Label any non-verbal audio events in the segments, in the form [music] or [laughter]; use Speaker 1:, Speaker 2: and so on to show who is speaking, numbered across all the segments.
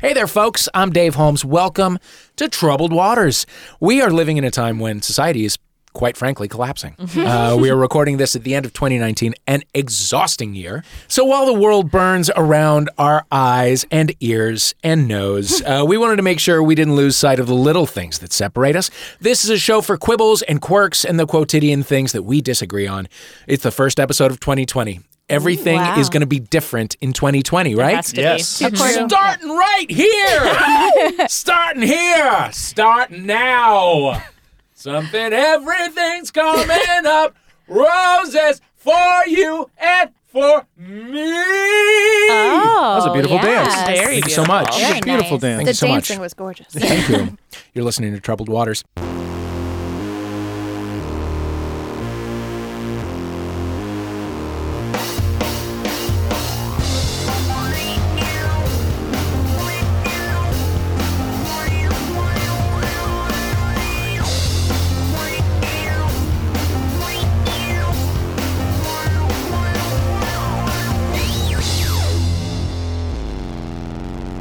Speaker 1: Hey there, folks. I'm Dave Holmes. Welcome to Troubled Waters. We are living in a time when society is, quite frankly, collapsing. uh, we are recording this at the end of 2019, an exhausting year. So while the world burns around our eyes and ears and nose, uh, we wanted to make sure we didn't lose sight of the little things that separate us. This is a show for quibbles and quirks and the quotidian things that we disagree on. It's the first episode of 2020. Everything
Speaker 2: Wow.
Speaker 1: is going to be different in 2020, right?
Speaker 2: has to be.
Speaker 3: Yes.
Speaker 2: [laughs] Of course.
Speaker 1: Starting right here.
Speaker 2: [laughs]
Speaker 1: Starting here. Starting now. Something, everything's coming up. Roses for you and for me.
Speaker 2: Oh,
Speaker 1: that was a beautiful
Speaker 2: yes.
Speaker 1: dance.
Speaker 2: Oh, Very
Speaker 1: Thank you so much.
Speaker 3: It was
Speaker 2: beautiful. Very
Speaker 3: a beautiful
Speaker 2: nice.
Speaker 3: dance.
Speaker 1: Thank you so much.
Speaker 4: was
Speaker 1: [laughs]
Speaker 4: gorgeous.
Speaker 1: Thank you. You're listening to Troubled Waters.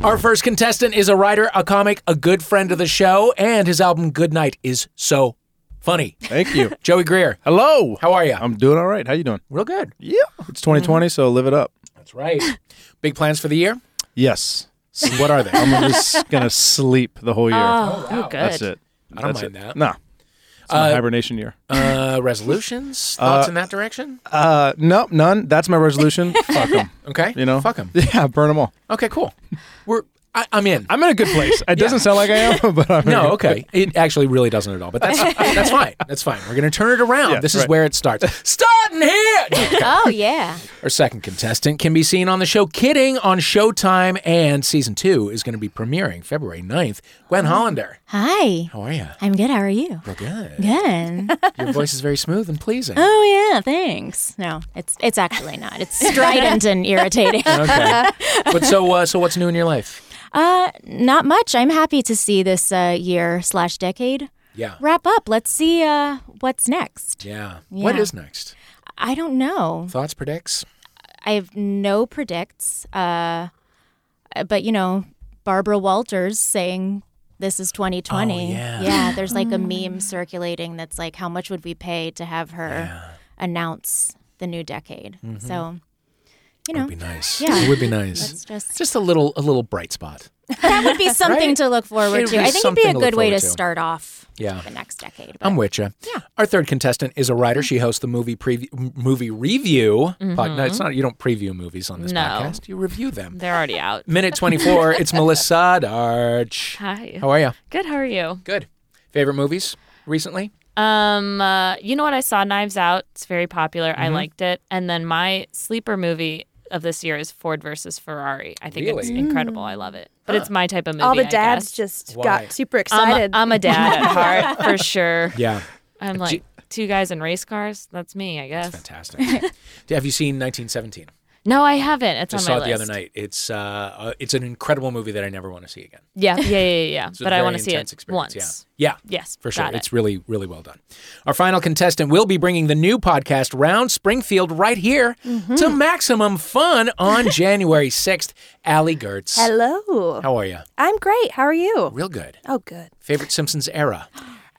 Speaker 1: Our first contestant is a writer, a comic, a good friend of the show, and his album Goodnight is so funny.
Speaker 3: Thank you.
Speaker 1: Joey Greer,
Speaker 3: Hello.
Speaker 1: how are you?
Speaker 3: I'm doing all right. How you doing?
Speaker 1: real good.
Speaker 3: Yeah. It's 2020, so live it up.
Speaker 1: That's right. [laughs] Big plans for the year?
Speaker 3: Yes.
Speaker 1: What are they?
Speaker 3: I'm
Speaker 2: [laughs]
Speaker 3: just gonna sleep the whole year.
Speaker 2: Oh, oh, good.
Speaker 3: That's it.
Speaker 1: I don't
Speaker 3: That's
Speaker 1: mind
Speaker 3: it.
Speaker 1: that.
Speaker 3: Nah. It's my hibernation year.
Speaker 1: [laughs] Uh, resolutions? Thoughts in that direction?
Speaker 3: Uh, nope, none. That's my
Speaker 2: [laughs]
Speaker 3: resolution. Fuck them.
Speaker 1: Okay.
Speaker 3: You know.
Speaker 1: Fuck them.
Speaker 3: [laughs] Yeah, burn them all.
Speaker 1: Okay, cool. We're I, I'm in.
Speaker 3: I'm in a good place. It doesn't sound like I am, [laughs] but I'm in a
Speaker 1: no,
Speaker 3: good
Speaker 1: okay. It actually really doesn't at all, but [laughs] that's that's fine. That's fine. We're gonna turn it around.
Speaker 3: Yeah,
Speaker 1: this is
Speaker 3: right.
Speaker 1: where it starts. [laughs] Starting here. Okay.
Speaker 2: Oh, yeah.
Speaker 1: Our second contestant can be seen on the show Kidding on Showtime, and season two is gonna be premiering February 9th. Gwen Hollander,
Speaker 5: Hi.
Speaker 1: how are you?
Speaker 5: I'm good. How are you?
Speaker 1: Real good.
Speaker 5: [laughs] Good.
Speaker 1: Your voice is very smooth and pleasing.
Speaker 5: oh yeah, thanks. No, it's it's actually not. [laughs] It's strident and irritating.
Speaker 1: Okay. But so uh, so what's new in your life?
Speaker 5: Uh, not much. I'm happy to see this uh, year slash decade
Speaker 1: Yeah.
Speaker 5: wrap up. Let's see uh, what's next.
Speaker 1: Yeah. What
Speaker 5: Yeah.
Speaker 1: is next?
Speaker 5: I don't know.
Speaker 1: Thoughts, predicts?
Speaker 5: I have no predicts. Uh, but you know, Barbara Walters saying this is 2020.
Speaker 1: Oh, yeah.
Speaker 5: there's like a meme circulating that's like, how much would we pay to have her announce the new decade?
Speaker 1: Mm-hmm.
Speaker 5: So, you
Speaker 1: It
Speaker 5: know,
Speaker 1: would be nice.
Speaker 5: Yeah.
Speaker 1: It would be nice.
Speaker 5: it's just
Speaker 1: Just a little a little bright spot.
Speaker 5: [laughs] that would be something
Speaker 1: Right?
Speaker 5: to look forward
Speaker 1: It'd
Speaker 5: to.
Speaker 1: be
Speaker 5: I think it'd be
Speaker 1: something
Speaker 5: a
Speaker 1: to
Speaker 5: good
Speaker 1: look
Speaker 5: way
Speaker 1: forward
Speaker 5: to
Speaker 1: to. Um,
Speaker 5: start off
Speaker 1: Yeah.
Speaker 5: the next decade.
Speaker 1: I'm with you. Yeah. Our third contestant is a writer. She hosts the movie preview, m- movie review. Pod- no, it's not. You don't preview movies on this
Speaker 2: Mm-hmm. No.
Speaker 1: podcast. You review them.
Speaker 2: They're already out.
Speaker 1: Minute
Speaker 2: [laughs]
Speaker 1: 24. it's Melissa Darch.
Speaker 2: Hi.
Speaker 1: How are you?
Speaker 2: Good. How are you?
Speaker 1: Good. Favorite movies recently?
Speaker 2: Um, uh, you know what? I saw Knives Out. It's very popular. I liked it. And then my sleeper movie of this year is Ford versus Ferrari. I think it's
Speaker 1: Really?
Speaker 2: incredible. I love it. But it's my type of movie.
Speaker 4: All the
Speaker 2: I
Speaker 4: dads
Speaker 2: guess. Um,
Speaker 4: just
Speaker 1: Why?
Speaker 4: got super
Speaker 2: I'm
Speaker 4: excited.
Speaker 2: a, I'm a dad at heart for sure.
Speaker 1: Yeah.
Speaker 2: I'm like two guys in race cars. That's me, I guess. [laughs]
Speaker 1: Fantastic. Have you seen 1917?
Speaker 2: No, I haven't. It's
Speaker 1: Just saw
Speaker 2: on my
Speaker 1: it the
Speaker 2: list.
Speaker 1: other night. It's uh, uh, it's an incredible movie that I never want to see again.
Speaker 2: Yeah, yeah, yeah, yeah. yeah.
Speaker 1: It's a
Speaker 2: but I
Speaker 1: very
Speaker 2: want to see
Speaker 1: intense
Speaker 2: it
Speaker 1: experience.
Speaker 2: once.
Speaker 1: Yeah. Yeah.
Speaker 2: Yes,
Speaker 1: For sure.
Speaker 2: got it.
Speaker 1: It's really, really well done. Our final contestant will be bringing the new podcast, Round Springfield, right here
Speaker 2: Mm-hmm.
Speaker 1: to Maximum Fun on [laughs] January 6th. Allie Gertz.
Speaker 4: Hello.
Speaker 1: How are you?
Speaker 4: I'm great. How are you?
Speaker 1: Real good.
Speaker 4: Oh, good.
Speaker 1: Favorite Simpsons era?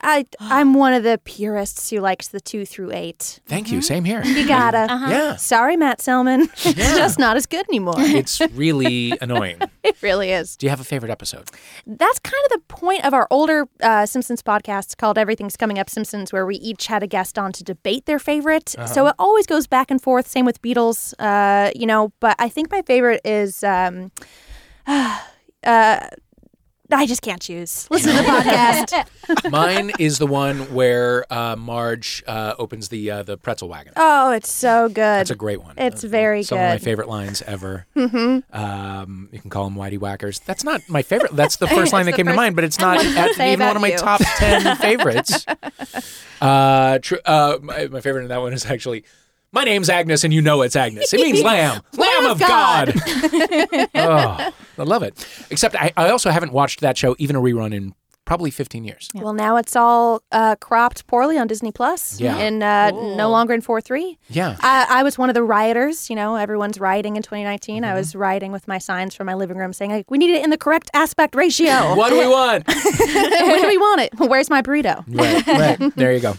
Speaker 4: I I'm one of the purists who likes the two through
Speaker 2: [laughs]
Speaker 4: eight.
Speaker 1: Thank
Speaker 2: Mm-hmm.
Speaker 1: you. Same here.
Speaker 2: Uh-huh.
Speaker 4: You gotta.
Speaker 1: Yeah.
Speaker 4: Sorry, Matt Selman. [laughs] It's just not as good anymore.
Speaker 2: [laughs]
Speaker 1: It's really annoying.
Speaker 4: it really is.
Speaker 1: Do you have a favorite episode?
Speaker 4: That's kind of the point of our older uh, Simpsons podcast called Everything's Coming Up Simpsons, where we each had a guest on to debate their favorite.
Speaker 1: Uh-huh.
Speaker 4: So it always goes back and forth. Same with Beatles, uh, you know. But I think my favorite is. Um, [sighs] uh, I just can't choose.
Speaker 1: [laughs]
Speaker 4: Listen to the podcast.
Speaker 1: Mine is the one where uh, Marge uh, opens the uh, the pretzel wagon.
Speaker 4: Oh, it's so good.
Speaker 1: That's a great one.
Speaker 4: It's very
Speaker 1: Some of my
Speaker 4: good.
Speaker 1: favorite lines ever. Um, you can call them whitey whackers. That's not my favorite. That's the first line that
Speaker 4: the
Speaker 1: came to
Speaker 4: first-
Speaker 1: mind, but it's not
Speaker 4: did it
Speaker 1: at-
Speaker 4: say
Speaker 1: even one
Speaker 4: about
Speaker 1: of my
Speaker 4: you?
Speaker 1: top ten favorites. Uh, tr- uh, my, my favorite in that one is actually. My name's Agnes, and you know it's Agnes. It means lamb, lamb of God. [laughs] oh, I love it. Except I, I also haven't watched that show, even a rerun in probably 15 years.
Speaker 4: Well, now it's all uh, cropped poorly on Disney Plus,
Speaker 1: Yeah.
Speaker 4: and uh, no longer in four three.
Speaker 1: Yeah.
Speaker 4: I, I was one of the rioters. You know, everyone's rioting in 2019.
Speaker 1: Mm-hmm.
Speaker 4: I was rioting with my signs from my living room saying, like, "We need it in the correct aspect
Speaker 1: [laughs]
Speaker 4: ratio.
Speaker 1: What do we want?
Speaker 4: [laughs] when do we want it? [laughs] Where's my burrito?"
Speaker 1: right, right. There you go.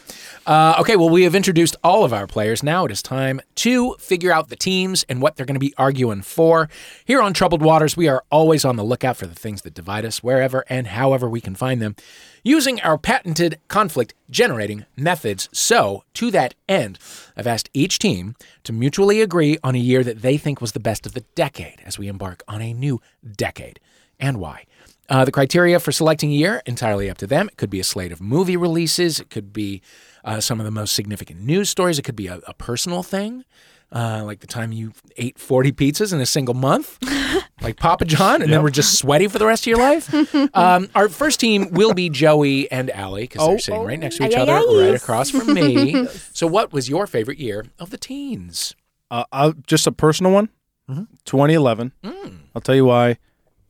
Speaker 1: Uh, okay, well, we have introduced all of our players. Now it is time to figure out the teams and what they're going to be arguing for. Here on Troubled Waters, we are always on the lookout for the things that divide us wherever and however we can find them using our patented conflict generating methods. So, to that end, I've asked each team to mutually agree on a year that they think was the best of the decade as we embark on a new decade and why. Uh, the criteria for selecting a year entirely up to them. It could be a slate of movie releases. It could be uh, some of the most significant news stories. It could be a, a personal thing, uh, like the time you ate forty pizzas in a single month,
Speaker 4: [laughs]
Speaker 1: like Papa John, and then we're just sweaty for the rest of your
Speaker 4: [laughs]
Speaker 1: life. um, our first team will be Joey and Allie because they're sitting right next to each
Speaker 4: Ay, ay,
Speaker 1: other,
Speaker 4: ay.
Speaker 1: right across from me. so, what was your favorite year of the teens?
Speaker 3: Uh, I'll, just a personal one.
Speaker 1: Mm-hmm.
Speaker 3: 2011.
Speaker 1: Mm.
Speaker 3: I'll tell you why.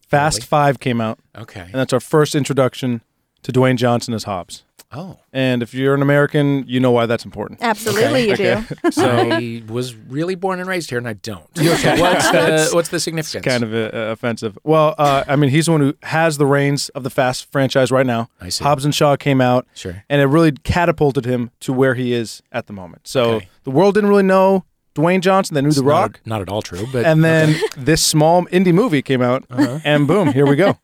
Speaker 3: Fast Five came out,
Speaker 1: Okay.
Speaker 3: and that's our first introduction to Dwayne Johnson as Hobbs.
Speaker 1: Oh,
Speaker 3: And if you're an American, you know why that's important.
Speaker 4: Absolutely, you do.
Speaker 1: I was really born and raised here, and I don't. So [laughs] what's the what's the significance?
Speaker 3: [laughs] Kind of uh, uh, offensive. Well, uh, I mean, he's the one who has the reins of the Fast franchise right now.
Speaker 1: I see.
Speaker 3: Hobbs and Shaw came out,
Speaker 1: Sure.
Speaker 3: and it really catapulted him to where he is at the moment. So
Speaker 1: Okay.
Speaker 3: the world didn't really know Dwayne Johnson. They knew The Rock.
Speaker 1: Not, not at all true, but
Speaker 3: and then this small indie movie came out,
Speaker 1: Uh-huh.
Speaker 3: and boom, here we go.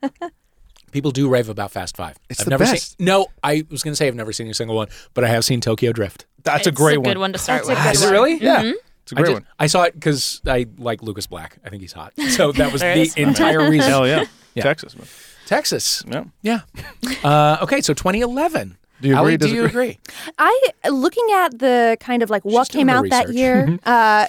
Speaker 1: people do rave about Fast Five.
Speaker 3: It's
Speaker 1: I've
Speaker 3: the
Speaker 1: never
Speaker 3: best.
Speaker 1: Seen, no, I was going to say I've never seen a single one, but I have seen Tokyo Drift.
Speaker 3: That's a
Speaker 2: It's
Speaker 3: great
Speaker 2: a good one,
Speaker 3: one.
Speaker 2: to start
Speaker 4: That's a
Speaker 2: with.
Speaker 4: good Is it one.
Speaker 1: really?
Speaker 3: Yeah, it's a
Speaker 1: I,
Speaker 3: great
Speaker 1: just-
Speaker 3: one.
Speaker 1: I saw it because I like Lucas Black. I think he's hot.
Speaker 3: [laughs]
Speaker 1: So that was
Speaker 2: There
Speaker 1: the
Speaker 2: it is.
Speaker 1: [laughs] entire reason.
Speaker 3: Hell yeah.
Speaker 1: Yeah.
Speaker 3: Texas. Man.
Speaker 1: Texas.
Speaker 3: Yeah.
Speaker 1: Yeah. Uh, okay, so 2011.
Speaker 3: Do you agree,
Speaker 1: Allie, do you
Speaker 3: disagree?
Speaker 1: agree?
Speaker 4: I looking at the kind of like what
Speaker 1: She's doing
Speaker 4: came
Speaker 1: her
Speaker 4: out that
Speaker 1: research.
Speaker 4: year. uh,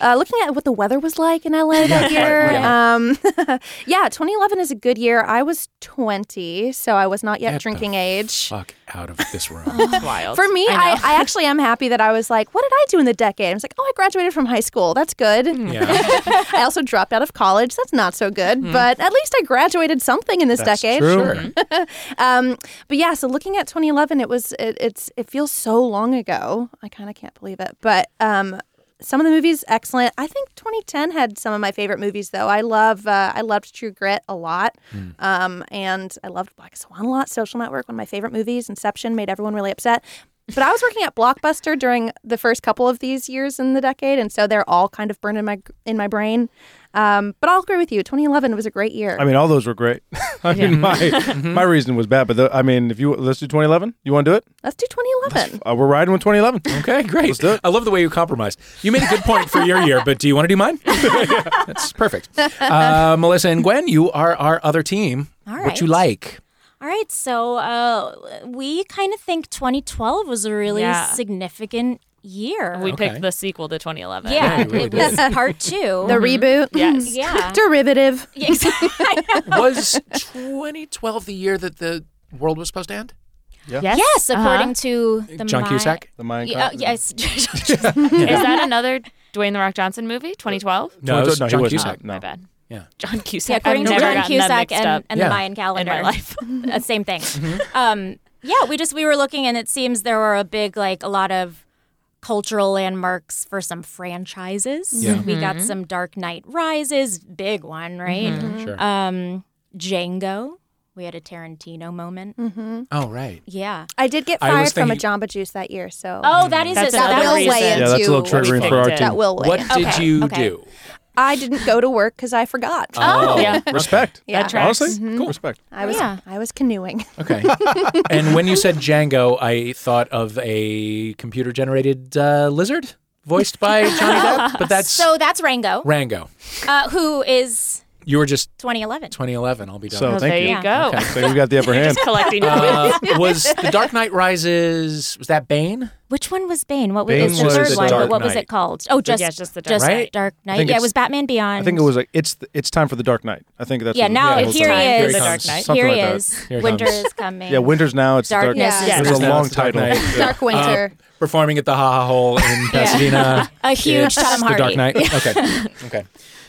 Speaker 4: uh, [laughs] looking at what the weather was like in LA that
Speaker 1: Yeah,
Speaker 4: year.
Speaker 1: right, right.
Speaker 4: Um, [laughs] yeah, 2011 is a good year. I was 20, so I was not yet
Speaker 1: Get the
Speaker 4: drinking age.
Speaker 1: Fuck out of this
Speaker 3: [laughs]
Speaker 1: room.
Speaker 2: Wild.
Speaker 4: For me, I, I, actually am happy that I was like, what did I do in the decade? I was like, oh, I graduated from high school. That's good.
Speaker 1: yeah.
Speaker 4: [laughs] I also dropped out of college. That's not so good, but at least I graduated something in this
Speaker 3: That's
Speaker 4: decade.
Speaker 3: true.
Speaker 1: Sure.
Speaker 4: Um, but yeah, so looking at 2011, it was it, it's it feels so long ago. I kind of can't believe it, but um, some of the movies excellent. I think 2010 had some of my favorite movies though. I love uh, I loved True Grit a lot,
Speaker 3: Hmm.
Speaker 4: um, and I loved Black Swan a lot. Social Network, one of my favorite movies. Inception made everyone really upset. But I was working at Blockbuster during the first couple of these years in the decade, and so they're all kind of burned in my in my brain. Um, but I'll agree with you. 2011 was a great year.
Speaker 3: I mean, all those were great. [laughs] I mean, my
Speaker 1: Mm-hmm.
Speaker 3: my reason was bad, but the, I mean, if you let's do 2011, you want to do it?
Speaker 4: Let's do 2011.
Speaker 3: Uh, we're riding with 2011.
Speaker 1: Okay, great.
Speaker 3: Let's do it.
Speaker 1: I love the way you compromised. You made a good point for your year, but do you want to do
Speaker 3: [laughs]
Speaker 1: mine? That's perfect. Uh, Melissa and Gwen, you are our other team.
Speaker 5: All
Speaker 1: What you
Speaker 5: right.
Speaker 1: like?
Speaker 5: All right, so uh, we kind of think 2012 was a really
Speaker 2: Yeah.
Speaker 5: significant year.
Speaker 2: we
Speaker 1: Okay.
Speaker 2: picked the sequel to 2011.
Speaker 5: yeah,
Speaker 1: you
Speaker 5: [laughs]
Speaker 1: really
Speaker 5: it was part two.
Speaker 4: The reboot?
Speaker 2: Yes.
Speaker 5: Yeah. [laughs]
Speaker 4: Derivative.
Speaker 5: Mm-hmm. Yeah, exactly.
Speaker 1: Was 2012 the year that the world was supposed to end? [laughs]
Speaker 2: Yes.
Speaker 5: yes, according
Speaker 2: Uh-huh.
Speaker 5: to the
Speaker 1: John
Speaker 5: Mi-
Speaker 1: Cusack?
Speaker 3: The Minecraft.
Speaker 5: Yeah,
Speaker 1: [laughs]
Speaker 5: oh, yes. [laughs]
Speaker 2: Is that another Dwayne the Rock Johnson movie? 2012.
Speaker 1: No, it was
Speaker 3: no, he
Speaker 1: John
Speaker 3: wasn't.
Speaker 1: Cusack.
Speaker 3: No.
Speaker 2: My bad.
Speaker 1: Yeah.
Speaker 2: John Cusack.
Speaker 5: yeah, according
Speaker 2: I've
Speaker 5: to
Speaker 2: never
Speaker 5: John
Speaker 2: gotten them
Speaker 5: Cusack
Speaker 2: mixed
Speaker 5: and,
Speaker 2: up.
Speaker 5: and
Speaker 1: Yeah. Mm-hmm.
Speaker 5: the Mayan
Speaker 2: in
Speaker 5: calendar.
Speaker 2: my life.
Speaker 5: [laughs] Uh, Same thing. Um, yeah, we just we were looking, and it seems there were a big like a lot of cultural landmarks for some franchises.
Speaker 1: Yeah.
Speaker 5: We got
Speaker 2: Mm-hmm.
Speaker 5: some Dark Knight Rises, big one, right?
Speaker 1: Sure.
Speaker 5: Um, Django. We had a Tarantino moment.
Speaker 2: Mm.
Speaker 1: oh, right.
Speaker 5: Yeah.
Speaker 4: I did get
Speaker 1: I
Speaker 4: fired
Speaker 1: was
Speaker 4: from a
Speaker 1: thinking-
Speaker 4: Jamba Juice that year, so
Speaker 5: Oh, that is
Speaker 2: That's
Speaker 5: a,
Speaker 2: another
Speaker 5: that
Speaker 4: will
Speaker 5: was-
Speaker 2: reason.
Speaker 4: weigh
Speaker 3: Yeah, that's a
Speaker 4: into
Speaker 3: little triggering for our
Speaker 2: picked it.
Speaker 3: team.
Speaker 4: that will weigh.
Speaker 1: What
Speaker 4: in.
Speaker 1: did
Speaker 5: Okay,
Speaker 1: you
Speaker 5: okay.
Speaker 1: do?
Speaker 4: I didn't go to work because I forgot.
Speaker 1: Oh,
Speaker 2: Yeah.
Speaker 3: Respect.
Speaker 4: Yeah.
Speaker 2: That tracks.
Speaker 3: Honestly,
Speaker 5: Mm-hmm.
Speaker 3: cool. Respect.
Speaker 4: I was
Speaker 5: Yeah.
Speaker 4: I was
Speaker 3: [laughs]
Speaker 4: canoeing.
Speaker 5: [laughs]
Speaker 1: Okay. and when you said Django, I thought of a computer generated uh, lizard voiced
Speaker 5: [laughs]
Speaker 1: by Johnny Depp, but that's
Speaker 5: So that's Rango,
Speaker 1: Rango.
Speaker 5: uh, who is
Speaker 1: You were just
Speaker 5: 2011.
Speaker 1: 2011. I'll be done.
Speaker 3: So
Speaker 2: Oh,
Speaker 3: thank
Speaker 2: there
Speaker 3: you.
Speaker 2: you, go.
Speaker 5: [laughs]
Speaker 3: Okay, so we got the upper hand.
Speaker 2: Just collecting.
Speaker 1: Uh, was The Dark Knight Rises, was that Bane?
Speaker 5: Which one was Bane? What was
Speaker 3: Bane
Speaker 5: it's the
Speaker 3: was
Speaker 5: third
Speaker 3: the
Speaker 5: one?
Speaker 1: Dark
Speaker 5: but what was
Speaker 1: Knight.
Speaker 5: it called? Oh, [laughs] just
Speaker 2: yeah, it's just the Dark
Speaker 5: just
Speaker 1: Knight. Right?
Speaker 5: Dark Knight.
Speaker 3: think
Speaker 5: Yeah, it
Speaker 3: it's-
Speaker 5: was Batman Beyond.
Speaker 3: I think it was like it's th- it's time for the Dark Knight. I think that's
Speaker 5: Yeah,
Speaker 3: what-
Speaker 5: now
Speaker 1: Yeah, it was
Speaker 5: here
Speaker 1: time
Speaker 5: he
Speaker 1: for
Speaker 5: is.
Speaker 1: the Dark
Speaker 2: Knight.
Speaker 3: Something
Speaker 5: Here
Speaker 3: like
Speaker 5: he
Speaker 3: that.
Speaker 5: is.
Speaker 1: Here it
Speaker 5: Winter
Speaker 1: comes.
Speaker 5: is coming.
Speaker 3: Yeah, winter's now. It's the dark.
Speaker 5: Darkness
Speaker 4: Yeah.
Speaker 5: is
Speaker 3: It was a
Speaker 1: Darkness,
Speaker 3: long
Speaker 1: the Dark
Speaker 3: title.
Speaker 1: Knight.
Speaker 4: Dark Winter.
Speaker 3: Uh,
Speaker 1: performing at the Ha Ha Hole in Pasadena.
Speaker 5: A huge
Speaker 1: It's
Speaker 5: Tom
Speaker 1: The Dark
Speaker 5: Hardy.
Speaker 1: Knight.
Speaker 5: [laughs]
Speaker 1: Okay. Okay.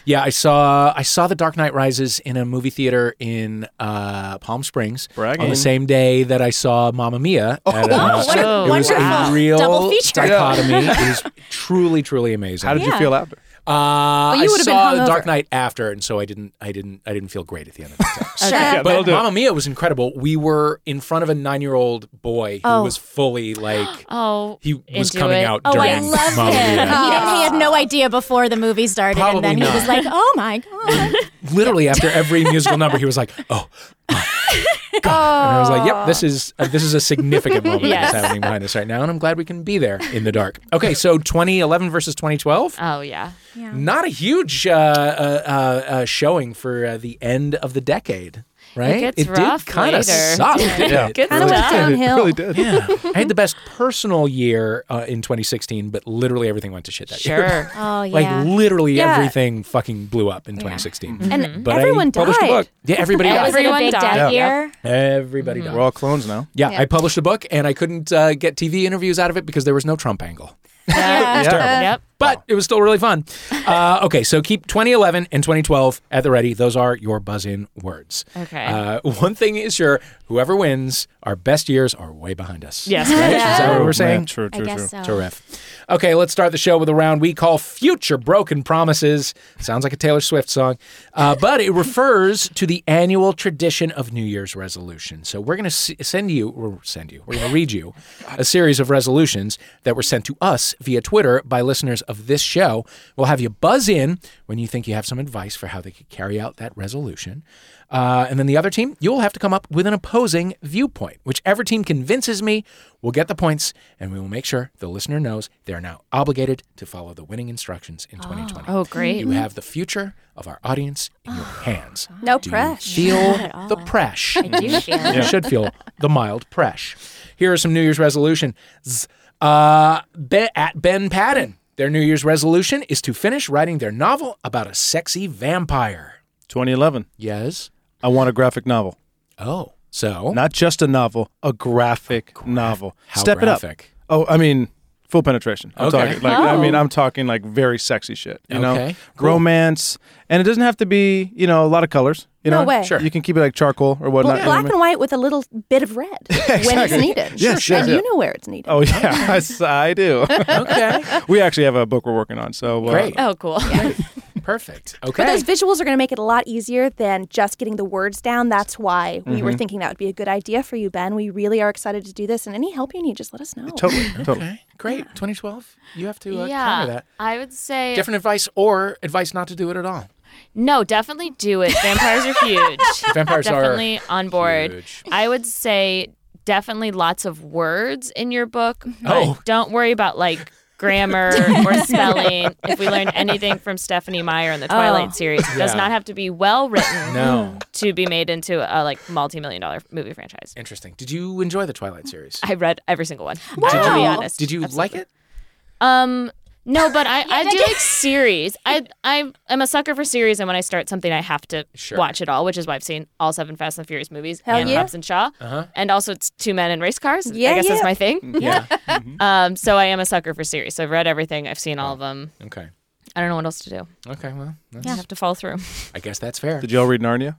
Speaker 1: Yeah, I saw I saw The Dark Knight Rises in a movie theater in uh, Palm Springs on
Speaker 3: Bragging. Oh,
Speaker 1: the same day that I saw Mamma Mia. at, uh,
Speaker 5: what a
Speaker 1: it was
Speaker 5: wonderful
Speaker 1: a real
Speaker 5: double feature.
Speaker 1: dichotomy. it was truly, truly amazing.
Speaker 3: How did you
Speaker 5: Yeah.
Speaker 3: feel
Speaker 5: [laughs]
Speaker 3: after?
Speaker 1: Uh,
Speaker 4: you
Speaker 1: I
Speaker 4: would've been
Speaker 1: saw The
Speaker 4: hungover.
Speaker 1: Dark Knight after, and so I didn't, I didn't, I didn't feel great at the end of
Speaker 5: [laughs]
Speaker 1: the day.
Speaker 5: Sure.
Speaker 3: Yeah, that'll
Speaker 1: but
Speaker 3: do it.
Speaker 1: Mamma Mia was incredible. We were in front of a nine-year-old boy who
Speaker 5: Oh.
Speaker 1: was fully
Speaker 5: [gasps]
Speaker 1: like
Speaker 2: Oh,
Speaker 1: he was
Speaker 2: into
Speaker 1: coming
Speaker 2: it.
Speaker 1: out
Speaker 5: Oh,
Speaker 1: during
Speaker 5: I love
Speaker 1: Mamma
Speaker 5: him.
Speaker 1: Mia.
Speaker 2: [laughs]
Speaker 5: He, didn't- he had no idea before the movie started,
Speaker 1: Probably
Speaker 5: and then
Speaker 1: not.
Speaker 5: he was like, "Oh my god!"
Speaker 1: literally after every musical number, he was like, "Oh." my
Speaker 2: [laughs]
Speaker 1: God." And I was like, "Yep, this is uh, this is a significant moment
Speaker 2: Yes.
Speaker 1: that's happening behind us right now, and I'm glad we can be there in the dark." Okay, so 2011 versus 2012,
Speaker 2: Oh yeah.
Speaker 1: not a huge uh, uh, uh, uh, showing for uh, the end of the decade, right?
Speaker 2: It gets rough
Speaker 1: did kind of
Speaker 2: later. [laughs]
Speaker 1: suck.
Speaker 3: Yeah.
Speaker 2: Good
Speaker 4: Kinda went
Speaker 2: stuff.
Speaker 4: downhill.
Speaker 3: It really did.
Speaker 1: Yeah, I had the best personal year uh, in 2016, but literally everything went to shit that
Speaker 2: [laughs]
Speaker 1: year.
Speaker 2: Sure.
Speaker 5: Oh
Speaker 1: Like
Speaker 5: yeah.
Speaker 1: literally
Speaker 4: Yeah.
Speaker 1: everything fucking blew up in 2016.
Speaker 4: And
Speaker 1: But I
Speaker 4: everyone
Speaker 1: published a
Speaker 4: died.
Speaker 1: book. Yeah, everybody
Speaker 5: That
Speaker 1: died.
Speaker 5: was it a
Speaker 2: Everyone
Speaker 5: big
Speaker 2: died.
Speaker 5: death
Speaker 2: Yeah.
Speaker 5: year.
Speaker 1: Everybody
Speaker 3: We're all clones now.
Speaker 1: Yeah,
Speaker 4: Yeah.
Speaker 1: I published a book and I couldn't uh, get TV interviews out of it because there was no Trump angle.
Speaker 5: Yeah.
Speaker 3: terrible.
Speaker 2: Yep.
Speaker 1: But it was still really fun. Uh, okay, so keep 2011 and 2012 at the ready. Those are your buzz in words.
Speaker 2: Okay.
Speaker 1: Uh, one thing is sure whoever wins, our best years are way behind us.
Speaker 5: [laughs]
Speaker 2: Yes.
Speaker 1: Right? Is that what
Speaker 3: Yeah,
Speaker 1: we're saying?
Speaker 3: True,
Speaker 5: I
Speaker 3: true, true.
Speaker 5: guess so.
Speaker 1: Terrific. Okay, let's start the show with a round we call Future Broken Promises. Sounds like a Taylor Swift song, uh, but it refers to the annual tradition of New Year's resolution. So we're going to send you, or send you, we're going to read you a series of resolutions that were sent to us via Twitter by listeners of this show. We'll have you buzz in when you think you have some advice for how they could carry out that resolution. Uh, and then the other team, you'll have to come up with an opposing viewpoint. Whichever team convinces me will get the points, and we will make sure the listener knows they are now obligated to follow the winning instructions in 2020.
Speaker 2: Oh, great.
Speaker 1: You have the future of our audience in your hands.
Speaker 4: No
Speaker 1: Do you
Speaker 4: pressure.
Speaker 1: Feel the presh.
Speaker 5: I do feel. it.
Speaker 1: You should feel the mild presh. Here are some New Year's resolutions. Uh, Be- at Ben Padden, their New Year's resolution is to finish writing their novel about a sexy vampire.
Speaker 3: 2011.
Speaker 1: Yes.
Speaker 3: I want a graphic novel.
Speaker 1: Oh, so
Speaker 3: Not just a novel, a graphic novel.
Speaker 1: How
Speaker 3: Step
Speaker 1: graphic?
Speaker 3: it up. Oh, I mean, full penetration. I'm
Speaker 1: Okay.
Speaker 3: talking like I mean, I'm talking like very sexy shit, you know?
Speaker 1: Okay, cool.
Speaker 3: Romance, and it doesn't have to be, you know, a lot of colors, you
Speaker 4: No
Speaker 3: know?
Speaker 4: way. Sure.
Speaker 3: You can keep it like charcoal or whatnot. you know what I
Speaker 4: black
Speaker 3: mean?
Speaker 4: and white with a little bit of
Speaker 3: [laughs]
Speaker 4: red when it's needed.
Speaker 3: Yes, sure,
Speaker 4: and
Speaker 3: yeah.
Speaker 4: you know where it's needed.
Speaker 3: Oh yeah, [laughs] I s- I do.
Speaker 1: [laughs] okay.
Speaker 3: we actually have a book we're working on, so uh,
Speaker 1: Great.
Speaker 2: Oh, cool.
Speaker 1: Perfect.
Speaker 4: But
Speaker 1: Okay.
Speaker 4: those visuals are going to make it a lot easier than just getting the words down. That's why we
Speaker 3: Mm-hmm.
Speaker 4: were thinking that would be a good idea for you, Ben. We really are excited to do this. And any help you need, just let us know.
Speaker 3: [laughs] totally, totally.
Speaker 1: Okay. Great. 2012. You have to uh, counter
Speaker 2: yeah.
Speaker 1: that.
Speaker 2: I would say
Speaker 1: Different advice or advice not to do it at all.
Speaker 2: no. Definitely do it. Vampires are huge.
Speaker 1: [laughs] Vampires are
Speaker 2: definitely on board.
Speaker 1: huge.
Speaker 2: I would say definitely lots of words in your book. but
Speaker 1: Oh.
Speaker 2: don't worry about like.
Speaker 1: [laughs]
Speaker 2: Grammar or spelling. if we learned anything from Stephanie Meyer in the Twilight
Speaker 5: Oh.
Speaker 2: series, it does
Speaker 1: Yeah.
Speaker 2: not have to be well written
Speaker 1: No.
Speaker 2: to be made into a like multi-million dollar movie franchise.
Speaker 1: Interesting. Did you enjoy the Twilight
Speaker 2: [laughs]
Speaker 1: series?
Speaker 2: I read every single one.
Speaker 5: Wow.
Speaker 2: To be honest,
Speaker 1: Did you like it?
Speaker 2: Um, no, but I, I do like series. I I am a sucker for series, and when I start something, I have to
Speaker 1: Sure.
Speaker 2: watch it all, which is why I've seen all seven Fast and Furious movies
Speaker 4: Hell
Speaker 2: and
Speaker 4: yeah.
Speaker 2: Hobbs and Shaw,
Speaker 1: Uh-huh. Mm-hmm.
Speaker 2: and also it's two men in race cars.
Speaker 4: Yeah,
Speaker 2: I guess
Speaker 4: yeah.
Speaker 2: that's my thing. [laughs]
Speaker 1: Yeah.
Speaker 2: Um, so I am a sucker for series. So I've read everything. I've seen all of them.
Speaker 1: okay.
Speaker 2: I don't know what else to do.
Speaker 1: Okay. Well, that's,
Speaker 2: I have to follow through. [laughs]
Speaker 1: I guess that's fair.
Speaker 3: Did y'all read Narnia? Did you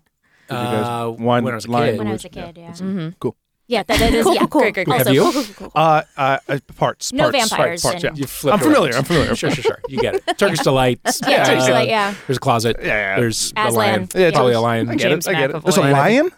Speaker 3: guys
Speaker 1: Uh,
Speaker 3: wind-
Speaker 1: when I was a
Speaker 3: line
Speaker 1: kid.
Speaker 5: When I
Speaker 3: the
Speaker 5: was a
Speaker 3: woods?
Speaker 5: kid, yeah.
Speaker 3: Cool.
Speaker 5: Yeah, that that is
Speaker 4: Cool,
Speaker 5: yeah.
Speaker 4: cool, cool.
Speaker 5: Great, great, great.
Speaker 1: Have
Speaker 5: Also, [laughs]
Speaker 1: you?
Speaker 3: Uh, uh, uh, parts.
Speaker 5: No
Speaker 3: parts, Parts,
Speaker 5: vampires
Speaker 3: parts,
Speaker 5: and-
Speaker 1: You
Speaker 3: yeah.
Speaker 1: flip
Speaker 3: I'm
Speaker 1: around.
Speaker 3: familiar. I'm familiar.
Speaker 1: Sure, sure, sure. You get
Speaker 3: [laughs]
Speaker 1: it. Turkish delight.
Speaker 5: Yeah, Turkish Delight, yeah.
Speaker 1: There's a closet.
Speaker 3: yeah.
Speaker 1: There's a
Speaker 5: Aslan.
Speaker 1: lion.
Speaker 3: Yeah,
Speaker 1: probably a
Speaker 3: James-
Speaker 1: lion.
Speaker 3: I get
Speaker 2: James
Speaker 3: it. I get
Speaker 2: McAvoy.
Speaker 3: it. There's a lion.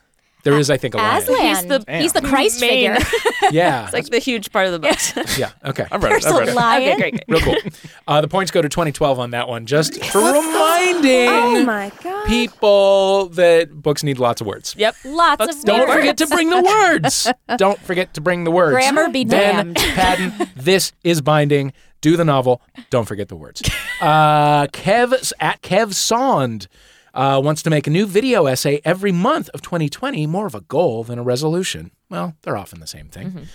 Speaker 1: There is, I think, a lion.
Speaker 5: Aslan.
Speaker 2: He's the-
Speaker 5: he's the Christ
Speaker 2: Main-
Speaker 5: figure.
Speaker 1: Yeah.
Speaker 2: It's like the huge part of the book.
Speaker 1: yeah. Okay.
Speaker 3: I've read it.
Speaker 5: There's
Speaker 3: I've
Speaker 5: a
Speaker 3: read it.
Speaker 5: lion.
Speaker 2: [laughs] okay, great, great.
Speaker 1: Real cool. [laughs] Uh, the points go to 2012 on that one, just for reminding
Speaker 4: Oh my God.
Speaker 1: people that books need lots of words.
Speaker 2: Yep.
Speaker 5: Lots of
Speaker 1: Don't
Speaker 5: words.
Speaker 1: forget to bring the words. [laughs] Don't forget to bring the words.
Speaker 5: Grammar be
Speaker 1: ben
Speaker 5: damned.
Speaker 1: [laughs] Patton, this is binding. Do the novel. Don't forget the [laughs] words. Uh, Kev at Kev Sond uh, wants to make a new video essay every month of 2020. Mm-hmm. More of a goal than a resolution. Well, they're often the same thing.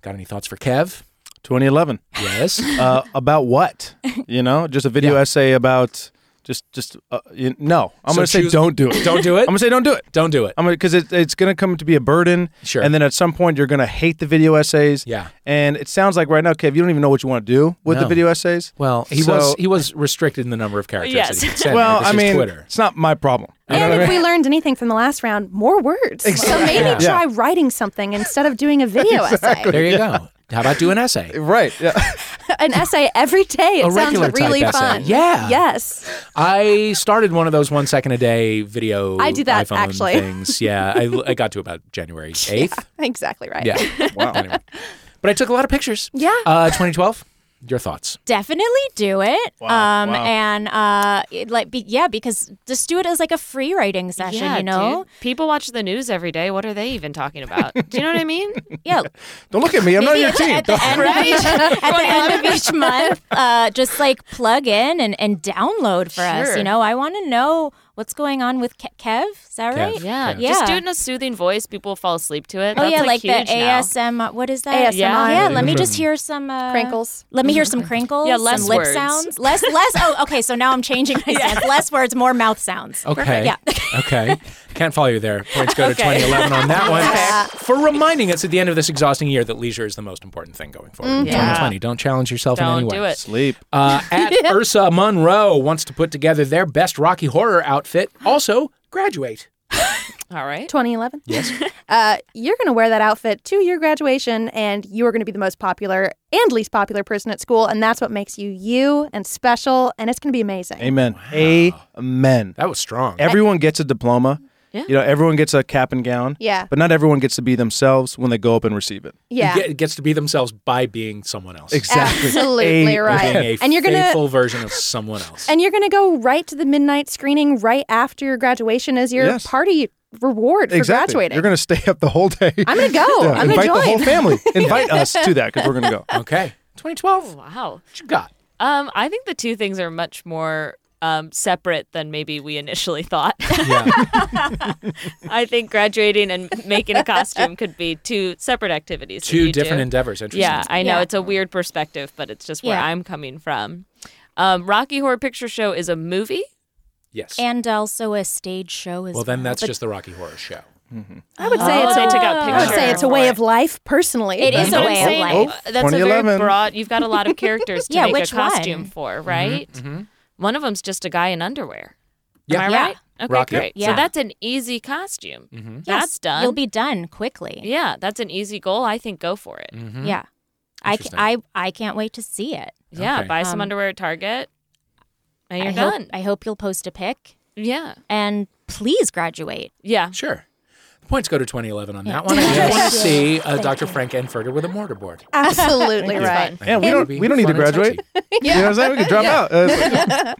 Speaker 1: Got any thoughts for Kev?
Speaker 3: 2011.
Speaker 1: [laughs] Yes.
Speaker 3: uh, about what? You know, just a video essay about just just uh, you, no. I'm
Speaker 1: So
Speaker 3: gonna say
Speaker 1: choose-
Speaker 3: don't do it.
Speaker 1: Don't do
Speaker 3: I'm
Speaker 1: it.
Speaker 3: gonna say don't do it.
Speaker 1: Don't do it.
Speaker 3: I'm gonna because it, it's gonna come to be a burden.
Speaker 1: Sure.
Speaker 3: And then at some point you're gonna hate the video essays.
Speaker 1: Yeah.
Speaker 3: And it sounds like right now, Kev, you don't even know what you want to do with
Speaker 1: No.
Speaker 3: the video essays.
Speaker 1: Well, he
Speaker 3: So-
Speaker 1: was he was restricted in the number of characters.
Speaker 2: Yes.
Speaker 1: That he could send.
Speaker 3: well,
Speaker 1: This
Speaker 3: I
Speaker 1: is
Speaker 3: mean,
Speaker 1: Twitter.
Speaker 3: it's not my problem.
Speaker 4: And if we learned anything from the last round, more words. So maybe
Speaker 3: Yeah.
Speaker 4: try writing something instead of doing
Speaker 1: [laughs]
Speaker 4: a video
Speaker 1: There you go. How about do an essay?
Speaker 3: Right. [laughs] Yeah.
Speaker 4: essay. An essay every day. It
Speaker 1: A
Speaker 4: sounds
Speaker 1: regular type
Speaker 4: really
Speaker 1: essay.
Speaker 4: fun.
Speaker 1: Yeah.
Speaker 4: Yes.
Speaker 1: I started one of those one second a day video.
Speaker 4: I do that,
Speaker 1: iPhone
Speaker 4: actually.
Speaker 1: Things. Yeah, I, I got to about
Speaker 4: [laughs]
Speaker 1: January eighth.
Speaker 4: Exactly right. Uh,
Speaker 1: Yeah.
Speaker 3: wow.
Speaker 1: Anyway. But I took a lot of pictures.
Speaker 4: Yeah.
Speaker 1: Uh, 2012. Your thoughts?
Speaker 5: Definitely do it.
Speaker 3: Wow,
Speaker 5: um
Speaker 3: wow.
Speaker 5: and uh it, like be, yeah, because just do it as like a free writing session,
Speaker 2: Yeah,
Speaker 5: you know?
Speaker 2: dude. people watch the news every day. What are they even talking about? Do you know what I
Speaker 1: [laughs]
Speaker 2: mean? [laughs]
Speaker 5: Yeah.
Speaker 3: Don't look at me. I'm not
Speaker 5: Maybe
Speaker 3: your
Speaker 5: at the,
Speaker 3: team.
Speaker 5: at the end of each, at the end of each
Speaker 2: [laughs]
Speaker 5: month, uh, just like plug in and, and download for us.
Speaker 2: Sure.
Speaker 5: You know, I want to know what's going on with Ke- Kev. Is that
Speaker 1: Kev.
Speaker 5: right?
Speaker 2: Yeah,
Speaker 5: Yeah.
Speaker 2: just do it in a soothing voice. People fall asleep to it.
Speaker 5: Oh
Speaker 2: That's,
Speaker 5: yeah, like,
Speaker 2: huge
Speaker 5: the
Speaker 2: now.
Speaker 5: ASM. What is that?
Speaker 2: ASMR.
Speaker 5: Yeah, let me
Speaker 1: Mhm.
Speaker 5: just hear some uh,
Speaker 4: Crinkles.
Speaker 5: Let me hear some crinkles.
Speaker 2: Mm-hmm. Yeah, less
Speaker 5: some lip
Speaker 2: words.
Speaker 5: sounds. Less, less. Oh, okay. So now I'm changing
Speaker 2: [laughs]
Speaker 5: my stance. Less words, more mouth sounds.
Speaker 1: Okay.
Speaker 5: Perfect,
Speaker 1: okay. Can't follow you there. Points go to 2011 on that one. For reminding us at the end of this exhausting year that leisure is the most important thing going forward. in
Speaker 4: Mm-hmm.
Speaker 2: Yeah.
Speaker 1: 2020. Don't challenge yourself in any
Speaker 2: Don't
Speaker 1: way.
Speaker 2: do it.
Speaker 3: Sleep.
Speaker 1: Uh,
Speaker 4: [laughs]
Speaker 1: at Ursa Monroe wants to put together their best Rocky Horror outfit. Also, graduate.
Speaker 2: All right.
Speaker 4: 2011.
Speaker 1: Yes.
Speaker 4: [laughs] Uh, you're going to wear that outfit to your graduation, and you are going to be the most popular and least popular person at school, and that's what makes you you and special, and it's going to be amazing.
Speaker 3: Amen. Amen.
Speaker 1: That was strong.
Speaker 3: Everyone gets a diploma.
Speaker 2: Yeah.
Speaker 3: You know, everyone gets a cap and gown.
Speaker 4: Yeah.
Speaker 3: But not everyone gets to be themselves when they go up and receive it.
Speaker 4: Yeah.
Speaker 1: It gets to be themselves by being someone else.
Speaker 4: Absolutely
Speaker 3: A-
Speaker 1: Being
Speaker 4: right.
Speaker 1: a
Speaker 4: And you're going to
Speaker 1: faithful version of someone else.
Speaker 4: and you're going to go right to the midnight screening right after your graduation as your
Speaker 3: Yes.
Speaker 4: party reward for
Speaker 3: exactly.
Speaker 4: graduating.
Speaker 3: You're going to stay up the whole day. [laughs]
Speaker 4: I'm going to go.
Speaker 3: Yeah,
Speaker 4: I'm going
Speaker 3: invite
Speaker 4: to
Speaker 3: the whole
Speaker 4: join.
Speaker 3: family. Invite us to that because we're going to go.
Speaker 1: okay. 2012. What
Speaker 2: Wow.
Speaker 1: you got?
Speaker 2: Um, I think the two things are much more um, separate than maybe we initially thought.
Speaker 1: Yeah.
Speaker 2: [laughs] I think graduating and making a costume could be two separate activities. that
Speaker 1: Two
Speaker 2: you
Speaker 1: different
Speaker 2: do.
Speaker 1: endeavors. Interesting.
Speaker 2: Yeah, I know
Speaker 5: Yeah.
Speaker 2: it's a weird perspective, but it's just where
Speaker 5: Yeah.
Speaker 2: I'm coming from. Um, Rocky Horror Picture Show is a movie.
Speaker 1: Yes.
Speaker 5: and also a stage show as well.
Speaker 1: well, then that's
Speaker 5: But
Speaker 1: just the Rocky Horror Show.
Speaker 4: I would say
Speaker 2: Oh,
Speaker 4: it's
Speaker 2: they
Speaker 4: a,
Speaker 2: took out
Speaker 4: I
Speaker 2: pictures.
Speaker 4: would say it's a way of life personally.
Speaker 5: It is
Speaker 2: That's
Speaker 5: a
Speaker 2: what I'm
Speaker 5: way of
Speaker 2: saying.
Speaker 5: life.
Speaker 3: Oh,
Speaker 2: That's a very
Speaker 3: 2011.
Speaker 2: broad. You've got a lot of
Speaker 5: [laughs]
Speaker 2: characters to
Speaker 5: Yeah,
Speaker 2: make
Speaker 5: which
Speaker 2: a costume
Speaker 5: one? Mm-hmm.
Speaker 2: for, right? One of them's just a guy in underwear.
Speaker 1: Mm-hmm. Yeah.
Speaker 2: Am I
Speaker 5: Yeah.
Speaker 2: right? Okay,
Speaker 1: Rocky.
Speaker 2: great. So
Speaker 5: Yeah.
Speaker 2: that's an easy costume.
Speaker 1: Mm-hmm.
Speaker 5: yes,
Speaker 2: That's done.
Speaker 5: You'll be done quickly.
Speaker 2: yeah, that's an easy goal. I think go for it.
Speaker 1: Mm-hmm.
Speaker 5: Yeah. I, ca-
Speaker 1: Interesting.
Speaker 5: I, I can't wait to see it.
Speaker 2: Yeah,
Speaker 1: Okay.
Speaker 2: buy some
Speaker 5: Um,
Speaker 2: underwear at Target, and you're
Speaker 5: I
Speaker 2: done.
Speaker 5: hope, I hope you'll post a pic
Speaker 2: yeah,
Speaker 5: and please graduate. [laughs]
Speaker 2: yeah.
Speaker 1: Sure. Points go to 2011 on
Speaker 5: Yeah.
Speaker 1: that one. I did
Speaker 5: Thank
Speaker 1: want to
Speaker 5: you.
Speaker 1: see uh, Dr. Frank Enfurter with a mortarboard.
Speaker 4: [laughs] Absolutely
Speaker 2: It's
Speaker 4: right.
Speaker 2: fun.
Speaker 1: I think
Speaker 3: Yeah, we
Speaker 1: that would
Speaker 3: don't
Speaker 1: be
Speaker 3: we don't need to
Speaker 1: fun and
Speaker 3: graduate.
Speaker 1: sexy.
Speaker 3: You know what I'm saying? We can drop out. Uh, it's like-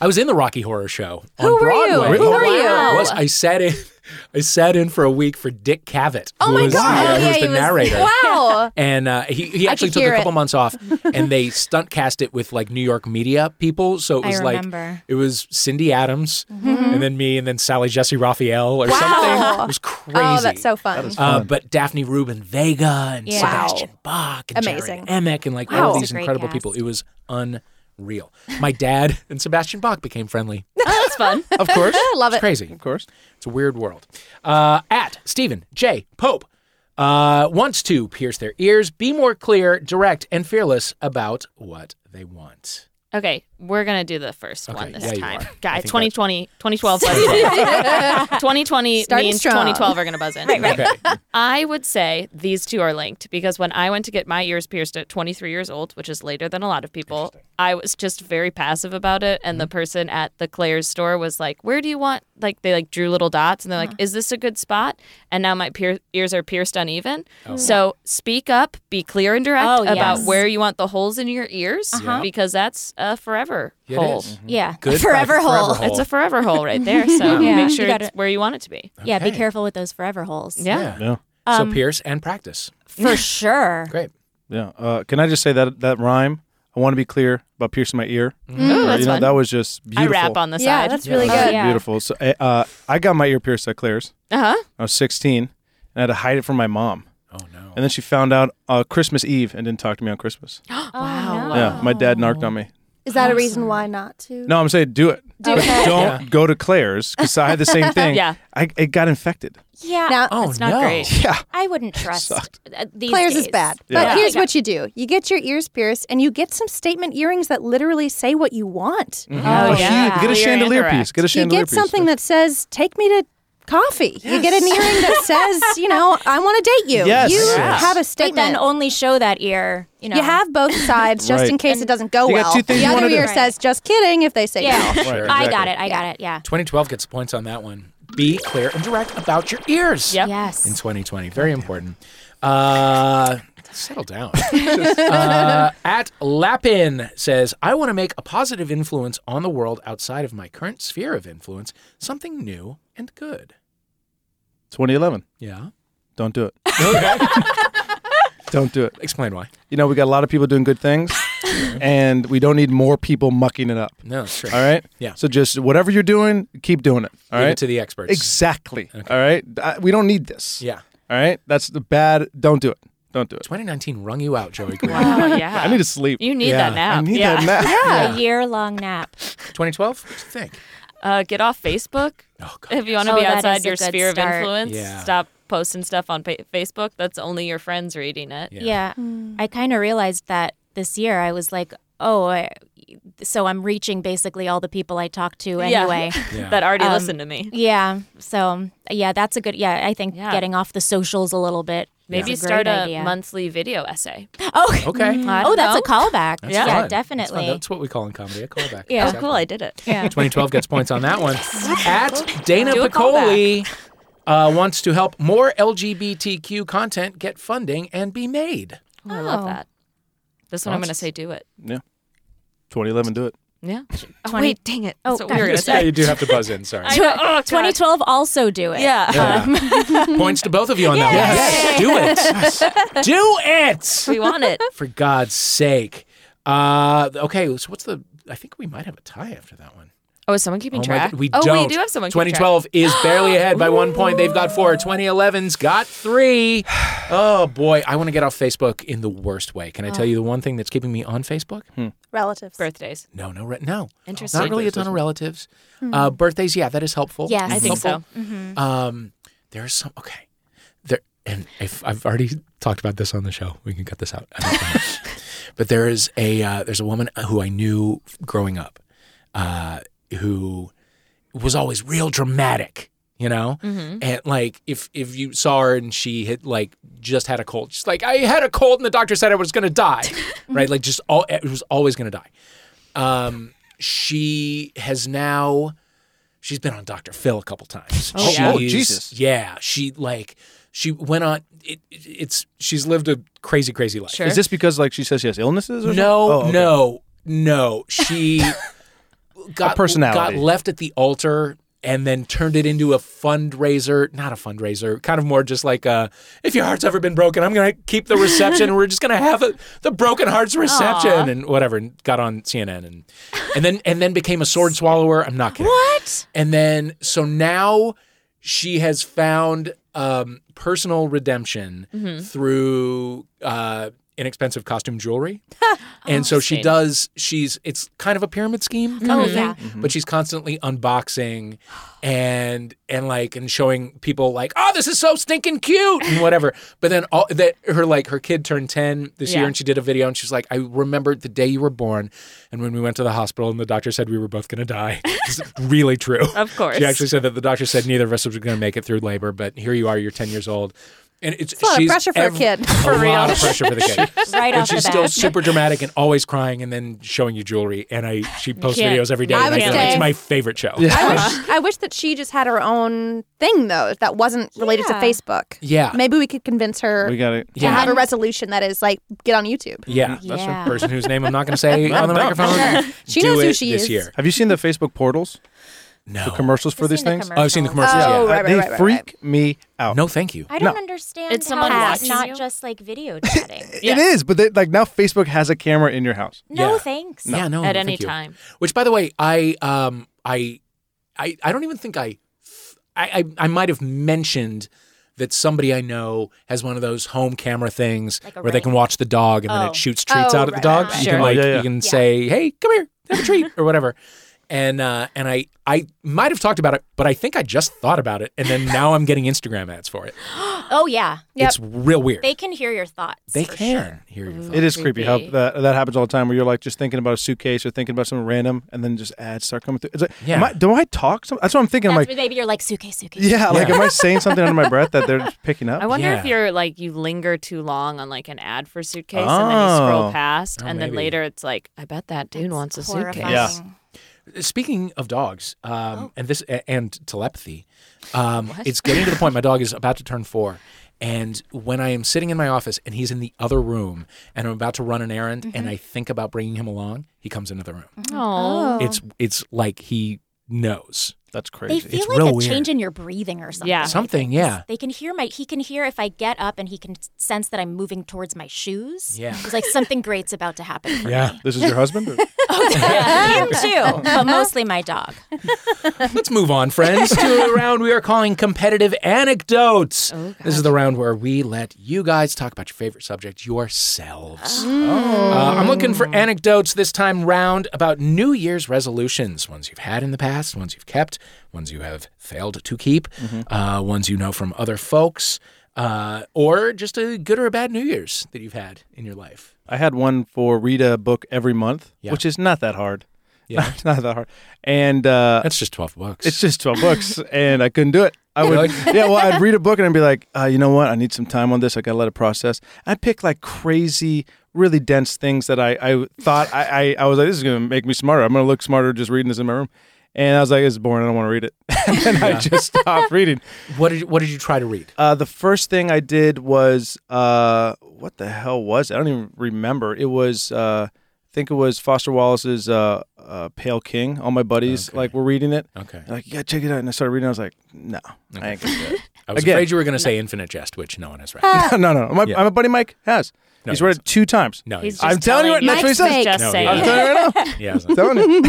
Speaker 1: I was in the Rocky Horror Show on
Speaker 4: Who were you?
Speaker 1: Broadway.
Speaker 4: Really? Who were you?
Speaker 1: I was- I sat in. [laughs] I sat in for a week for Dick Cavett,
Speaker 4: Oh
Speaker 1: who was the, uh, who was the narrator. [laughs]
Speaker 4: Wow.
Speaker 1: And uh, he, he
Speaker 4: I
Speaker 1: actually
Speaker 4: could
Speaker 1: took a
Speaker 4: hear it.
Speaker 1: couple months
Speaker 4: [laughs]
Speaker 1: off, and they stunt cast it with like New York media people. So it
Speaker 5: I
Speaker 1: was like
Speaker 5: remember.
Speaker 1: it was Cindy Adams,
Speaker 4: Mm-hmm.
Speaker 1: and then me, and then Sally Jesse Raphael or something. It was crazy.
Speaker 4: Oh, that's so fun.
Speaker 1: Uh, but Daphne Rubin Vega and
Speaker 5: Yeah.
Speaker 1: Sebastian Bach and
Speaker 4: Amazing.
Speaker 1: Jared Emick and like
Speaker 4: Wow.
Speaker 1: all
Speaker 4: It's a
Speaker 1: these
Speaker 5: great
Speaker 1: incredible
Speaker 5: cast.
Speaker 1: people. It was unreal. My dad and Sebastian Bach became
Speaker 4: [laughs]
Speaker 1: friendly. It's
Speaker 2: Oh, That's fun.
Speaker 3: of course.
Speaker 4: I love it.
Speaker 1: crazy.
Speaker 3: Of course.
Speaker 1: It's a weird world. Uh, at Stephen J. Pope uh, wants to pierce their ears, be more clear, direct, and fearless about what they want.
Speaker 2: Okay, we're going to do the first
Speaker 1: Okay,
Speaker 2: one this
Speaker 1: yeah, you
Speaker 2: time.
Speaker 1: are. I
Speaker 2: Guys,
Speaker 1: think
Speaker 2: 2020,
Speaker 1: [laughs]
Speaker 2: 2012.
Speaker 5: [laughs]
Speaker 2: buzz in. 2020
Speaker 4: Starting
Speaker 2: means
Speaker 4: strong.
Speaker 2: 2012 are going to buzz in.
Speaker 1: Okay.
Speaker 2: I would say these two are linked because when I went to get my ears pierced at 23 years old, which is later than a lot of people, I was just very passive about it. And
Speaker 1: Mm-hmm.
Speaker 2: the person at the Claire's store was like, Where do you want? Like, they like drew little dots and they're like, Is this a good spot? And now my pier- ears are pierced uneven.
Speaker 1: Oh.
Speaker 2: So speak up, be clear and direct
Speaker 5: Oh,
Speaker 2: about
Speaker 5: yes.
Speaker 2: where you want the holes in your ears because that's a forever
Speaker 1: It
Speaker 2: hole.
Speaker 1: is.
Speaker 5: Yeah.
Speaker 1: Mm-hmm. Good
Speaker 5: [laughs] forever
Speaker 1: practice,
Speaker 5: hole.
Speaker 1: forever hole.
Speaker 2: It's a forever hole right there. So
Speaker 5: Yeah.
Speaker 2: make
Speaker 5: You
Speaker 2: sure
Speaker 5: gotta-
Speaker 2: it's where you want it to be.
Speaker 5: Yeah. Be
Speaker 1: Okay.
Speaker 5: careful with those forever holes.
Speaker 2: Yeah. Um,
Speaker 3: Yeah.
Speaker 1: so pierce and practice.
Speaker 5: For sure.
Speaker 1: Great.
Speaker 3: Yeah. Uh, can I just say that that rhyme? I want to be clear about piercing my ear.
Speaker 2: Ooh, Mm-hmm. that's
Speaker 3: you know,
Speaker 2: fun.
Speaker 3: that was just beautiful.
Speaker 2: I rap on the side.
Speaker 4: Yeah, that's really
Speaker 3: That was
Speaker 4: good.
Speaker 5: Yeah.
Speaker 3: Beautiful. So uh, uh, I got my ear pierced at Claire's.
Speaker 2: Uh huh.
Speaker 3: I was 16, and I had to hide it from my mom.
Speaker 1: Oh no.
Speaker 3: And then she found out uh, Christmas Eve and didn't talk to me on Christmas.
Speaker 2: Wow.
Speaker 3: Yeah, my dad narked on me.
Speaker 4: Is that a reason why not to?
Speaker 3: No, I'm saying do it.
Speaker 4: Do
Speaker 3: But
Speaker 4: it.
Speaker 3: Don't go to Claire's because I had the
Speaker 2: [laughs]
Speaker 3: same thing.
Speaker 2: Yeah.
Speaker 3: I, it got infected.
Speaker 5: Yeah,
Speaker 4: Now,
Speaker 1: Oh,
Speaker 2: It's not
Speaker 1: no. [laughs]
Speaker 2: great.
Speaker 3: Yeah.
Speaker 5: I wouldn't trust uh, these
Speaker 4: Claire's
Speaker 5: days.
Speaker 4: is bad.
Speaker 3: Yeah.
Speaker 4: But here's what you do you get your ears pierced and you get some statement earrings that literally say what you want.
Speaker 2: Oh,
Speaker 3: A
Speaker 2: yeah.
Speaker 3: huge- Get a
Speaker 2: Clear
Speaker 3: chandelier
Speaker 2: indirect.
Speaker 3: piece. Get a
Speaker 4: You
Speaker 3: chandelier
Speaker 4: get
Speaker 3: piece.
Speaker 4: something that says, take me to coffee. You get an earring that
Speaker 3: [laughs]
Speaker 4: says, you know, I want to date you.
Speaker 3: Yes.
Speaker 4: You
Speaker 3: Yes.
Speaker 4: have a
Speaker 5: But
Speaker 4: statement.
Speaker 5: then only show that ear. You know.
Speaker 4: You have
Speaker 3: [laughs]
Speaker 4: both sides just
Speaker 3: Right.
Speaker 4: in case it doesn't go
Speaker 3: You got
Speaker 4: well.
Speaker 3: two things
Speaker 4: the
Speaker 3: you
Speaker 4: other
Speaker 3: wanna do.
Speaker 4: ear
Speaker 5: Right.
Speaker 4: says, just kidding if they say
Speaker 5: Yeah.
Speaker 4: no.
Speaker 3: Right,
Speaker 5: [laughs] I
Speaker 3: exactly.
Speaker 5: got it. I got it. Yeah.
Speaker 1: 2012 gets points on that one. Be clear and direct about your ears.
Speaker 2: Yep.
Speaker 1: In
Speaker 5: Yes.
Speaker 1: 2020, very important. Uh, settle
Speaker 3: [laughs]
Speaker 1: down. uh, at Lapin says, I want to make a positive influence on the world outside of my current sphere of influence. Something new and good.
Speaker 3: 2011.
Speaker 1: Yeah.
Speaker 3: Don't do
Speaker 2: [laughs]
Speaker 3: it. [laughs]
Speaker 1: Okay.
Speaker 3: Don't do it.
Speaker 1: Explain why.
Speaker 3: You know, we got a lot of people doing good
Speaker 2: [laughs]
Speaker 3: things, and we don't need more people mucking it up.
Speaker 1: No, it's true.
Speaker 3: All right.
Speaker 1: Yeah.
Speaker 3: So just whatever you're doing, keep doing it. All
Speaker 1: Leave
Speaker 3: right.
Speaker 1: it to the experts.
Speaker 3: exactly. All right. I- we don't need this.
Speaker 1: Yeah.
Speaker 3: All right. That's the bad. Don't do it. Don't do it.
Speaker 1: 2019 rung you out, Joey Green.
Speaker 2: Oh, [laughs] yeah.
Speaker 3: [laughs] I need to sleep.
Speaker 2: You need
Speaker 1: Yeah,
Speaker 2: that nap.
Speaker 3: I need
Speaker 2: yeah. [laughs]
Speaker 3: that nap.
Speaker 5: A year long nap.
Speaker 1: 2012? What do you think?
Speaker 2: Uh, get off Facebook.
Speaker 1: Oh, God.
Speaker 2: If you want to
Speaker 5: Oh,
Speaker 2: be
Speaker 5: that
Speaker 2: outside
Speaker 5: is a
Speaker 2: your
Speaker 5: good
Speaker 2: sphere
Speaker 5: start.
Speaker 2: of influence,
Speaker 1: Yeah.
Speaker 2: stop posting stuff on pa- Facebook. That's only your friends reading it.
Speaker 1: Yeah.
Speaker 5: Yeah. I kind of realized that this year. I was like, oh, I, so I'm reaching basically all the people I talk to [laughs]
Speaker 2: Yeah. [laughs]
Speaker 5: anyway. Um,
Speaker 1: Yeah.
Speaker 2: That already listened to me.
Speaker 5: Yeah. So yeah, that's a good. Yeah, I think
Speaker 2: Yeah.
Speaker 5: getting off the socials a little bit.
Speaker 2: Maybe
Speaker 5: is a
Speaker 2: start
Speaker 5: great
Speaker 2: a
Speaker 5: idea.
Speaker 2: monthly video essay.
Speaker 5: [laughs] Oh.
Speaker 1: Okay.
Speaker 2: I
Speaker 5: Oh,
Speaker 2: don't
Speaker 5: that's
Speaker 2: know.
Speaker 5: a callback.
Speaker 1: That's
Speaker 5: yeah,
Speaker 1: fun. That's fun.
Speaker 5: definitely.
Speaker 1: That's what we call in comedy a callback.
Speaker 5: Yeah.
Speaker 2: Oh, cool. I did it.
Speaker 5: yeah.
Speaker 1: 2012 gets points on that one. At Dana
Speaker 2: Do a
Speaker 1: Piccoli uh, wants to help more LGBTQ content get funding and be made.
Speaker 2: [laughs] Oh, I love
Speaker 5: Oh.
Speaker 2: that. This one I'm going to say do it.
Speaker 3: Yeah. 2011. Do it.
Speaker 2: [laughs] Yeah. Oh,
Speaker 5: Twenty-
Speaker 2: wait, dang it. That's
Speaker 5: Oh,
Speaker 2: what we were [laughs] going to
Speaker 5: gosh.
Speaker 1: Yeah,
Speaker 2: say.
Speaker 1: you do have to buzz in. Sorry.
Speaker 2: I know. Oh, God.
Speaker 5: 2012 also do it.
Speaker 2: Yeah.
Speaker 1: [laughs] points to both of you on that one. um, Yes. Do it. Do it.
Speaker 2: [laughs] we want it.
Speaker 1: For God's sake. Uh, okay. So what's the? I think we might have a tie after that one.
Speaker 2: [laughs] Oh, is someone keeping
Speaker 1: Oh my
Speaker 2: track?
Speaker 1: God, we
Speaker 2: oh,
Speaker 1: don't.
Speaker 2: we do have someone keeping track.
Speaker 1: 2012 is
Speaker 2: [gasps]
Speaker 1: barely ahead by one point. They've got four. 2011's got
Speaker 2: [sighs]
Speaker 1: three. Oh boy, I want to get off Facebook in the worst way. Can I tell you the
Speaker 2: Oh.
Speaker 1: one thing that's keeping me on Facebook?
Speaker 4: Relatives.
Speaker 2: Birthdays.
Speaker 1: No, no, re- no.
Speaker 2: Interesting. Hmm.
Speaker 1: Not really a ton of relatives. Uh, birthdays, yeah, that is helpful.
Speaker 5: Yes.
Speaker 2: I think so.
Speaker 1: so. Um, there's some okay. There and if I've already talked about this on the show, we can cut this out. I don't
Speaker 2: [laughs]
Speaker 1: know. but there is a uh, there's a woman who I knew growing up, uh, who was always real dramatic. You know,
Speaker 2: Mm-hmm.
Speaker 1: and like if if you saw her and she had like just had a cold, she's like, I had a cold and the doctor said I was gonna
Speaker 2: [laughs]
Speaker 1: die, right? Like just all it was always gonna die. Um, she has now she's been on Dr. Phil a couple times.
Speaker 2: Oh,
Speaker 1: She's-
Speaker 2: yeah?
Speaker 3: Oh, Jesus.
Speaker 1: Yeah, she like she went on. It, it- it's she's lived a crazy, crazy life.
Speaker 2: Sure.
Speaker 3: Is this because like she says she has illnesses? Or
Speaker 1: No,
Speaker 3: something? Oh, okay.
Speaker 1: no, no.
Speaker 3: [laughs]
Speaker 1: She got
Speaker 3: personality.
Speaker 1: got left at the altar and then turned it into a fundraiser. Not a fundraiser, kind of more just like a. If your heart's ever been broken, I'm gonna keep the reception. and we're just gonna have a, the broken hearts reception
Speaker 2: Aw.
Speaker 1: and whatever. And got on CNN and and then and then became a sword swallower. I'm not kidding.
Speaker 5: What?
Speaker 1: And then, so now she has found um, personal redemption through uh, inexpensive costume jewelry. and so she
Speaker 2: Interesting.
Speaker 1: does, she's, it's kind of a pyramid scheme kind of thing,
Speaker 5: Mhm. Yeah.
Speaker 1: but she's constantly unboxing and, and like, and showing people like, oh, this is so stinking cute and whatever. But then all that her, like, her kid turned 10 this year
Speaker 2: Yeah.
Speaker 1: and she did a video and she's like, I remembered the day you were born and when we went to the hospital and the doctor said we were both going to die.
Speaker 4: [laughs]
Speaker 1: It's really true.
Speaker 2: Of course.
Speaker 1: She actually said that the doctor said neither of us was going to make it through labor, but here you are, you're 10 years old. And it's,
Speaker 4: a lot of
Speaker 1: she's
Speaker 4: pressure for a
Speaker 1: ev-
Speaker 4: kid. [laughs]
Speaker 1: A lot of pressure for the kid.
Speaker 5: Right
Speaker 1: and
Speaker 5: off the
Speaker 1: she's
Speaker 5: bat.
Speaker 1: still super dramatic and always crying and then showing you jewelry. And I she posts
Speaker 2: can't-
Speaker 1: videos every day.
Speaker 4: I
Speaker 1: and I
Speaker 4: would
Speaker 1: feel like
Speaker 4: say-
Speaker 1: it's my favorite show.
Speaker 3: [laughs]
Speaker 4: I
Speaker 5: Uh-huh.
Speaker 4: wish I wish that she just had her own thing though that wasn't related
Speaker 5: Yeah.
Speaker 4: to Facebook.
Speaker 1: Yeah.
Speaker 4: Maybe we could convince her
Speaker 3: We got it.
Speaker 4: to have a
Speaker 5: And-
Speaker 4: resolution that is like get on YouTube.
Speaker 1: Yeah. That's
Speaker 5: Yeah.
Speaker 1: a person whose name I'm not going to [laughs] say on the microphone.
Speaker 4: She
Speaker 1: Do
Speaker 4: knows who
Speaker 1: it
Speaker 4: she
Speaker 1: this
Speaker 4: is.
Speaker 1: year.
Speaker 3: Have you seen the Facebook portals?
Speaker 1: No.
Speaker 3: The commercials for
Speaker 5: I've
Speaker 3: these
Speaker 5: seen the
Speaker 3: things? Uh,
Speaker 1: Oh, I've seen the commercials.
Speaker 4: Oh,
Speaker 1: yeah.
Speaker 4: right, right,
Speaker 3: they
Speaker 4: right, right,
Speaker 3: freak
Speaker 4: right.
Speaker 3: me out.
Speaker 1: No, thank you.
Speaker 5: I don't
Speaker 3: No.
Speaker 5: understand
Speaker 2: It's
Speaker 5: how
Speaker 2: someone
Speaker 5: that's
Speaker 2: watching
Speaker 5: not
Speaker 2: you?
Speaker 5: just like
Speaker 1: [laughs]
Speaker 5: video chatting.
Speaker 2: Yeah.
Speaker 3: It is, but they, like now Facebook has a camera in your house.
Speaker 5: No
Speaker 1: Yeah.
Speaker 5: thanks.
Speaker 1: Yeah, no.
Speaker 2: At
Speaker 1: Oh, thank
Speaker 2: any
Speaker 1: you.
Speaker 2: time.
Speaker 1: Which, by the way, I um I I I don't even think I I I, I might have mentioned that somebody I know has one of those home camera things
Speaker 5: Like a
Speaker 1: where they
Speaker 5: ring?
Speaker 1: can watch the dog and then
Speaker 5: Oh.
Speaker 1: it shoots treats
Speaker 4: Oh,
Speaker 1: out at the
Speaker 4: right,
Speaker 1: dog.
Speaker 4: right,
Speaker 1: You
Speaker 2: right.
Speaker 1: can
Speaker 2: Sure.
Speaker 1: like
Speaker 3: Oh, yeah, yeah.
Speaker 1: you can say, "Hey, come here, have a
Speaker 5: [laughs]
Speaker 1: treat" or whatever. And uh, and I I might have talked about it, but I think I just thought about it, and then now I'm getting Instagram ads for it.
Speaker 5: Oh yeah,
Speaker 4: Yep.
Speaker 1: It's real weird.
Speaker 5: they can hear your thoughts.
Speaker 1: They
Speaker 5: for
Speaker 1: can
Speaker 5: sure.
Speaker 1: hear your thoughts.
Speaker 3: Mm. It is creepy how
Speaker 2: Creepy.
Speaker 3: that, that happens all the time where you're like just thinking about a suitcase or thinking about something random and then just ads start coming through. It's like,
Speaker 1: Yeah.
Speaker 3: am I, do I talk? Some, that's what I'm thinking. I'm
Speaker 5: That's
Speaker 3: like,
Speaker 5: when maybe you're like suitcase, suitcase.
Speaker 3: yeah, like
Speaker 1: Yeah.
Speaker 3: am I saying something under my breath that they're just picking up?
Speaker 2: I wonder
Speaker 1: Oh,
Speaker 2: if
Speaker 1: Yeah.
Speaker 2: you're like you linger too long on like an ad for suitcase and then you scroll
Speaker 3: Oh.
Speaker 2: past
Speaker 1: Oh,
Speaker 2: and then
Speaker 1: maybe.
Speaker 2: later it's like I bet that dude wants a suitcase.
Speaker 5: Horrifying.
Speaker 1: Speaking of dogs, um, and this a- and telepathy, um, it's getting to the point. My dog is about to turn four, and when I am sitting in my office and he's in the other room, and I'm about to run an errand, and I think about bringing him along, he comes into the room.
Speaker 2: Oh.
Speaker 1: It's it's like he knows.
Speaker 3: That's
Speaker 5: They
Speaker 3: crazy.
Speaker 5: feel
Speaker 1: It's
Speaker 5: like
Speaker 1: real
Speaker 5: a
Speaker 1: weird.
Speaker 5: change in your breathing or something.
Speaker 2: Yeah.
Speaker 5: I think.
Speaker 1: Something, yeah.
Speaker 5: They can hear my. He can hear if I get up, and he can sense that I'm moving towards my shoes.
Speaker 1: Yeah.
Speaker 5: it's like something great's about to happen. For
Speaker 1: Yeah.
Speaker 5: me.
Speaker 3: This is your husband? or-
Speaker 5: [laughs] him too, but mostly my dog.
Speaker 1: Let's move on, friends, to a round we are calling competitive anecdotes. this is the round where we let you guys talk about your favorite subject yourselves. Uh, I'm looking for anecdotes this time round about New Year's resolutions ones you've had in the past, ones you've kept, ones you have failed to keep, uh, ones you know from other folks, uh, or just a good or a bad New Year's that you've had in your life.
Speaker 3: I had one for read a book every month,
Speaker 1: Yeah.
Speaker 3: which is not that hard.
Speaker 1: Yeah.
Speaker 3: It's [laughs] not that hard. And uh,
Speaker 1: That's just 12 bucks.
Speaker 3: it's just
Speaker 1: [laughs]
Speaker 3: 12 books, and I couldn't do it. I would,
Speaker 1: Really?
Speaker 3: yeah, well, I'd read a book and I'd be like, uh, you know what? I need some time on this. I got to let it process. I'd pick like crazy, really dense things that I, I thought I, I, I was like, this is going to make me smarter. I'm going to look smarter just reading this in my room. And I was like, it's boring. I don't want to read it. [laughs] and I just stopped reading.
Speaker 1: what, did, what did you try to read?
Speaker 3: Uh, the first thing I did was uh, what the hell was it? I don't even remember. It was uh, I think it was Foster Wallace's uh, uh, Pale King. All my buddies
Speaker 1: Okay.
Speaker 3: like were reading it.
Speaker 1: Okay.
Speaker 3: They're like, yeah, check it out. And I started reading. I was like, no, I ain't gonna do
Speaker 1: I was
Speaker 3: Again.
Speaker 1: afraid you were going to say Infinite Jest, which no one has read.
Speaker 3: it. [laughs] no, no, no. My,
Speaker 1: Yeah.
Speaker 3: my buddy Mike has.
Speaker 1: No,
Speaker 3: He's
Speaker 1: he
Speaker 3: read it two times.
Speaker 1: No,
Speaker 2: He's just
Speaker 3: I'm telling you what- that's what he says.
Speaker 2: Mike's Just
Speaker 1: No,
Speaker 2: saying.
Speaker 3: I'm telling you right now.
Speaker 1: [laughs] he
Speaker 3: [laughs]
Speaker 1: hasn't.
Speaker 3: Telling you.
Speaker 1: He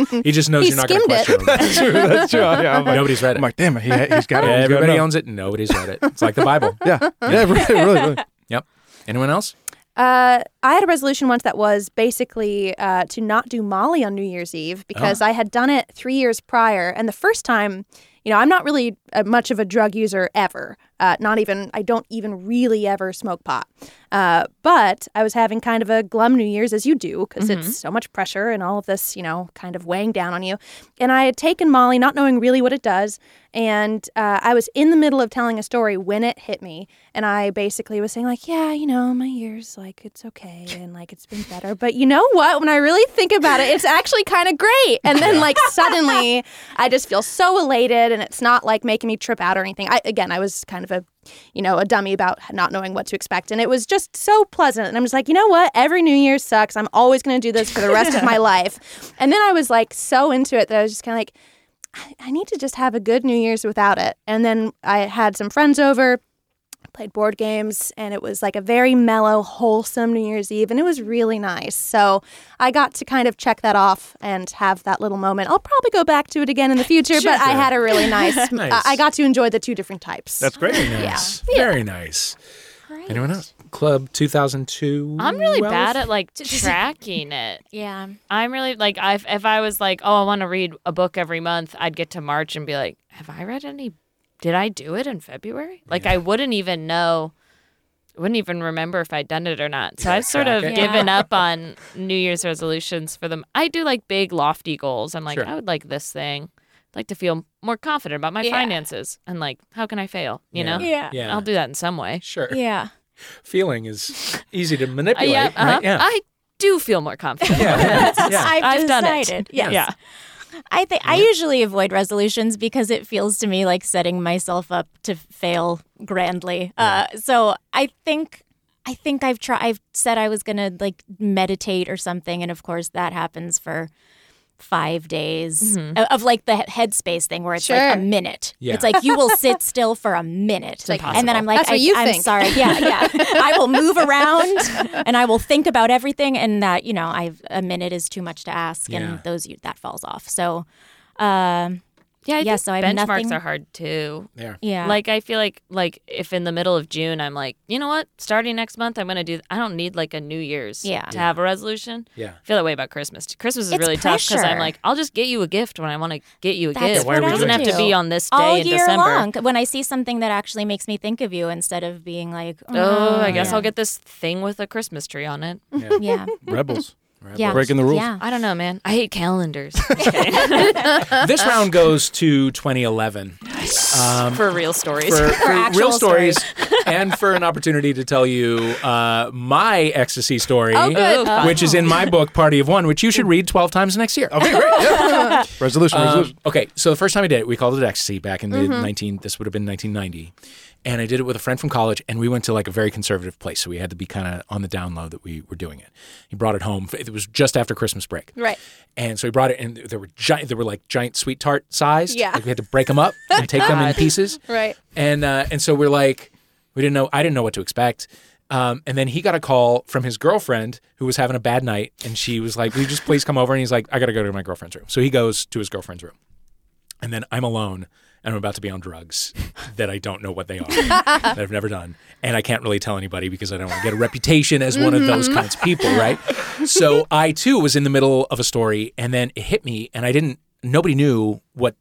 Speaker 1: hasn't. He just knows
Speaker 4: He
Speaker 1: you're not going to
Speaker 4: skimmed
Speaker 1: question him.
Speaker 3: True, that's true. Oh, Yeah, I'm [laughs] like,
Speaker 1: Nobody's read
Speaker 3: I'm
Speaker 1: it.
Speaker 3: like, damn it, he, he's got it. He's got
Speaker 1: Everybody
Speaker 3: it.
Speaker 1: owns it. Nobody's read it. It's like the Bible.
Speaker 3: [laughs] Yeah,
Speaker 1: [laughs]
Speaker 3: yeah, really, really. really.
Speaker 1: Yep. Anyone else?
Speaker 4: Uh, I had a resolution once that was basically uh, to not do Molly on New Year's Eve because I had done it three years prior. And the first time, you know, I'm not really uh much of a drug user ever. Uh, not even, I don't even really ever smoke pot. Uh, but I was having kind of a glum New Year's as you do because it's so much pressure and all of this, you know, kind of weighing down on you. And I had taken Molly, not knowing really what it does. And uh, I was in the middle of telling a story when it hit me. And I basically was saying, like, yeah, you know, my years, like, it's okay. And like, it's been better. But you know what? When I really think about it, it's actually kind of great. And then, like, suddenly I just feel so elated. And it's not like making me trip out or anything. I, again, I was kind of a, you know, a dummy about not knowing what to expect. And it was just so pleasant. And I'm just like, you know what? Every New Year sucks. I'm always going to do this for the rest of my life. And then I was like, so into it that I was just kind of like, I need to just have a good New Year's without it. And then I had some friends over, played board games, and it was like a very mellow, wholesome New Year's Eve, and it was really nice. So I got to kind of check that off and have that little moment. I'll probably go back to it again in the future, but
Speaker 1: [laughs]
Speaker 4: I
Speaker 1: Sure.
Speaker 4: had a really nice,
Speaker 1: Nice.
Speaker 4: I- I got to enjoy the two different types.
Speaker 3: That's great.
Speaker 1: Nice. Very nice.
Speaker 5: Right.
Speaker 1: Anyone else? Club 2002.
Speaker 2: [laughs] I'm really
Speaker 1: Ralph?
Speaker 2: bad at like tracking it.
Speaker 5: Yeah.
Speaker 2: I'm really like I if I was like, "Oh, I want to read a book every month." I'd get to March and be like, "Have I read any Did I do it in February?" Like I wouldn't even know wouldn't even remember if I'd done it or not. So I've sort of
Speaker 1: track
Speaker 5: it. Yeah.
Speaker 2: given up on New Year's resolutions for them. I do like big lofty goals. I'm like,
Speaker 1: Sure.
Speaker 2: I would like this thing. I'd like to feel more confident about my
Speaker 5: Yeah.
Speaker 2: finances and like how can I fail, you know?
Speaker 5: Yeah.
Speaker 1: Yeah.
Speaker 2: I'll do that in some way.
Speaker 1: Sure.
Speaker 5: Yeah.
Speaker 1: Feeling is easy to
Speaker 2: Uh,
Speaker 1: manipulate.
Speaker 2: yeah, uh-huh.
Speaker 1: right? yeah.
Speaker 2: I do feel more confident. [laughs]
Speaker 1: yeah. yeah.
Speaker 5: [laughs] I've,
Speaker 2: I've done it.
Speaker 5: decided. Yes.
Speaker 2: Yeah.
Speaker 5: I think I usually avoid resolutions because it feels to me like setting myself up to fail grandly. Uh, so I think I think I've tried. I've said I was gonna like meditate or something, and of course that happens for five days of, of, like the he- headspace thing where it's like a
Speaker 4: Mm-hmm. Sure.
Speaker 5: minute.
Speaker 1: Yeah.
Speaker 5: It's like you will
Speaker 4: [laughs]
Speaker 5: sit still for a minute,
Speaker 4: like-
Speaker 5: and then I'm like,
Speaker 4: That's what
Speaker 5: I,
Speaker 4: you
Speaker 5: am
Speaker 4: think.
Speaker 5: sorry. Uh, Yeah, yeah. I will move around and I will think about everything, and that you know, I have a minute is too much to ask,
Speaker 1: Yeah.
Speaker 5: and those that falls off. So. Um,
Speaker 2: Yeah, I
Speaker 5: Yeah,
Speaker 2: think
Speaker 5: so I have
Speaker 2: benchmarks
Speaker 5: nothing-
Speaker 2: are hard too.
Speaker 1: There.
Speaker 5: Yeah.
Speaker 2: Like I feel like like if in the middle of June I'm like, you know what? Starting next month I'm gonna do I don't need like a New Year's
Speaker 5: Yeah.
Speaker 2: to have a resolution.
Speaker 1: Yeah.
Speaker 2: I feel that way about Christmas. too. Christmas is
Speaker 5: It's
Speaker 2: really tough because I'm
Speaker 5: pressure.
Speaker 2: like, I'll just get you a gift when I want to get you a
Speaker 5: That's
Speaker 2: gift.
Speaker 1: what
Speaker 2: it
Speaker 1: I
Speaker 2: doesn't have to
Speaker 5: do.
Speaker 2: be on this day
Speaker 5: all
Speaker 2: in
Speaker 5: year
Speaker 2: December.
Speaker 5: long. When I see something that actually makes me think of you instead of being like, mm,
Speaker 2: Oh, I guess
Speaker 5: yeah.
Speaker 2: I'll get this thing with a Christmas tree
Speaker 5: [laughs]
Speaker 2: on it.
Speaker 5: yeah,
Speaker 3: Rebels.
Speaker 1: Right.
Speaker 5: yeah,
Speaker 3: Breaking the rules.
Speaker 5: Yeah.
Speaker 2: I don't know, man. I hate
Speaker 1: [laughs]
Speaker 2: calendars. [laughs] Uh-huh.
Speaker 1: This round goes to 2011
Speaker 2: for real stories. [laughs]
Speaker 1: for, for
Speaker 5: actual
Speaker 1: real stories and for an opportunity to tell you uh, my ecstasy story,
Speaker 4: Uh,
Speaker 1: which is in
Speaker 4: [laughs]
Speaker 1: my book, Party of One, which you should read 12 times next year.
Speaker 3: Okay, great. Yeah. resolution,
Speaker 1: Um,
Speaker 3: resolution.
Speaker 1: okay, so the first time I did it, we called it ecstasy back in the
Speaker 4: Mm-hmm.
Speaker 1: 19. This would have been 1990, and I did it with a friend from college, and we went to like a very conservative place, so we had to be kind of on the down low that we were doing it. He brought it home. It was just after Christmas break,
Speaker 4: Right.
Speaker 1: And so he brought it, and there were giant. There were like giant sweet tart sized.
Speaker 4: Yeah.
Speaker 1: like we had to break them up and take
Speaker 4: [laughs]
Speaker 1: them in pieces.
Speaker 4: Right.
Speaker 1: And uh, and so we're like, we didn't know. I didn't know what to expect. Um, and then he got a call from his girlfriend who was having a bad night, and she was like, "Will you just please come over?" And he's like, "I got to go to my girlfriend's room." So he goes to his girlfriend's room, and then I'm alone, and I'm about to be on drugs [laughs] that I don't know what they are, that I've never done, and I can't really tell anybody because I don't want to get a reputation as one of those kinds of people, right? So I too was in the middle of a story, and then it hit me, and I didn't. Nobody knew what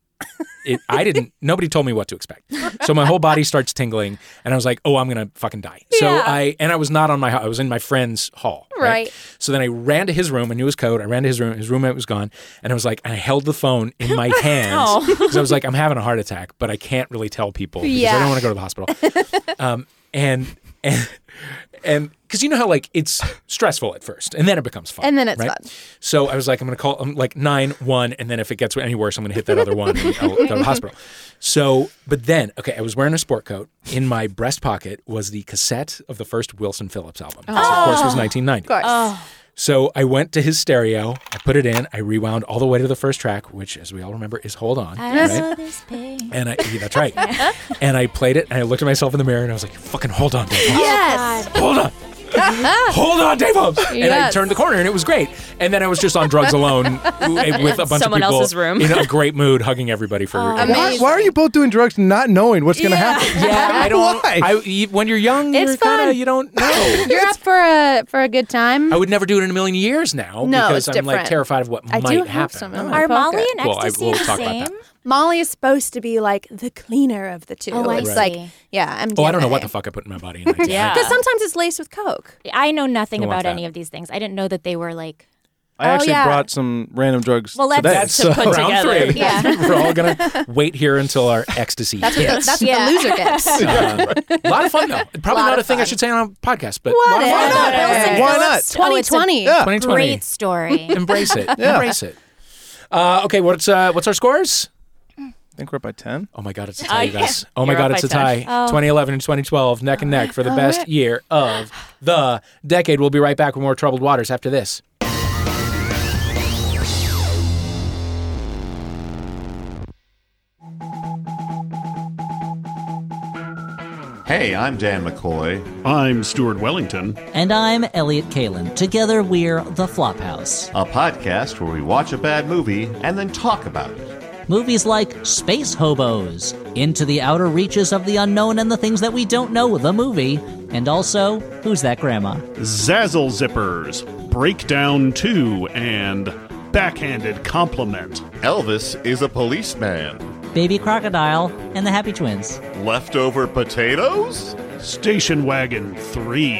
Speaker 1: it, I didn't. Nobody told me what to expect. So my whole body starts tingling, and I was like, "Oh, I'm gonna fucking die." So
Speaker 4: Yeah.
Speaker 1: I and I was not on my. I was in my friend's hall.
Speaker 4: Right.
Speaker 1: So then I ran to his room. I knew his code. I ran to his room. His roommate was gone, and I was like, and I held the phone in
Speaker 4: [laughs]
Speaker 1: my hands
Speaker 4: Oh.
Speaker 1: because I was like, I'm having a heart attack, but I can't really tell people because I
Speaker 4: Yeah.
Speaker 1: don't want to go to the hospital. um, and and and because you know how like it's stressful at first, and then it becomes fun,
Speaker 4: And then it's
Speaker 1: right?
Speaker 4: fun.
Speaker 1: So I was like, I'm gonna call I'm like nine one, and then if it gets any worse, I'm gonna hit that other one and I'll go to the hospital. So, but then, okay, I was wearing a sport coat. In my breast pocket was the cassette of the first Wilson Phillips album. This, of course, was 1990.
Speaker 4: Of course.
Speaker 1: So I went to his stereo. I put it in. I rewound all the way to the first track, which, as we all remember, is "Hold On."
Speaker 5: I
Speaker 1: right?
Speaker 5: saw this pain.
Speaker 1: And I, yeah, that's
Speaker 4: [laughs]
Speaker 1: right. And I played it, and I looked at myself in the mirror, and I was like, "Fucking hold on, Dave. Holmes.
Speaker 4: Yes.
Speaker 1: Hold
Speaker 4: [laughs]
Speaker 1: on, hold on, Dave Holmes." And I
Speaker 4: Yes.
Speaker 1: turned the corner, and it was great. And then I was just on drugs alone
Speaker 4: [laughs]
Speaker 1: eh, with a bunch
Speaker 2: Someone
Speaker 1: of people
Speaker 2: else's room.
Speaker 1: in a great mood, hugging everybody for.
Speaker 3: Why, why are you both doing drugs not knowing what's going
Speaker 1: [laughs]
Speaker 3: to happen? [laughs]
Speaker 1: Yeah,
Speaker 4: [laughs]
Speaker 1: I don't.
Speaker 3: Why?
Speaker 1: I, you- when you're young,
Speaker 4: It's
Speaker 1: you're kind of
Speaker 4: fun.
Speaker 1: you don't know.
Speaker 4: You're up for a for a good time.
Speaker 1: I would never do it in a million years now
Speaker 4: No,
Speaker 1: because
Speaker 4: it's
Speaker 1: I'm like
Speaker 4: different.
Speaker 1: terrified of what
Speaker 4: I
Speaker 1: might
Speaker 4: do have
Speaker 1: happen.
Speaker 4: some in my
Speaker 5: Are
Speaker 4: Poker.
Speaker 5: Molly and
Speaker 1: Well, I-
Speaker 5: ecstasy
Speaker 1: we'll
Speaker 5: the
Speaker 1: talk about
Speaker 5: same?
Speaker 1: that.
Speaker 4: Molly is supposed to be like the cleaner of the two.
Speaker 5: Oh, I
Speaker 4: it's
Speaker 5: see.
Speaker 4: like yeah, MDMA.
Speaker 1: Oh, I don't know what the fuck I put in my body.
Speaker 4: [laughs]
Speaker 1: In
Speaker 2: Yeah.
Speaker 4: Because sometimes it's laced with coke.
Speaker 5: I know nothing
Speaker 1: Don't want
Speaker 5: about
Speaker 1: that.
Speaker 5: any of these things. I didn't know that they were like.
Speaker 3: I actually
Speaker 4: yeah.
Speaker 3: brought some random drugs
Speaker 5: Well, let's-
Speaker 3: today. [laughs]
Speaker 5: That's
Speaker 1: so
Speaker 2: put
Speaker 1: [laughs] round
Speaker 2: together.
Speaker 1: three. [laughs] We're all gonna wait here until our ecstasy.
Speaker 4: That's what the, that's what
Speaker 5: Yeah.
Speaker 4: the loser [laughs] gets.
Speaker 1: a lot of fun though. Probably
Speaker 4: Lot
Speaker 1: not a
Speaker 4: of
Speaker 1: thing I
Speaker 4: fun.
Speaker 1: should say on a podcast, but
Speaker 4: What
Speaker 1: lot of fun.
Speaker 4: if?
Speaker 5: Oh,
Speaker 4: Yeah.
Speaker 5: Wilson
Speaker 3: Why
Speaker 5: Phillips-
Speaker 3: not?
Speaker 5: oh, it's a
Speaker 4: 2020.
Speaker 3: Yeah.
Speaker 1: 2020. [laughs]
Speaker 5: Great story.
Speaker 1: Embrace it.
Speaker 3: Yeah.
Speaker 1: Embrace it. Uh, okay, what's uh, what's our scores?
Speaker 3: I think we're up by 10.
Speaker 1: Oh my god, it's a tie,
Speaker 2: Uh,
Speaker 1: you guys. Oh my
Speaker 2: You're
Speaker 1: god,
Speaker 2: up
Speaker 1: it's a
Speaker 2: by
Speaker 1: tie. 2011 and 2012, neck and neck for the best year of the decade. We'll be right back with more troubled waters after this.
Speaker 6: Hey, I'm Dan McCoy.
Speaker 7: I'm Stuart Wellington.
Speaker 8: And I'm Elliot Kalin. Together we're The Flophouse.
Speaker 6: A podcast where we watch a bad movie and then talk about it.
Speaker 8: Movies like Space Hobos, Into the Outer Reaches of the Unknown and the Things That We Don't Know, the movie, and also Who's That Grandma?
Speaker 7: Zazzle Zippers, Breakdown 2, and Backhanded Compliment.
Speaker 6: Elvis is a policeman.
Speaker 8: Baby Crocodile and the Happy Twins,
Speaker 6: Leftover potatoes?
Speaker 7: Station Wagon 3.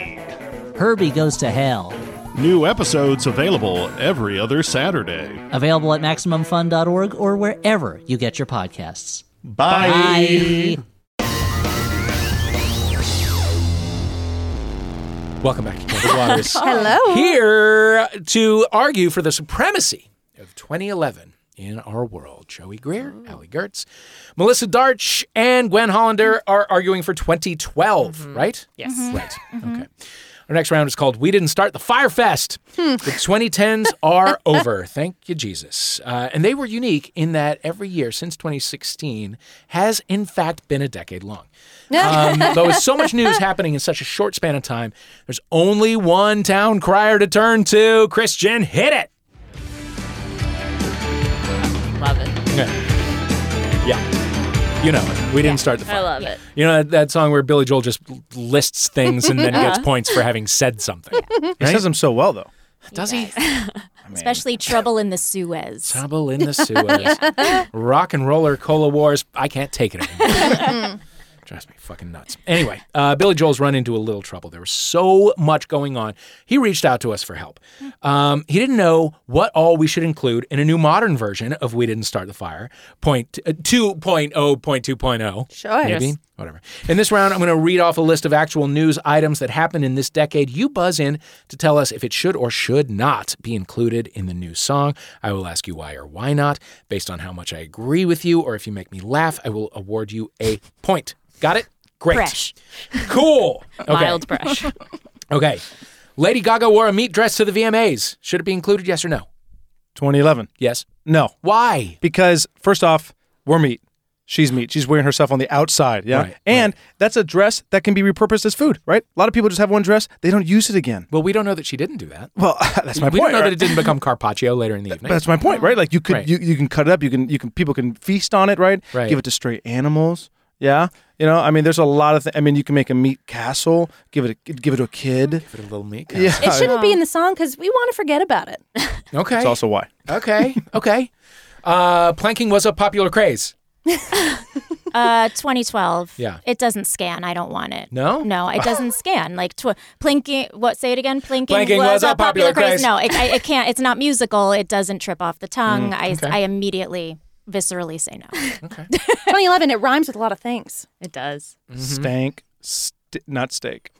Speaker 8: Herbie Goes to Hell,
Speaker 7: New episodes available every other Saturday.
Speaker 8: [laughs] available at MaximumFun.org or wherever you get your podcasts.
Speaker 6: Bye.
Speaker 8: Bye.
Speaker 1: Welcome back to Troubled Waters.
Speaker 4: Hello.
Speaker 1: Here to argue for the supremacy of 2011 in our world, Joey Greer, Allie Gertz, Melissa Darch, and Gwen Hollander are arguing for 2012, right?
Speaker 2: Yes.
Speaker 1: Right. Okay. Our next round is called We Didn't Start the Fire Fest. The 2010s are over. Thank you, Jesus. Uh, and they were unique in that every year since 2016 has, in fact, been a decade long.
Speaker 2: [laughs]
Speaker 1: Um, though with so much news happening in such a short span of time, there's only one town crier to turn to. Christian, hit it.
Speaker 2: Love it.
Speaker 1: You know, it. we didn't start the
Speaker 2: I
Speaker 1: fire.
Speaker 2: love it.
Speaker 1: You know that, that song where Billy Joel just l- lists things and then
Speaker 2: Uh-huh.
Speaker 1: gets points for having said something.
Speaker 3: He says them so well, though.
Speaker 1: Does he?
Speaker 2: [laughs]
Speaker 5: Especially Trouble in the Suez.
Speaker 1: Trouble
Speaker 2: [laughs]
Speaker 1: in the Suez. Rock and roller cola wars. I can't take it anymore. Drives me fucking nuts. Anyway, uh, Billy Joel's run into a little trouble. There was so much going on. He reached out to us for help. Um, he didn't know what all we should include in a new modern version of We Didn't Start the Fire, point, uh, 2.0.2.0.
Speaker 4: Sure.
Speaker 1: oh. Maybe. Whatever. In this round, I'm going to read off a list of actual news items that happened in this decade. You buzz in to tell us if it should or should not be included in the new song. I will ask you why or why not. Based on how much I agree with you or if you make me laugh, I will award you a point. Got it? Great.
Speaker 5: Fresh.
Speaker 4: [laughs]
Speaker 1: Cool. Okay.
Speaker 5: [laughs]
Speaker 2: Mild brush.
Speaker 1: Okay. Lady Gaga wore a meat dress to the VMAs. Should it be included? Yes or no?
Speaker 3: 2011.
Speaker 1: Yes.
Speaker 3: No,
Speaker 1: Why?
Speaker 3: because first off, we're meat. She's meat. She's wearing herself on the outside. Yeah,
Speaker 1: Right,
Speaker 3: and that's a dress that can be repurposed as food. Right. A lot of people just have one dress. They don't use it again.
Speaker 1: Well, we don't know that she didn't do that.
Speaker 3: Well, [laughs] that's my
Speaker 1: we
Speaker 3: point.
Speaker 1: don't know
Speaker 3: right?
Speaker 1: that it didn't become carpaccio later in the evening.
Speaker 3: But that's my point, right? Like you could
Speaker 1: Right.
Speaker 3: you, you can cut it up. You can you can people can feast on it, right?
Speaker 1: Right.
Speaker 3: Give it to stray animals. Yeah, you know, I mean, there's a lot of. Th- I mean, you can make a meat castle. Give it a, give it to a kid.
Speaker 1: Put a little meat.
Speaker 3: Yeah,
Speaker 4: It shouldn't be in the song because we want to forget about it.
Speaker 1: Okay.
Speaker 3: That's also why.
Speaker 1: [laughs] Okay, okay. Uh, planking was a popular craze.
Speaker 5: Uh, 2012.
Speaker 1: Yeah.
Speaker 5: It doesn't scan. I don't want it.
Speaker 1: No?
Speaker 5: No, it
Speaker 1: [laughs]
Speaker 5: doesn't scan. Like tw- plinking. What? Say it again. Plinking,
Speaker 1: Plinking was a popular craze.
Speaker 5: No, it, I, it can't. It's not musical. It doesn't trip off the tongue.
Speaker 1: Mm, okay.
Speaker 5: I, I immediately, viscerally say no.
Speaker 4: 2011, it rhymes with a lot of things.
Speaker 1: [laughs]
Speaker 2: It does.
Speaker 1: Mm-hmm.
Speaker 3: Stank, st- not steak.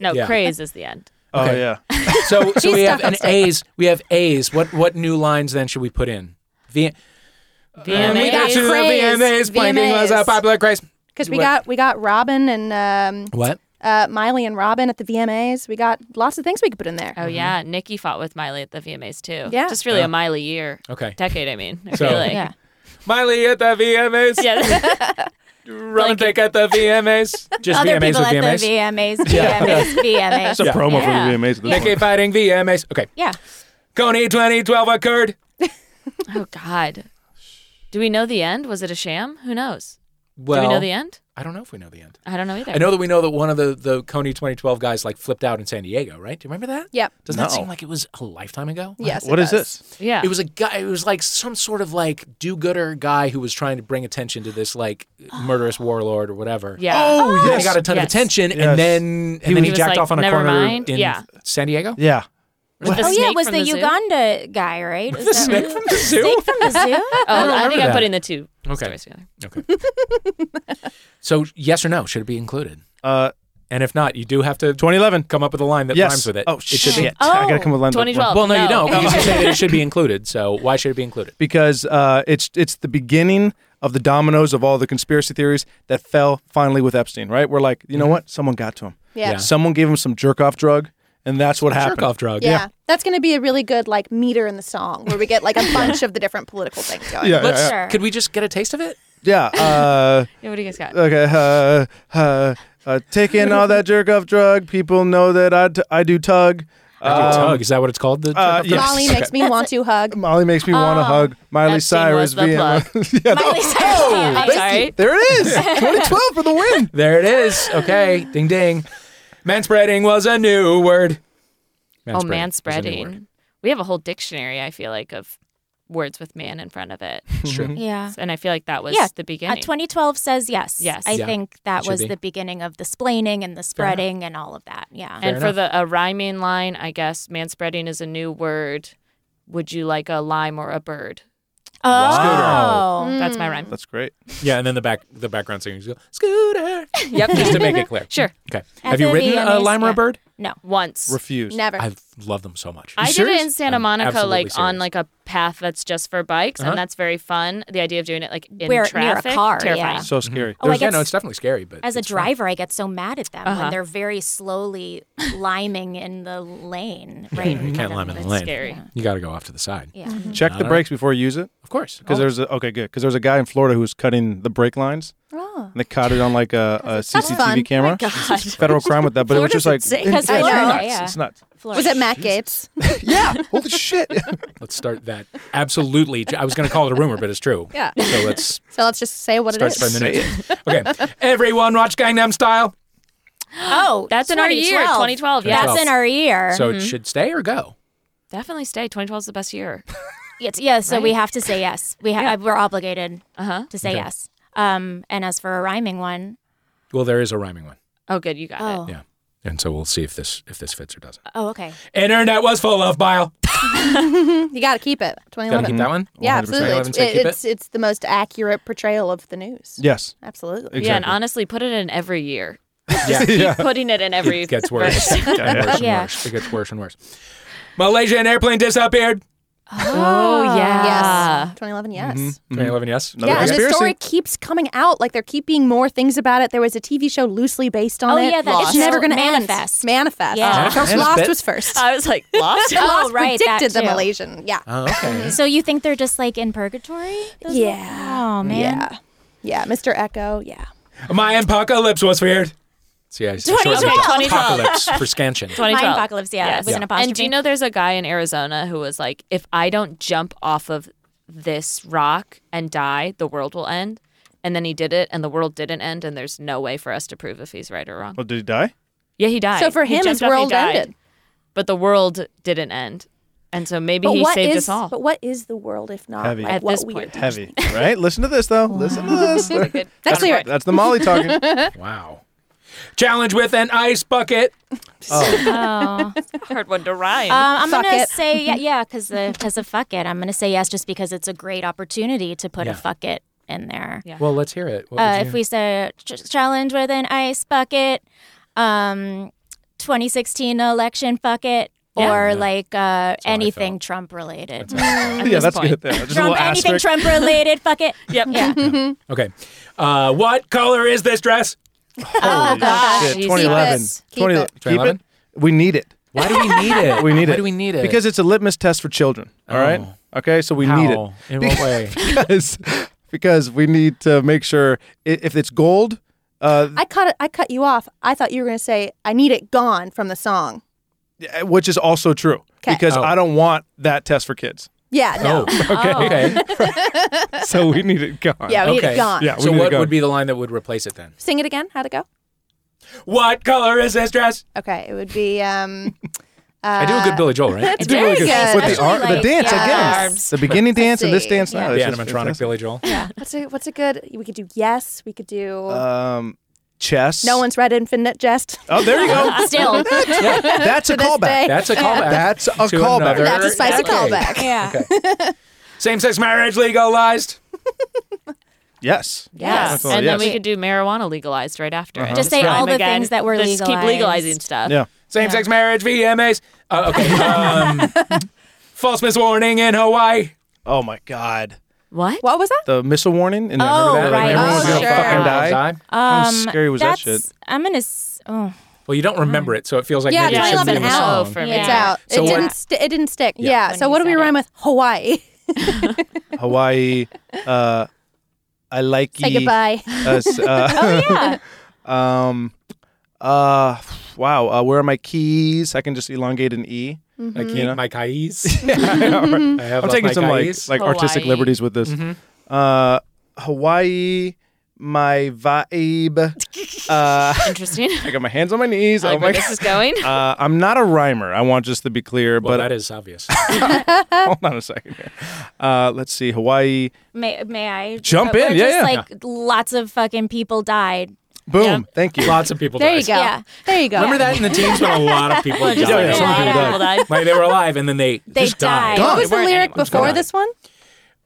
Speaker 2: No,
Speaker 1: Yeah.
Speaker 2: craze is the end.
Speaker 3: Oh
Speaker 1: Okay.
Speaker 3: yeah.
Speaker 4: [laughs]
Speaker 1: So, so we have
Speaker 4: stuck on
Speaker 1: an A's. We have A's. What what new lines then should we put in? V- When we got to the
Speaker 4: Craze.
Speaker 1: VMAs. Planking was a
Speaker 4: VMAs.
Speaker 1: popular craze.
Speaker 4: Because we
Speaker 1: What?
Speaker 4: got we got Robin and um,
Speaker 1: What?
Speaker 4: uh, Miley and Robin at the VMAs. We got lots of things we could put in there.
Speaker 2: Oh yeah, Nikki fought with Miley at the VMAs too.
Speaker 4: Yeah.
Speaker 2: just really a Miley year.
Speaker 1: Okay.
Speaker 2: decade. I mean, I
Speaker 1: So-
Speaker 2: feel like.
Speaker 5: Yeah.
Speaker 1: Miley at the VMAs.
Speaker 2: [laughs] yeah.
Speaker 1: Run and take at the
Speaker 2: [laughs]
Speaker 1: VMAs. Just
Speaker 5: Other
Speaker 1: VMAs
Speaker 5: people
Speaker 1: or
Speaker 5: at
Speaker 1: VMAs.
Speaker 5: the VMAs,
Speaker 1: [laughs]
Speaker 5: VMAs, VMAs.
Speaker 3: It's a promo
Speaker 2: Yeah.
Speaker 3: for the VMAs. At this
Speaker 1: Nicky
Speaker 3: point.
Speaker 1: fighting VMAs. Okay.
Speaker 5: yeah.
Speaker 1: Coney 2012 occurred.
Speaker 2: oh God. Do we know the end? Was it a sham? Who knows?
Speaker 1: Well,
Speaker 2: Do we know the end?
Speaker 1: I don't know if we know the end.
Speaker 2: I don't know either.
Speaker 1: I know that we know that one of the, the Coney 2012 guys like flipped out in San Diego, right? Do you remember that?
Speaker 4: Yep.
Speaker 1: Doesn't that
Speaker 3: No.
Speaker 1: seem like it was a lifetime ago?
Speaker 4: Yes.
Speaker 3: What
Speaker 4: it
Speaker 3: is
Speaker 4: does.
Speaker 3: this?
Speaker 2: Yeah.
Speaker 1: It was a guy. It was like some sort of like do-gooder guy who was trying to bring attention to this like
Speaker 2: [gasps]
Speaker 1: murderous warlord or whatever.
Speaker 2: yeah.
Speaker 3: Oh
Speaker 1: And
Speaker 3: yes.
Speaker 1: he got a ton of
Speaker 2: Yes.
Speaker 1: attention,
Speaker 3: Yes.
Speaker 1: and then
Speaker 3: He
Speaker 1: and then he
Speaker 2: was
Speaker 1: jacked
Speaker 2: like,
Speaker 1: off on a
Speaker 2: "Never
Speaker 1: corner
Speaker 2: mind."
Speaker 1: in
Speaker 2: Yeah.
Speaker 1: San Diego.
Speaker 3: yeah.
Speaker 2: With the
Speaker 5: Oh yeah,
Speaker 2: snake
Speaker 5: it was
Speaker 2: from
Speaker 5: the,
Speaker 2: zoo?
Speaker 5: Uganda guy,
Speaker 1: [laughs]
Speaker 5: right? Is
Speaker 1: The
Speaker 5: that-
Speaker 1: [laughs] snake from
Speaker 2: [laughs]
Speaker 1: the zoo.
Speaker 5: Snake from
Speaker 1: [laughs]
Speaker 5: the zoo?
Speaker 2: Oh, I, think
Speaker 1: remember
Speaker 2: I'm
Speaker 1: that.
Speaker 2: putting the two
Speaker 1: Okay.
Speaker 2: stories together.
Speaker 1: Okay. [laughs] so yes or no? Should it be included?
Speaker 3: Uh,
Speaker 1: And if not, you do have to
Speaker 3: 2011.
Speaker 1: come up with a line that
Speaker 3: Yes.
Speaker 1: rhymes with it.
Speaker 3: Oh
Speaker 1: it
Speaker 3: shit.
Speaker 1: should be.
Speaker 3: I gotta come with lines.
Speaker 2: 2012.
Speaker 1: Well, no, you
Speaker 2: Oh, No.
Speaker 1: don't. because You say
Speaker 2: [laughs]
Speaker 1: that it should be included. So why should it be included?
Speaker 3: because uh, it's it's the beginning of the dominoes of all the conspiracy theories that fell finally with Epstein. Right? We're like, you know what? Someone got to him.
Speaker 4: Yeah. Yeah.
Speaker 3: Someone gave him some jerk off drug, and that's what happened.
Speaker 1: Jerk off drug.
Speaker 4: Yeah. That's going to be a really good like meter in the song where we get like a bunch of the different political things going.
Speaker 3: Yeah,
Speaker 1: Let's,
Speaker 3: yeah,
Speaker 5: Sure.
Speaker 1: Could we just get a taste of it?
Speaker 3: yeah. yeah uh, [laughs]
Speaker 2: Yeah, what do you guys got?
Speaker 3: okay. Uh, uh, uh, taking all that jerk off drug, people know that I, t- I do tug.
Speaker 1: Dude,
Speaker 3: Um,
Speaker 1: tug. Is that what it's called? The jerk
Speaker 3: uh,
Speaker 1: off
Speaker 3: yes.
Speaker 4: Molly
Speaker 3: Okay.
Speaker 4: makes me want to
Speaker 3: [laughs]
Speaker 4: hug.
Speaker 3: Molly makes me want to hug Miley
Speaker 2: Oh, Epstein was
Speaker 3: Cyrus.
Speaker 2: the
Speaker 3: via- [laughs] yeah,
Speaker 5: Miley
Speaker 1: Oh,
Speaker 3: that-
Speaker 5: Cyrus. [laughs]
Speaker 2: I'm
Speaker 5: Thank
Speaker 2: sorry.
Speaker 3: there it is.
Speaker 2: [laughs]
Speaker 3: 2012 for the win.
Speaker 1: [laughs] There it is. Okay. ding ding. Manspreading was a new word.
Speaker 2: Oh,
Speaker 1: man [laughs]
Speaker 2: man spreading. We have a whole dictionary, I feel like, of words with man in front of it.
Speaker 1: True.
Speaker 5: Yeah.
Speaker 2: And I feel like that was
Speaker 5: Yeah,
Speaker 2: the
Speaker 5: Uh,
Speaker 2: beginning.
Speaker 5: 2012 says yes.
Speaker 2: Yes.
Speaker 5: I
Speaker 1: Yeah,
Speaker 5: think that
Speaker 1: should
Speaker 5: was
Speaker 1: be.
Speaker 5: the beginning of the splaining and the spreading and all of that. Yeah.
Speaker 2: and for the a rhyming line, I guess man spreading is a new word. Would you like a lime or a bird?
Speaker 5: oh.
Speaker 1: Wow.
Speaker 2: That's
Speaker 5: Mm.
Speaker 2: my rhyme.
Speaker 3: That's great.
Speaker 1: Yeah, and then the back the background singers go scooter.
Speaker 2: Yep.
Speaker 1: Just to make it clear.
Speaker 2: Sure.
Speaker 1: Okay.
Speaker 5: At
Speaker 1: Have you
Speaker 5: the
Speaker 1: written a
Speaker 5: VMAs,
Speaker 1: lime or a
Speaker 5: yeah.
Speaker 1: bird?
Speaker 5: No.
Speaker 2: [laughs] Once.
Speaker 3: Refused.
Speaker 4: Never.
Speaker 1: I love them so much.
Speaker 2: I did
Speaker 3: serious?
Speaker 2: it in Santa
Speaker 1: I'm
Speaker 2: Monica,
Speaker 1: absolutely
Speaker 2: like on
Speaker 1: serious.
Speaker 2: like a path that's just for bikes,
Speaker 1: Uh-huh.
Speaker 2: and that's very fun. The idea of doing it like in
Speaker 5: Where- near a
Speaker 2: traffic,
Speaker 5: car,
Speaker 2: terrifying.
Speaker 5: yeah.
Speaker 3: So scary.
Speaker 5: Oh, I
Speaker 1: yeah,
Speaker 5: get
Speaker 1: no,
Speaker 5: s-
Speaker 1: it's definitely scary, but
Speaker 5: As a
Speaker 1: it's fun.
Speaker 5: driver, I get so mad at them
Speaker 2: Uh-huh.
Speaker 5: when they're very
Speaker 2: [laughs]
Speaker 5: slowly liming in the lane. Right. in
Speaker 1: you
Speaker 5: front
Speaker 1: can't
Speaker 5: of
Speaker 1: lime
Speaker 5: me.
Speaker 1: in the lane.
Speaker 2: scary.
Speaker 1: You got to go off to the side.
Speaker 5: Yeah.
Speaker 2: Mm-hmm.
Speaker 3: Check the brakes before you use it.
Speaker 1: Of course.
Speaker 3: Because there's a okay good because there's a guy in Florida who's cutting the brake lines, and they caught it on like a, a
Speaker 4: fun.
Speaker 3: CCTV camera.
Speaker 4: My God.
Speaker 3: Federal crime with that, but it was just like
Speaker 2: Florida's insane.
Speaker 3: it's, it's
Speaker 5: 'Cause Florida,
Speaker 3: nuts.
Speaker 5: yeah.
Speaker 3: It's nuts.
Speaker 4: Was it Matt Gates?
Speaker 3: Yeah, holy shit.
Speaker 1: Let's start that. Absolutely. I was going to call it a rumor, but it's true.
Speaker 4: Yeah.
Speaker 1: So let's
Speaker 4: So let's just say what
Speaker 1: start
Speaker 4: it
Speaker 1: by
Speaker 4: is.
Speaker 1: minutes. Okay. Everyone watch Gangnam Style.
Speaker 5: Oh,
Speaker 2: That's in our year, 2012. Yeah,
Speaker 5: That's in our year.
Speaker 1: So it should stay or go?
Speaker 2: definitely stay. 2012 is the best year.
Speaker 5: Yes, yeah, so we have to say yes. We ha- uh, we're obligated
Speaker 2: Uh-huh.
Speaker 5: to say yes. Um, and as for a rhyming one,
Speaker 1: Well, there is a rhyming one.
Speaker 2: Oh, good, you got
Speaker 5: oh,
Speaker 2: it.
Speaker 1: Yeah. And so we'll see if this if this fits or doesn't.
Speaker 5: oh, okay.
Speaker 1: Internet was full of bile.
Speaker 4: [laughs] You got to keep it.
Speaker 1: Gotta
Speaker 4: 2011.
Speaker 1: keep that one.
Speaker 4: Yeah,
Speaker 3: 100%.
Speaker 4: absolutely.
Speaker 1: Eleven
Speaker 4: It's,
Speaker 1: say keep it?
Speaker 4: it's it's the most accurate portrayal of the news.
Speaker 3: Yes,
Speaker 4: Absolutely.
Speaker 3: exactly.
Speaker 2: Yeah, and honestly, put it in every year.
Speaker 1: Yeah.
Speaker 2: [laughs]
Speaker 3: Yeah.
Speaker 2: Putting
Speaker 1: [laughs]
Speaker 2: it in every.
Speaker 1: It gets
Speaker 2: [laughs]
Speaker 1: worse. and worse and
Speaker 5: Yeah.
Speaker 1: worse. It gets worse and worse. Malaysian airplane disappeared.
Speaker 2: Oh yeah.
Speaker 4: Yes. 2011. Yes.
Speaker 1: 2011, yes.
Speaker 3: Another
Speaker 4: Yeah, and the
Speaker 3: conspiracy.
Speaker 4: story keeps coming out. Like they're keeping more things about it. There was a TV show loosely based on
Speaker 5: Oh,
Speaker 4: it.
Speaker 5: yeah, that-
Speaker 4: Lost.
Speaker 5: it's
Speaker 4: it's never
Speaker 5: still
Speaker 4: going to end.
Speaker 5: Manifest.
Speaker 4: Manifest.
Speaker 5: Yeah.
Speaker 1: Manifest
Speaker 4: Lost
Speaker 1: bit-
Speaker 4: was first.
Speaker 2: I was like lost.
Speaker 5: [laughs] Oh,
Speaker 4: Lost
Speaker 5: right. that
Speaker 4: predicted the
Speaker 5: too.
Speaker 4: Malaysian. Yeah.
Speaker 1: Oh, okay.
Speaker 5: So you think they're just like in purgatory? Those-
Speaker 4: Yeah.
Speaker 5: Oh man.
Speaker 4: Yeah. Yeah. Mr. Echo. Yeah.
Speaker 1: My apocalypse was feared. See, I shortened it to
Speaker 2: 2012.
Speaker 1: apocalypse for scansion.
Speaker 2: 2012.
Speaker 5: Mind apocalypse, yeah, it was an apostrophe.
Speaker 2: And do you know there's a guy in Arizona who was like, if I don't jump off of this rock and die, the world will end. And then he did it, and the world didn't end, and there's no way for us to prove if he's right or wrong.
Speaker 3: Well, did he die?
Speaker 2: Yeah, he died.
Speaker 4: So for
Speaker 2: He
Speaker 4: him, his
Speaker 2: jumped off, he
Speaker 4: world
Speaker 2: died.
Speaker 4: ended.
Speaker 2: But the world didn't end. And so maybe
Speaker 4: But
Speaker 2: he
Speaker 4: what
Speaker 2: saved
Speaker 4: is-
Speaker 2: us all.
Speaker 4: But what is the world if not
Speaker 3: Heavy.
Speaker 4: like,
Speaker 2: At
Speaker 4: what
Speaker 2: this
Speaker 4: we
Speaker 2: point.
Speaker 4: do?
Speaker 3: Heavy, right? Listen to this though. Listen to this.
Speaker 4: Next lyric.
Speaker 3: [laughs] That's the Molly talking.
Speaker 1: Wow. Challenge with an ice bucket.
Speaker 2: Hard one to rhyme.
Speaker 5: Um, I'm
Speaker 4: Fuck
Speaker 5: gonna
Speaker 4: it.
Speaker 5: say
Speaker 2: Mm-hmm.
Speaker 5: yeah, yeah, because because of fuck it, I'm gonna say yes, just because it's a great opportunity to put
Speaker 1: Yeah.
Speaker 5: a fuck it in there.
Speaker 2: Yeah.
Speaker 1: Well, let's hear it. What
Speaker 5: Uh,
Speaker 1: would
Speaker 5: if
Speaker 1: you-
Speaker 5: we say ch- challenge with an ice bucket, um, 2016 election fuck it,
Speaker 2: Yeah.
Speaker 5: or
Speaker 1: Yeah.
Speaker 5: like uh,
Speaker 1: how I
Speaker 5: anything Trump
Speaker 3: [laughs]
Speaker 5: related.
Speaker 2: at
Speaker 3: yeah,
Speaker 2: this
Speaker 3: that's
Speaker 2: point.
Speaker 3: good. There. Just a
Speaker 5: Trump,
Speaker 3: little
Speaker 5: anything
Speaker 3: asterisk.
Speaker 5: Trump related,
Speaker 3: [laughs]
Speaker 5: fuck it.
Speaker 2: Yep. Yeah.
Speaker 1: [laughs] Okay. Uh, what color is this dress?
Speaker 3: Holy
Speaker 2: gosh.
Speaker 3: shit,
Speaker 2: Keep it.
Speaker 3: 2011.
Speaker 4: Keep
Speaker 3: 20
Speaker 4: it.
Speaker 3: Keep it.
Speaker 1: 2011?
Speaker 3: We need it.
Speaker 1: Why do we need it?
Speaker 3: We need it.
Speaker 1: Why do we need it? Oh.
Speaker 3: Because it's a litmus test for children. All right. Okay. So we need
Speaker 1: How?
Speaker 3: it.
Speaker 1: In what
Speaker 3: [laughs]
Speaker 1: way?
Speaker 3: Because, because we need to make sure i- if it's gold, uh,
Speaker 4: I cut it. I cut you off. I thought you were going to say, "I need it gone" from the song.
Speaker 3: eh, which is also true.
Speaker 4: 'Kay.
Speaker 3: Because
Speaker 1: Oh.
Speaker 3: I don't want that test for kids.
Speaker 4: Yeah. No.
Speaker 1: Oh, okay. okay.
Speaker 3: So we need it gone.
Speaker 4: Yeah. We need
Speaker 1: Okay.
Speaker 4: it gone.
Speaker 3: Yeah. We
Speaker 1: So
Speaker 3: need
Speaker 1: what
Speaker 3: it gone.
Speaker 1: would be the line that would replace it then?
Speaker 4: Sing it again. How'd it go?
Speaker 1: What color is this dress?
Speaker 4: Okay, it would be um
Speaker 1: I do a good Billy Joel, right?
Speaker 4: Uh, it's very
Speaker 3: With
Speaker 4: good.
Speaker 3: the,
Speaker 5: Especially
Speaker 3: ar- the
Speaker 5: like-
Speaker 3: dance
Speaker 5: yeah.
Speaker 3: again.
Speaker 2: Arms.
Speaker 3: The beginning dance and this
Speaker 4: see.
Speaker 3: dance now.
Speaker 1: The
Speaker 3: It's just
Speaker 1: animatronic Billy Joel.
Speaker 4: What's a what's a good? We could do yes. We could do
Speaker 1: Uh,
Speaker 3: fantastic. Um, chess.
Speaker 4: no one's read infinite jest.
Speaker 3: Oh, there
Speaker 4: [laughs]
Speaker 3: you go.
Speaker 5: Still,
Speaker 3: That's a
Speaker 4: this
Speaker 3: callback.
Speaker 4: day.
Speaker 1: That's
Speaker 4: [laughs]
Speaker 1: a callback.
Speaker 3: That's a
Speaker 1: to
Speaker 3: callback.
Speaker 1: another-
Speaker 4: That's a spicy
Speaker 1: Okay.
Speaker 4: callback.
Speaker 5: yeah.
Speaker 1: [laughs] Same-sex marriage legalized.
Speaker 3: Yes.
Speaker 2: Yeah.
Speaker 3: That's all,
Speaker 2: And then
Speaker 3: yes. Uh-huh.
Speaker 2: we could do marijuana legalized right after. it.
Speaker 5: Just say
Speaker 2: rhyme
Speaker 5: all the
Speaker 2: again.
Speaker 5: things that were
Speaker 2: Just keep
Speaker 5: legalized.
Speaker 2: legalizing stuff.
Speaker 3: Yeah.
Speaker 1: Same-sex marriage VMAs. Uh, okay. Um, false miss warning in Hawaii.
Speaker 3: Oh my God.
Speaker 2: What?
Speaker 4: What was that?
Speaker 3: The missile warning and
Speaker 5: Oh,
Speaker 3: remember that? Like,
Speaker 5: right.
Speaker 3: everyone's
Speaker 4: Oh,
Speaker 3: gonna
Speaker 4: sure. Um,
Speaker 3: fucking die. How scary was that
Speaker 5: Um, that's-
Speaker 3: shit?
Speaker 5: I'm gonna. s- Oh,
Speaker 1: Well, you don't remember it, so it feels like
Speaker 4: Yeah,
Speaker 1: maybe it
Speaker 4: try
Speaker 1: should be
Speaker 4: eleven
Speaker 1: in the
Speaker 4: out.
Speaker 1: song.
Speaker 2: Oh, for me.
Speaker 4: It's
Speaker 5: Yeah.
Speaker 4: out.
Speaker 1: So
Speaker 4: it
Speaker 1: what-
Speaker 4: didn't. St- it didn't stick.
Speaker 1: Yeah.
Speaker 4: Yeah.
Speaker 5: When
Speaker 4: So
Speaker 5: you
Speaker 4: what do we
Speaker 5: said
Speaker 4: rhyme with
Speaker 1: [laughs]
Speaker 4: Hawaii? [laughs]
Speaker 3: Hawaii. Uh, I like
Speaker 4: Say
Speaker 3: ye-
Speaker 4: goodbye.
Speaker 3: Uh, s-
Speaker 5: [laughs]
Speaker 3: uh,
Speaker 5: Oh, yeah.
Speaker 3: [laughs] um, uh, wow. Uh, where are my keys? I can just elongate an e.
Speaker 1: Like,
Speaker 5: Mm-hmm.
Speaker 3: You know?
Speaker 1: my kais. I have
Speaker 3: I'm
Speaker 1: left my
Speaker 3: taking
Speaker 1: Mm-hmm.
Speaker 3: some like
Speaker 1: kais.
Speaker 3: like artistic
Speaker 2: Hawaii.
Speaker 3: liberties with this. Uh, Hawaii, my vibe. uh, [laughs]
Speaker 2: Interesting.
Speaker 3: I got my hands on my knees.
Speaker 2: I
Speaker 3: oh
Speaker 2: like
Speaker 3: my
Speaker 2: where
Speaker 3: god.
Speaker 2: this is going.
Speaker 3: Uh, I'm not a rhymer. I want just to be clear,
Speaker 1: Well,
Speaker 3: but
Speaker 1: that is obvious.
Speaker 3: hold on a second here. Uh, let's see. Hawaii.
Speaker 5: May may I Uh,
Speaker 3: Jump
Speaker 5: we're
Speaker 3: in, yeah,
Speaker 5: just,
Speaker 3: yeah.
Speaker 5: Like lots of fucking people died.
Speaker 3: Boom. Thank you.
Speaker 1: Lots of people.
Speaker 4: There
Speaker 1: died.
Speaker 4: you go.
Speaker 5: Yeah.
Speaker 4: There you go.
Speaker 1: Remember that in the teams when a lot of people died.
Speaker 2: Just
Speaker 3: Yeah,
Speaker 2: like
Speaker 3: yeah,
Speaker 2: a
Speaker 3: some
Speaker 2: lot
Speaker 3: people
Speaker 2: of
Speaker 3: died.
Speaker 2: people died.
Speaker 1: Like, they were alive and then they
Speaker 5: They
Speaker 1: just died.
Speaker 5: died.
Speaker 4: What was the
Speaker 2: Weren't
Speaker 4: lyric
Speaker 2: anyone.
Speaker 4: before
Speaker 1: Gone.
Speaker 4: this one?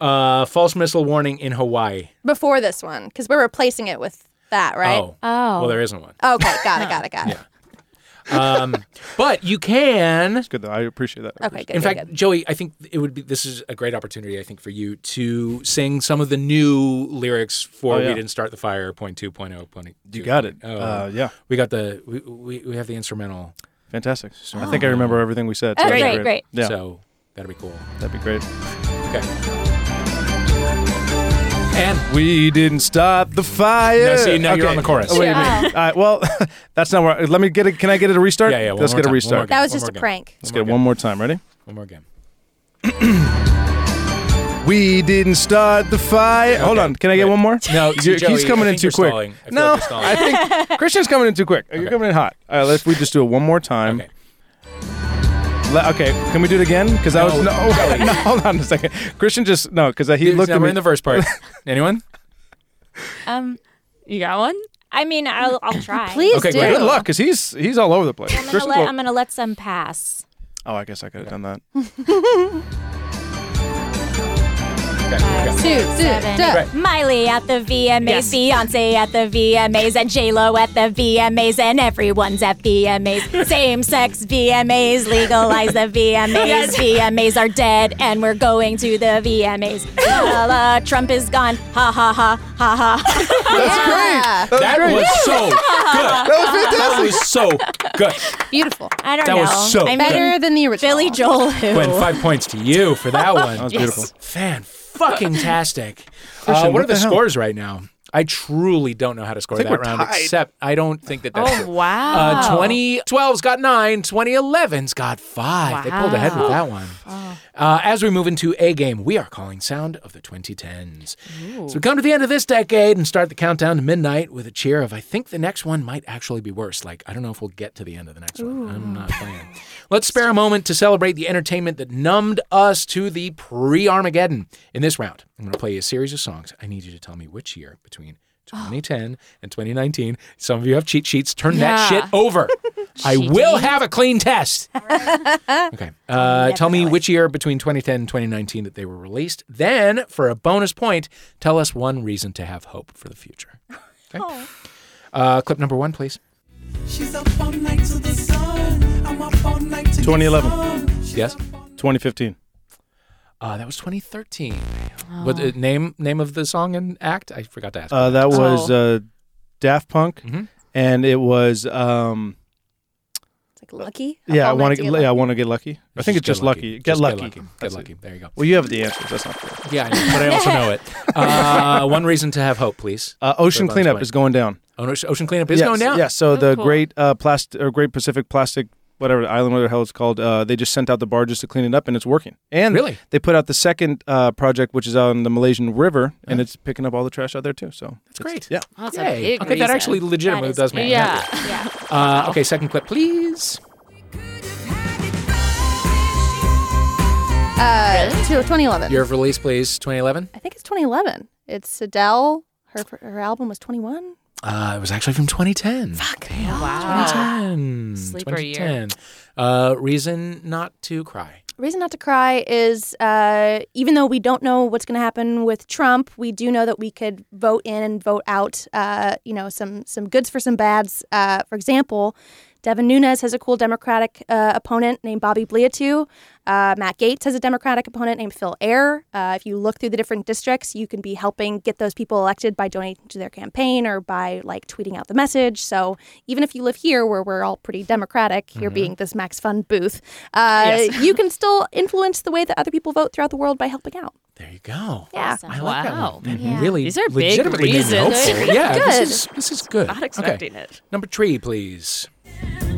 Speaker 1: Uh, false missile warning in Hawaii.
Speaker 4: Before this one, because we're replacing it with that, right?
Speaker 1: Oh. Well, there isn't one.
Speaker 4: Okay. Got it. Got it.
Speaker 1: [laughs]
Speaker 4: Got it.
Speaker 1: Um, but you can.
Speaker 3: Good though. I appreciate
Speaker 5: Oh.
Speaker 3: that.
Speaker 4: Okay. Good.
Speaker 1: In
Speaker 4: good,
Speaker 1: fact,
Speaker 4: good.
Speaker 1: Joey, I think it would be this is a great opportunity, I think, for you to sing some of the new lyrics for
Speaker 3: Oh, yeah.
Speaker 1: We Didn't Start the Fire, point two, point oh, point
Speaker 3: You got it.
Speaker 1: Oh.
Speaker 3: Uh, yeah.
Speaker 1: we got the we, we, we have the instrumental.
Speaker 3: Fantastic. I think I remember everything we said. so
Speaker 5: Oh,
Speaker 3: that'd be
Speaker 5: great, great.
Speaker 3: Yeah.
Speaker 1: So that'd be cool.
Speaker 3: That'd be great.
Speaker 1: Okay. And
Speaker 3: We didn't stop the
Speaker 1: No,
Speaker 3: fire.
Speaker 1: see, now you're on the chorus.
Speaker 3: Oh, wait a minute. All right, well, [laughs] that's not where. Let me get it. Can I get it a restart?
Speaker 1: Yeah, yeah, one
Speaker 3: Let's
Speaker 1: more
Speaker 3: get
Speaker 1: time,
Speaker 3: a
Speaker 1: one more
Speaker 3: restart.
Speaker 1: again,
Speaker 4: That was
Speaker 1: one
Speaker 4: just
Speaker 1: more
Speaker 4: a
Speaker 1: again.
Speaker 4: prank.
Speaker 3: Let's get one more time. Ready?
Speaker 1: one more game.
Speaker 3: We didn't start the fire. Hold
Speaker 1: Okay,
Speaker 3: on. Can I get
Speaker 1: wait.
Speaker 3: one more?
Speaker 1: No,
Speaker 3: You're-
Speaker 1: Joey,
Speaker 3: he's coming
Speaker 1: I
Speaker 3: in
Speaker 1: think
Speaker 3: too
Speaker 1: you're
Speaker 3: quick.
Speaker 1: stalling. I feel
Speaker 3: no,
Speaker 1: like you're stalling.
Speaker 3: I
Speaker 5: [laughs]
Speaker 3: think Christian's coming in too quick. You're
Speaker 1: Okay.
Speaker 3: coming in hot. All right, let's we just do it one more time.
Speaker 1: Okay.
Speaker 3: Le- okay, can we do it again? Because I was
Speaker 1: No,
Speaker 3: no, no. [laughs] Hold on a second. Christian just no, because he
Speaker 1: Dude's
Speaker 3: looked at
Speaker 1: number
Speaker 3: me.
Speaker 1: in the first
Speaker 3: [laughs]
Speaker 1: part. Anyone?
Speaker 5: Um,
Speaker 2: You got one?
Speaker 5: I mean, I'll,
Speaker 3: [clears throat]
Speaker 5: I'll try.
Speaker 4: Please
Speaker 1: Okay,
Speaker 4: do.
Speaker 1: great.
Speaker 3: Good luck, because he's he's all over the place.
Speaker 5: I'm gonna,
Speaker 3: Christian's
Speaker 5: let,
Speaker 3: all-
Speaker 5: I'm gonna let some pass.
Speaker 3: oh, I guess I could have done that. [laughs]
Speaker 5: Five,
Speaker 4: Two,
Speaker 5: six,
Speaker 4: two,
Speaker 5: seven,
Speaker 4: duh.
Speaker 5: eight. Miley at the VMAs, Beyonce at the VMAs, and J Lo at the VMAs, and everyone's at VMAs. Same sex VMAs, legalize the VMAs. VMAs are dead, and we're going to the VMAs. La, la, Trump is gone. Ha ha ha ha ha.
Speaker 4: That's
Speaker 1: That was so good.
Speaker 3: [laughs] That was fantastic.
Speaker 1: That was so good.
Speaker 4: Beautiful.
Speaker 5: I don't
Speaker 1: That
Speaker 5: know.
Speaker 1: was so
Speaker 5: I mean,
Speaker 4: Better than the original.
Speaker 5: Billy
Speaker 1: [laughs]
Speaker 5: Joel. Who?
Speaker 1: Gwen, five points to you for
Speaker 3: [laughs]
Speaker 1: that one. That
Speaker 3: was Yes. beautiful.
Speaker 1: Fan fucking tastic.
Speaker 3: [laughs] Christian,
Speaker 1: Uh, what,
Speaker 3: what
Speaker 1: are the,
Speaker 3: the hell?
Speaker 1: scores right now? I truly don't know how to score
Speaker 3: think
Speaker 1: that
Speaker 3: we're
Speaker 1: round,
Speaker 3: tied.
Speaker 1: except I don't think that that's
Speaker 2: Oh,
Speaker 1: true.
Speaker 2: wow.
Speaker 1: Uh, 2012's got nine, 2011's got five. They pulled ahead with that one. Uh, as we move into a game, we are calling Sound of the 2010s. So we come to the end of this decade and start the countdown to midnight with a cheer of, I think the next one might actually be worse. Like, I don't know if we'll get to the end of the next one. I'm not playing. Let's spare a moment to celebrate the entertainment that numbed us to the pre Armageddon. In this round, I'm going to play you a series of songs. I need you to tell me which year between 2010 and 2019. Some of you have cheat sheets. Turn that
Speaker 2: Yeah.
Speaker 1: shit over. I will have a clean test. okay. Uh, tell me which year between 2010 and 2019 that they were released. Then, for a bonus point, tell us one reason to have hope for the future. Okay. Uh, clip number one, please.
Speaker 9: She's up all night to the sun. I'm up all night to
Speaker 3: 2011. 2015.
Speaker 1: Uh, that was 2013. What uh, name name of the song and act? I forgot to ask.
Speaker 3: Uh, that was
Speaker 2: Oh.
Speaker 3: uh, Daft Punk,
Speaker 1: Mhm.
Speaker 3: and it was um,
Speaker 4: It's like lucky.
Speaker 3: yeah. I
Speaker 4: All
Speaker 3: want
Speaker 4: night
Speaker 3: to
Speaker 4: get
Speaker 3: yeah. I
Speaker 4: lucky.
Speaker 3: want to get lucky. I think it's just lucky. Get
Speaker 1: Just
Speaker 3: lucky.
Speaker 1: Get lucky. Get
Speaker 3: That's it.
Speaker 1: lucky. There you go.
Speaker 3: Well, you have the answers. That's not fair.
Speaker 1: Yeah, I know, but I also
Speaker 3: [laughs]
Speaker 1: know it. Uh, one reason to have hope, please.
Speaker 3: Uh, ocean
Speaker 1: Bonus
Speaker 3: cleanup
Speaker 1: point.
Speaker 3: is going down.
Speaker 1: Ocean ocean cleanup is
Speaker 3: yes,
Speaker 1: going down.
Speaker 3: Yes. So the
Speaker 2: cool.
Speaker 3: great uh, plastic or Great Pacific Plastic whatever the island, whatever the hell it's called, uh, they just sent out the barges to clean it up, and it's working. And
Speaker 1: Really?
Speaker 3: they put out the second uh, project, which is out on the Malaysian River, and it's picking up all the trash out there too. So
Speaker 1: That's great.
Speaker 3: yeah.
Speaker 2: Well, that's a
Speaker 1: Yay.
Speaker 2: big
Speaker 1: Okay, that
Speaker 2: reason.
Speaker 1: actually legitimately
Speaker 5: That is
Speaker 1: does make me
Speaker 2: Yeah.
Speaker 1: happy. Uh, okay, second clip, please.
Speaker 4: Uh, to 2011.
Speaker 1: Year of release, please. 2011.
Speaker 4: I think it's 2011. It's Adele. Her her album was 21.
Speaker 1: Uh, it was actually from 2010. Fuck.
Speaker 2: Wow.
Speaker 1: 2010.
Speaker 2: Sleeper year.
Speaker 1: 2010. Uh, reason not to cry.
Speaker 4: Reason not to cry is uh, even though we don't know what's going to happen with Trump, we do know that we could vote in and vote out. Uh, you know, some some goods for some bads. Uh, for example, Devin Nunes has a cool Democratic uh, opponent named Bobby Bliatu. Uh, Matt Gates has a Democratic opponent named Phil Ayer. Uh, if you look through the different districts, you can be helping get those people elected by donating to their campaign or by like tweeting out the message. So even if you live here, where we're all pretty democratic,
Speaker 3: Mm-hmm.
Speaker 4: here being this Max Fun booth, uh,
Speaker 3: [laughs]
Speaker 4: you can still influence the way that other people vote throughout the world by helping out.
Speaker 1: There you go.
Speaker 4: Yeah.
Speaker 1: I like that
Speaker 2: Wow.
Speaker 1: one. That Really,
Speaker 2: These are big
Speaker 1: legitimately made me
Speaker 2: reasons.
Speaker 1: hopeful. Yeah,
Speaker 4: Good.
Speaker 1: this is this is good.
Speaker 2: Not expecting it.
Speaker 1: Number three, please.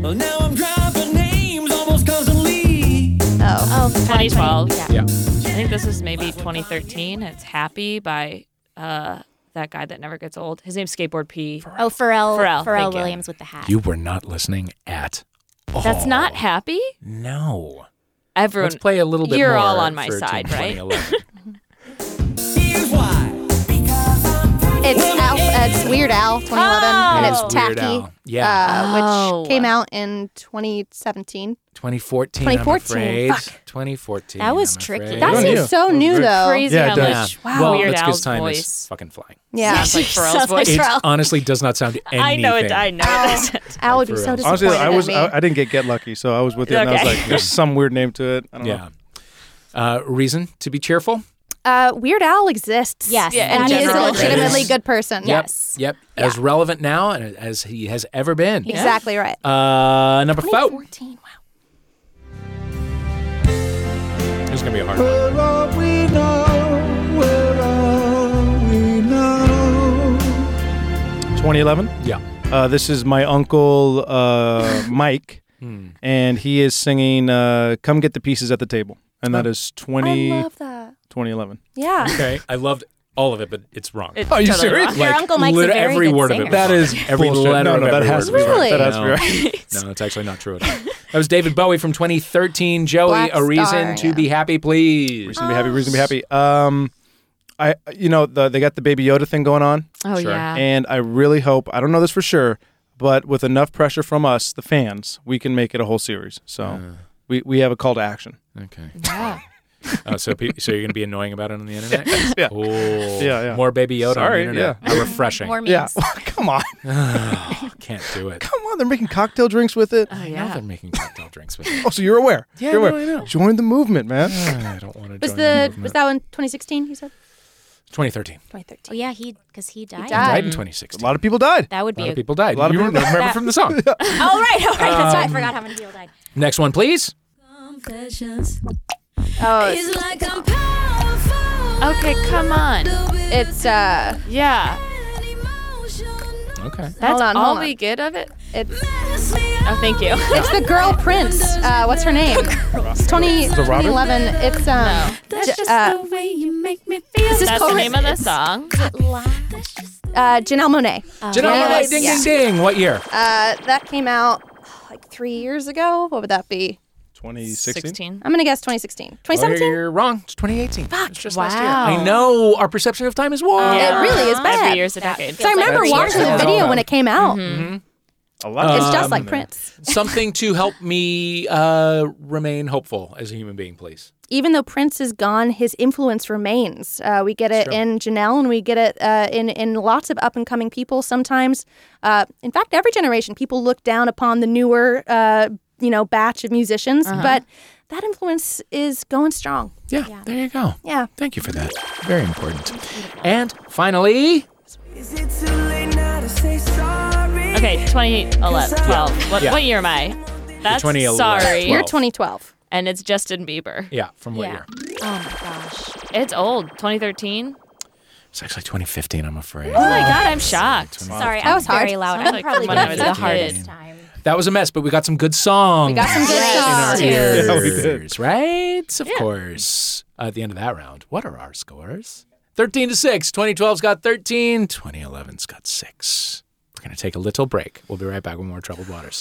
Speaker 9: Well, now I'm dropping names almost constantly.
Speaker 4: Oh,
Speaker 5: Oh,
Speaker 2: 2012.
Speaker 5: Yeah.
Speaker 1: Yeah.
Speaker 2: I think this was maybe 2013. It's Happy by uh, that guy that never gets old. His name's Skateboard P.
Speaker 5: Oh, Pharrell. Pharrell,
Speaker 2: Pharrell, thank you.
Speaker 5: Williams with the hat.
Speaker 1: You were not listening at all.
Speaker 2: That's not Happy?
Speaker 1: No.
Speaker 2: Everyone.
Speaker 1: Oh. Let's play a little bit
Speaker 2: You're
Speaker 1: more
Speaker 2: all on my
Speaker 1: for
Speaker 2: side,
Speaker 1: Team
Speaker 2: right?
Speaker 1: 2011.
Speaker 9: Here's why.
Speaker 4: it's Al. It's Weird Al 2011, [laughs] and
Speaker 1: It
Speaker 4: it's
Speaker 1: was Weird
Speaker 4: Tacky,
Speaker 1: Al. Yeah.
Speaker 4: uh,
Speaker 2: Oh.
Speaker 4: which came out in 2017.
Speaker 1: 2014.
Speaker 4: 2014,
Speaker 1: I'm afraid.
Speaker 4: fuck.
Speaker 1: 2014.
Speaker 5: That was
Speaker 1: I'm
Speaker 5: tricky.
Speaker 1: afraid.
Speaker 4: That
Speaker 3: Good on you.
Speaker 4: seems so new, though.
Speaker 2: Crazy
Speaker 3: Yeah, it
Speaker 2: how
Speaker 3: does.
Speaker 2: much
Speaker 4: Yeah.
Speaker 1: Well,
Speaker 2: Weird
Speaker 1: that's 'cause
Speaker 2: Al's
Speaker 1: time is
Speaker 2: voice.
Speaker 1: fucking
Speaker 2: [laughs]
Speaker 1: flying.
Speaker 4: Yeah,
Speaker 2: Sounds like Pharrell's
Speaker 5: Sounds like
Speaker 1: [laughs]
Speaker 2: voice.
Speaker 1: It
Speaker 5: Pharrell.
Speaker 1: honestly does not sound anything.
Speaker 2: [laughs] I know it. I know it. doesn't.
Speaker 4: Al would be
Speaker 1: for
Speaker 4: so
Speaker 1: real.
Speaker 4: disappointed.
Speaker 3: Honestly, I was
Speaker 4: in me.
Speaker 3: I, I didn't get get lucky, so I was with you, and I was
Speaker 2: Okay.
Speaker 3: like, "There's some weird name to it." I don't know.
Speaker 1: Yeah. Uh, reason to be cheerful.
Speaker 4: uh, Weird Al exists.
Speaker 5: Yes, Yeah,
Speaker 4: and
Speaker 5: in
Speaker 4: he is a
Speaker 5: general,
Speaker 4: legitimately
Speaker 1: yes.
Speaker 4: good person.
Speaker 5: Yes.
Speaker 1: Yep. As relevant now as he has ever been.
Speaker 4: exactly right.
Speaker 1: Uh, number five.
Speaker 4: 2014. Wow.
Speaker 1: This is gonna be a hard one.
Speaker 9: Where are we now? Where are we
Speaker 3: 2011.
Speaker 1: Yeah.
Speaker 3: Uh, this is my uncle uh, Mike, and he is singing uh, "Come Get the Pieces at the Table," and that is 20,
Speaker 4: I love that.
Speaker 3: 2011.
Speaker 4: [laughs] Yeah.
Speaker 1: Okay. I loved all all of it, but it's wrong.
Speaker 2: It's
Speaker 1: Are you
Speaker 2: totally
Speaker 1: serious?
Speaker 2: wrong.
Speaker 5: Your Uncle Mike's a
Speaker 1: lit-
Speaker 5: very
Speaker 1: every
Speaker 5: good
Speaker 1: word of
Speaker 5: singer.
Speaker 1: it. That is every letter
Speaker 3: No, no,
Speaker 1: of
Speaker 3: that
Speaker 1: every
Speaker 3: has to
Speaker 1: word
Speaker 3: be
Speaker 1: was wrong.
Speaker 3: right. That has to be
Speaker 1: No.
Speaker 3: right.
Speaker 1: No, that's actually not true at all. That was David Bowie from 2013. Joey,
Speaker 4: Black
Speaker 1: a reason
Speaker 4: Star,
Speaker 1: to
Speaker 4: yeah.
Speaker 1: be happy, please.
Speaker 3: Reason to be happy. Reason to be happy. Um, I, you know, the, they got the Baby Yoda thing going on,
Speaker 2: [laughs] Oh
Speaker 1: Sure.
Speaker 2: yeah.
Speaker 3: and I really hope I don't know this for sure, but with enough pressure from us, the fans, we can make it a whole series. So we we have a call to action.
Speaker 1: Uh, Okay.
Speaker 2: yeah.
Speaker 1: Oh, so pe- so you're gonna be annoying about it on the internet?
Speaker 3: Yeah.
Speaker 1: Oh,
Speaker 3: Yeah, yeah.
Speaker 1: More baby Yoda
Speaker 3: Sorry,
Speaker 1: on the internet. How refreshing. [sighs]
Speaker 3: [laughs]
Speaker 5: More
Speaker 3: Yeah,
Speaker 5: memes.
Speaker 3: come on,
Speaker 1: oh, can't do it.
Speaker 3: come on. They're making cocktail drinks with it.
Speaker 2: Oh
Speaker 1: Now
Speaker 2: yeah.
Speaker 1: they're making cocktail drinks with it.
Speaker 3: Oh, so you're aware?
Speaker 1: Yeah,
Speaker 3: you're
Speaker 1: no,
Speaker 3: aware.
Speaker 1: I know.
Speaker 3: Join the movement, man.
Speaker 1: I don't want to
Speaker 4: Was
Speaker 1: join the
Speaker 4: the
Speaker 1: movement.
Speaker 4: was that one 2016? You said
Speaker 1: 2013.
Speaker 5: Oh
Speaker 4: 2013.
Speaker 5: yeah, he because he
Speaker 4: died.
Speaker 5: died.
Speaker 1: Died in
Speaker 3: A
Speaker 1: 2016.
Speaker 3: lot of people died.
Speaker 5: That would
Speaker 1: A
Speaker 5: be.
Speaker 1: lot
Speaker 5: A,
Speaker 1: of people died.
Speaker 3: A lot of
Speaker 1: you
Speaker 3: people
Speaker 1: remember
Speaker 5: died.
Speaker 1: from the [laughs] song.
Speaker 5: oh right, [laughs] oh right. That's right. I forgot how many people died.
Speaker 1: Next one, please.
Speaker 4: Oh, it's-
Speaker 2: Okay, come on.
Speaker 4: it's uh.
Speaker 2: Yeah.
Speaker 1: Okay.
Speaker 2: That's
Speaker 4: Hold on,
Speaker 2: all
Speaker 4: hold on.
Speaker 2: we get of it.
Speaker 4: It's
Speaker 2: Oh, thank you.
Speaker 4: it's the girl Prince. Uh, what's her name? It's 20,
Speaker 3: it Robin?
Speaker 4: 2011. It's um. j- uh, This is
Speaker 2: That's the
Speaker 4: called-
Speaker 2: name of the song.
Speaker 4: uh, Janelle Monet.
Speaker 1: Janelle
Speaker 4: yes.
Speaker 1: Monáe, ding,
Speaker 4: Yeah.
Speaker 1: ding, ding. What year?
Speaker 4: Uh, that came out oh, like three years ago. What would that be?
Speaker 3: 2016.
Speaker 4: I'm gonna guess 2016, 2017.
Speaker 1: You're wrong. It's 2018. Fuck. It's just last year.
Speaker 2: Wow.
Speaker 1: I know. Our perception of time is warped.
Speaker 4: It really is bad.
Speaker 2: Every year's a decade.
Speaker 4: So I remember
Speaker 1: That's
Speaker 4: watching the
Speaker 1: what it's
Speaker 4: video
Speaker 1: all
Speaker 4: when it came out.
Speaker 3: A lot.
Speaker 4: It's just like
Speaker 1: Um,
Speaker 4: Prince.
Speaker 1: [laughs] Something to help me uh, remain hopeful as a human being, please.
Speaker 4: Even though Prince is gone, his influence remains. Uh, we get it in Janelle, and we get it uh, in in lots of up and coming people. Sometimes, uh, in fact, every generation, people look down upon the newer, uh, you know, batch of musicians.
Speaker 3: Uh-huh.
Speaker 4: But that influence is going strong.
Speaker 1: Yeah, There you go.
Speaker 4: Yeah.
Speaker 1: Thank you for that. Very important. And finally,
Speaker 9: Is it too late now to say sorry?
Speaker 2: Okay, 2011, 12. What,
Speaker 1: Yeah.
Speaker 2: what year am I? That's
Speaker 1: 2011,
Speaker 2: sorry.
Speaker 1: 12.
Speaker 4: Year 2012.
Speaker 2: And it's Justin Bieber.
Speaker 1: yeah, from what
Speaker 5: Yeah.
Speaker 1: year?
Speaker 5: Oh my gosh.
Speaker 2: It's old. 2013.
Speaker 1: It's actually 2015. I'm afraid.
Speaker 2: Oh my God, I'm shocked.
Speaker 5: Sorry,
Speaker 4: That was
Speaker 5: I'm very
Speaker 4: hard.
Speaker 5: loud.
Speaker 2: Sounds
Speaker 5: I'm
Speaker 2: like
Speaker 5: probably
Speaker 2: when
Speaker 1: I
Speaker 5: gonna be
Speaker 1: was
Speaker 5: the
Speaker 1: a kid.
Speaker 5: hardest time.
Speaker 1: That was a mess, but we got some good songs. We
Speaker 4: got some good songs.
Speaker 1: in
Speaker 3: Yeah,
Speaker 1: our
Speaker 3: we did.
Speaker 1: ears, right? Of course. Uh, at the end of that round, what are our scores? 13 to 6. 2012's got 13. 2011's got 6. We're going to take a little break. We'll be right back with more Troubled Waters.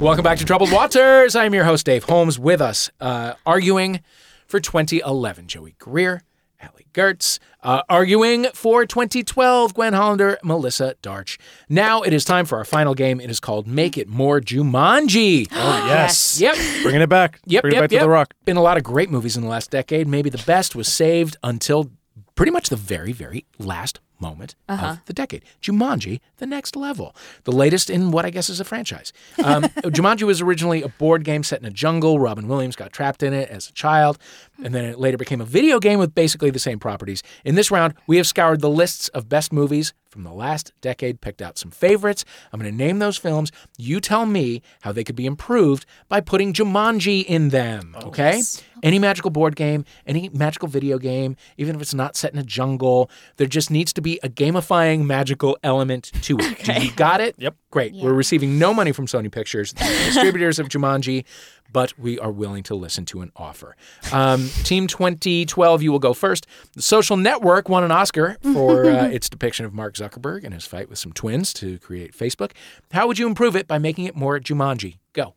Speaker 1: Welcome back to Troubled Waters. I'm your host, Dave Holmes, with us uh, arguing for 2011. Joey Greer, Allie Gertz, uh, arguing for 2012. Gwen Hollander, Melissa Darch. Now it is time for our final game. It is called Make It More Jumanji.
Speaker 3: [gasps] Oh, yes.
Speaker 1: Yep.
Speaker 3: Bringing it back.
Speaker 1: Yep.
Speaker 3: Bring
Speaker 1: yep,
Speaker 3: it back
Speaker 1: yep.
Speaker 3: to the rock.
Speaker 1: Been a lot of great movies in the last decade. Maybe the best was saved until pretty much the very, very last moment of the decade. Jumanji, the next level. The latest in what I guess is a franchise. Um, Jumanji was originally a board game set in a jungle. Robin Williams got trapped in it as a child, and then it later became a video game with basically the same properties. In this round, we have scoured the lists of best movies from the last decade, picked out some favorites. I'm going to name those films. You tell me how they could be improved by putting Jumanji in them. Okay? Any magical board game, any magical video game, even if it's not set in a jungle, there just needs to be a gamifying magical element to it. Do you got it? Yep. Great. We're receiving no money from Sony Pictures, the distributors of Jumanji, but we are willing to listen to an offer. Um, Team 2012, you will go first. The Social Network won an Oscar for uh, its depiction of Mark Zuckerberg and his fight with some twins to create Facebook. How would you improve it by making it more Jumanji? Go.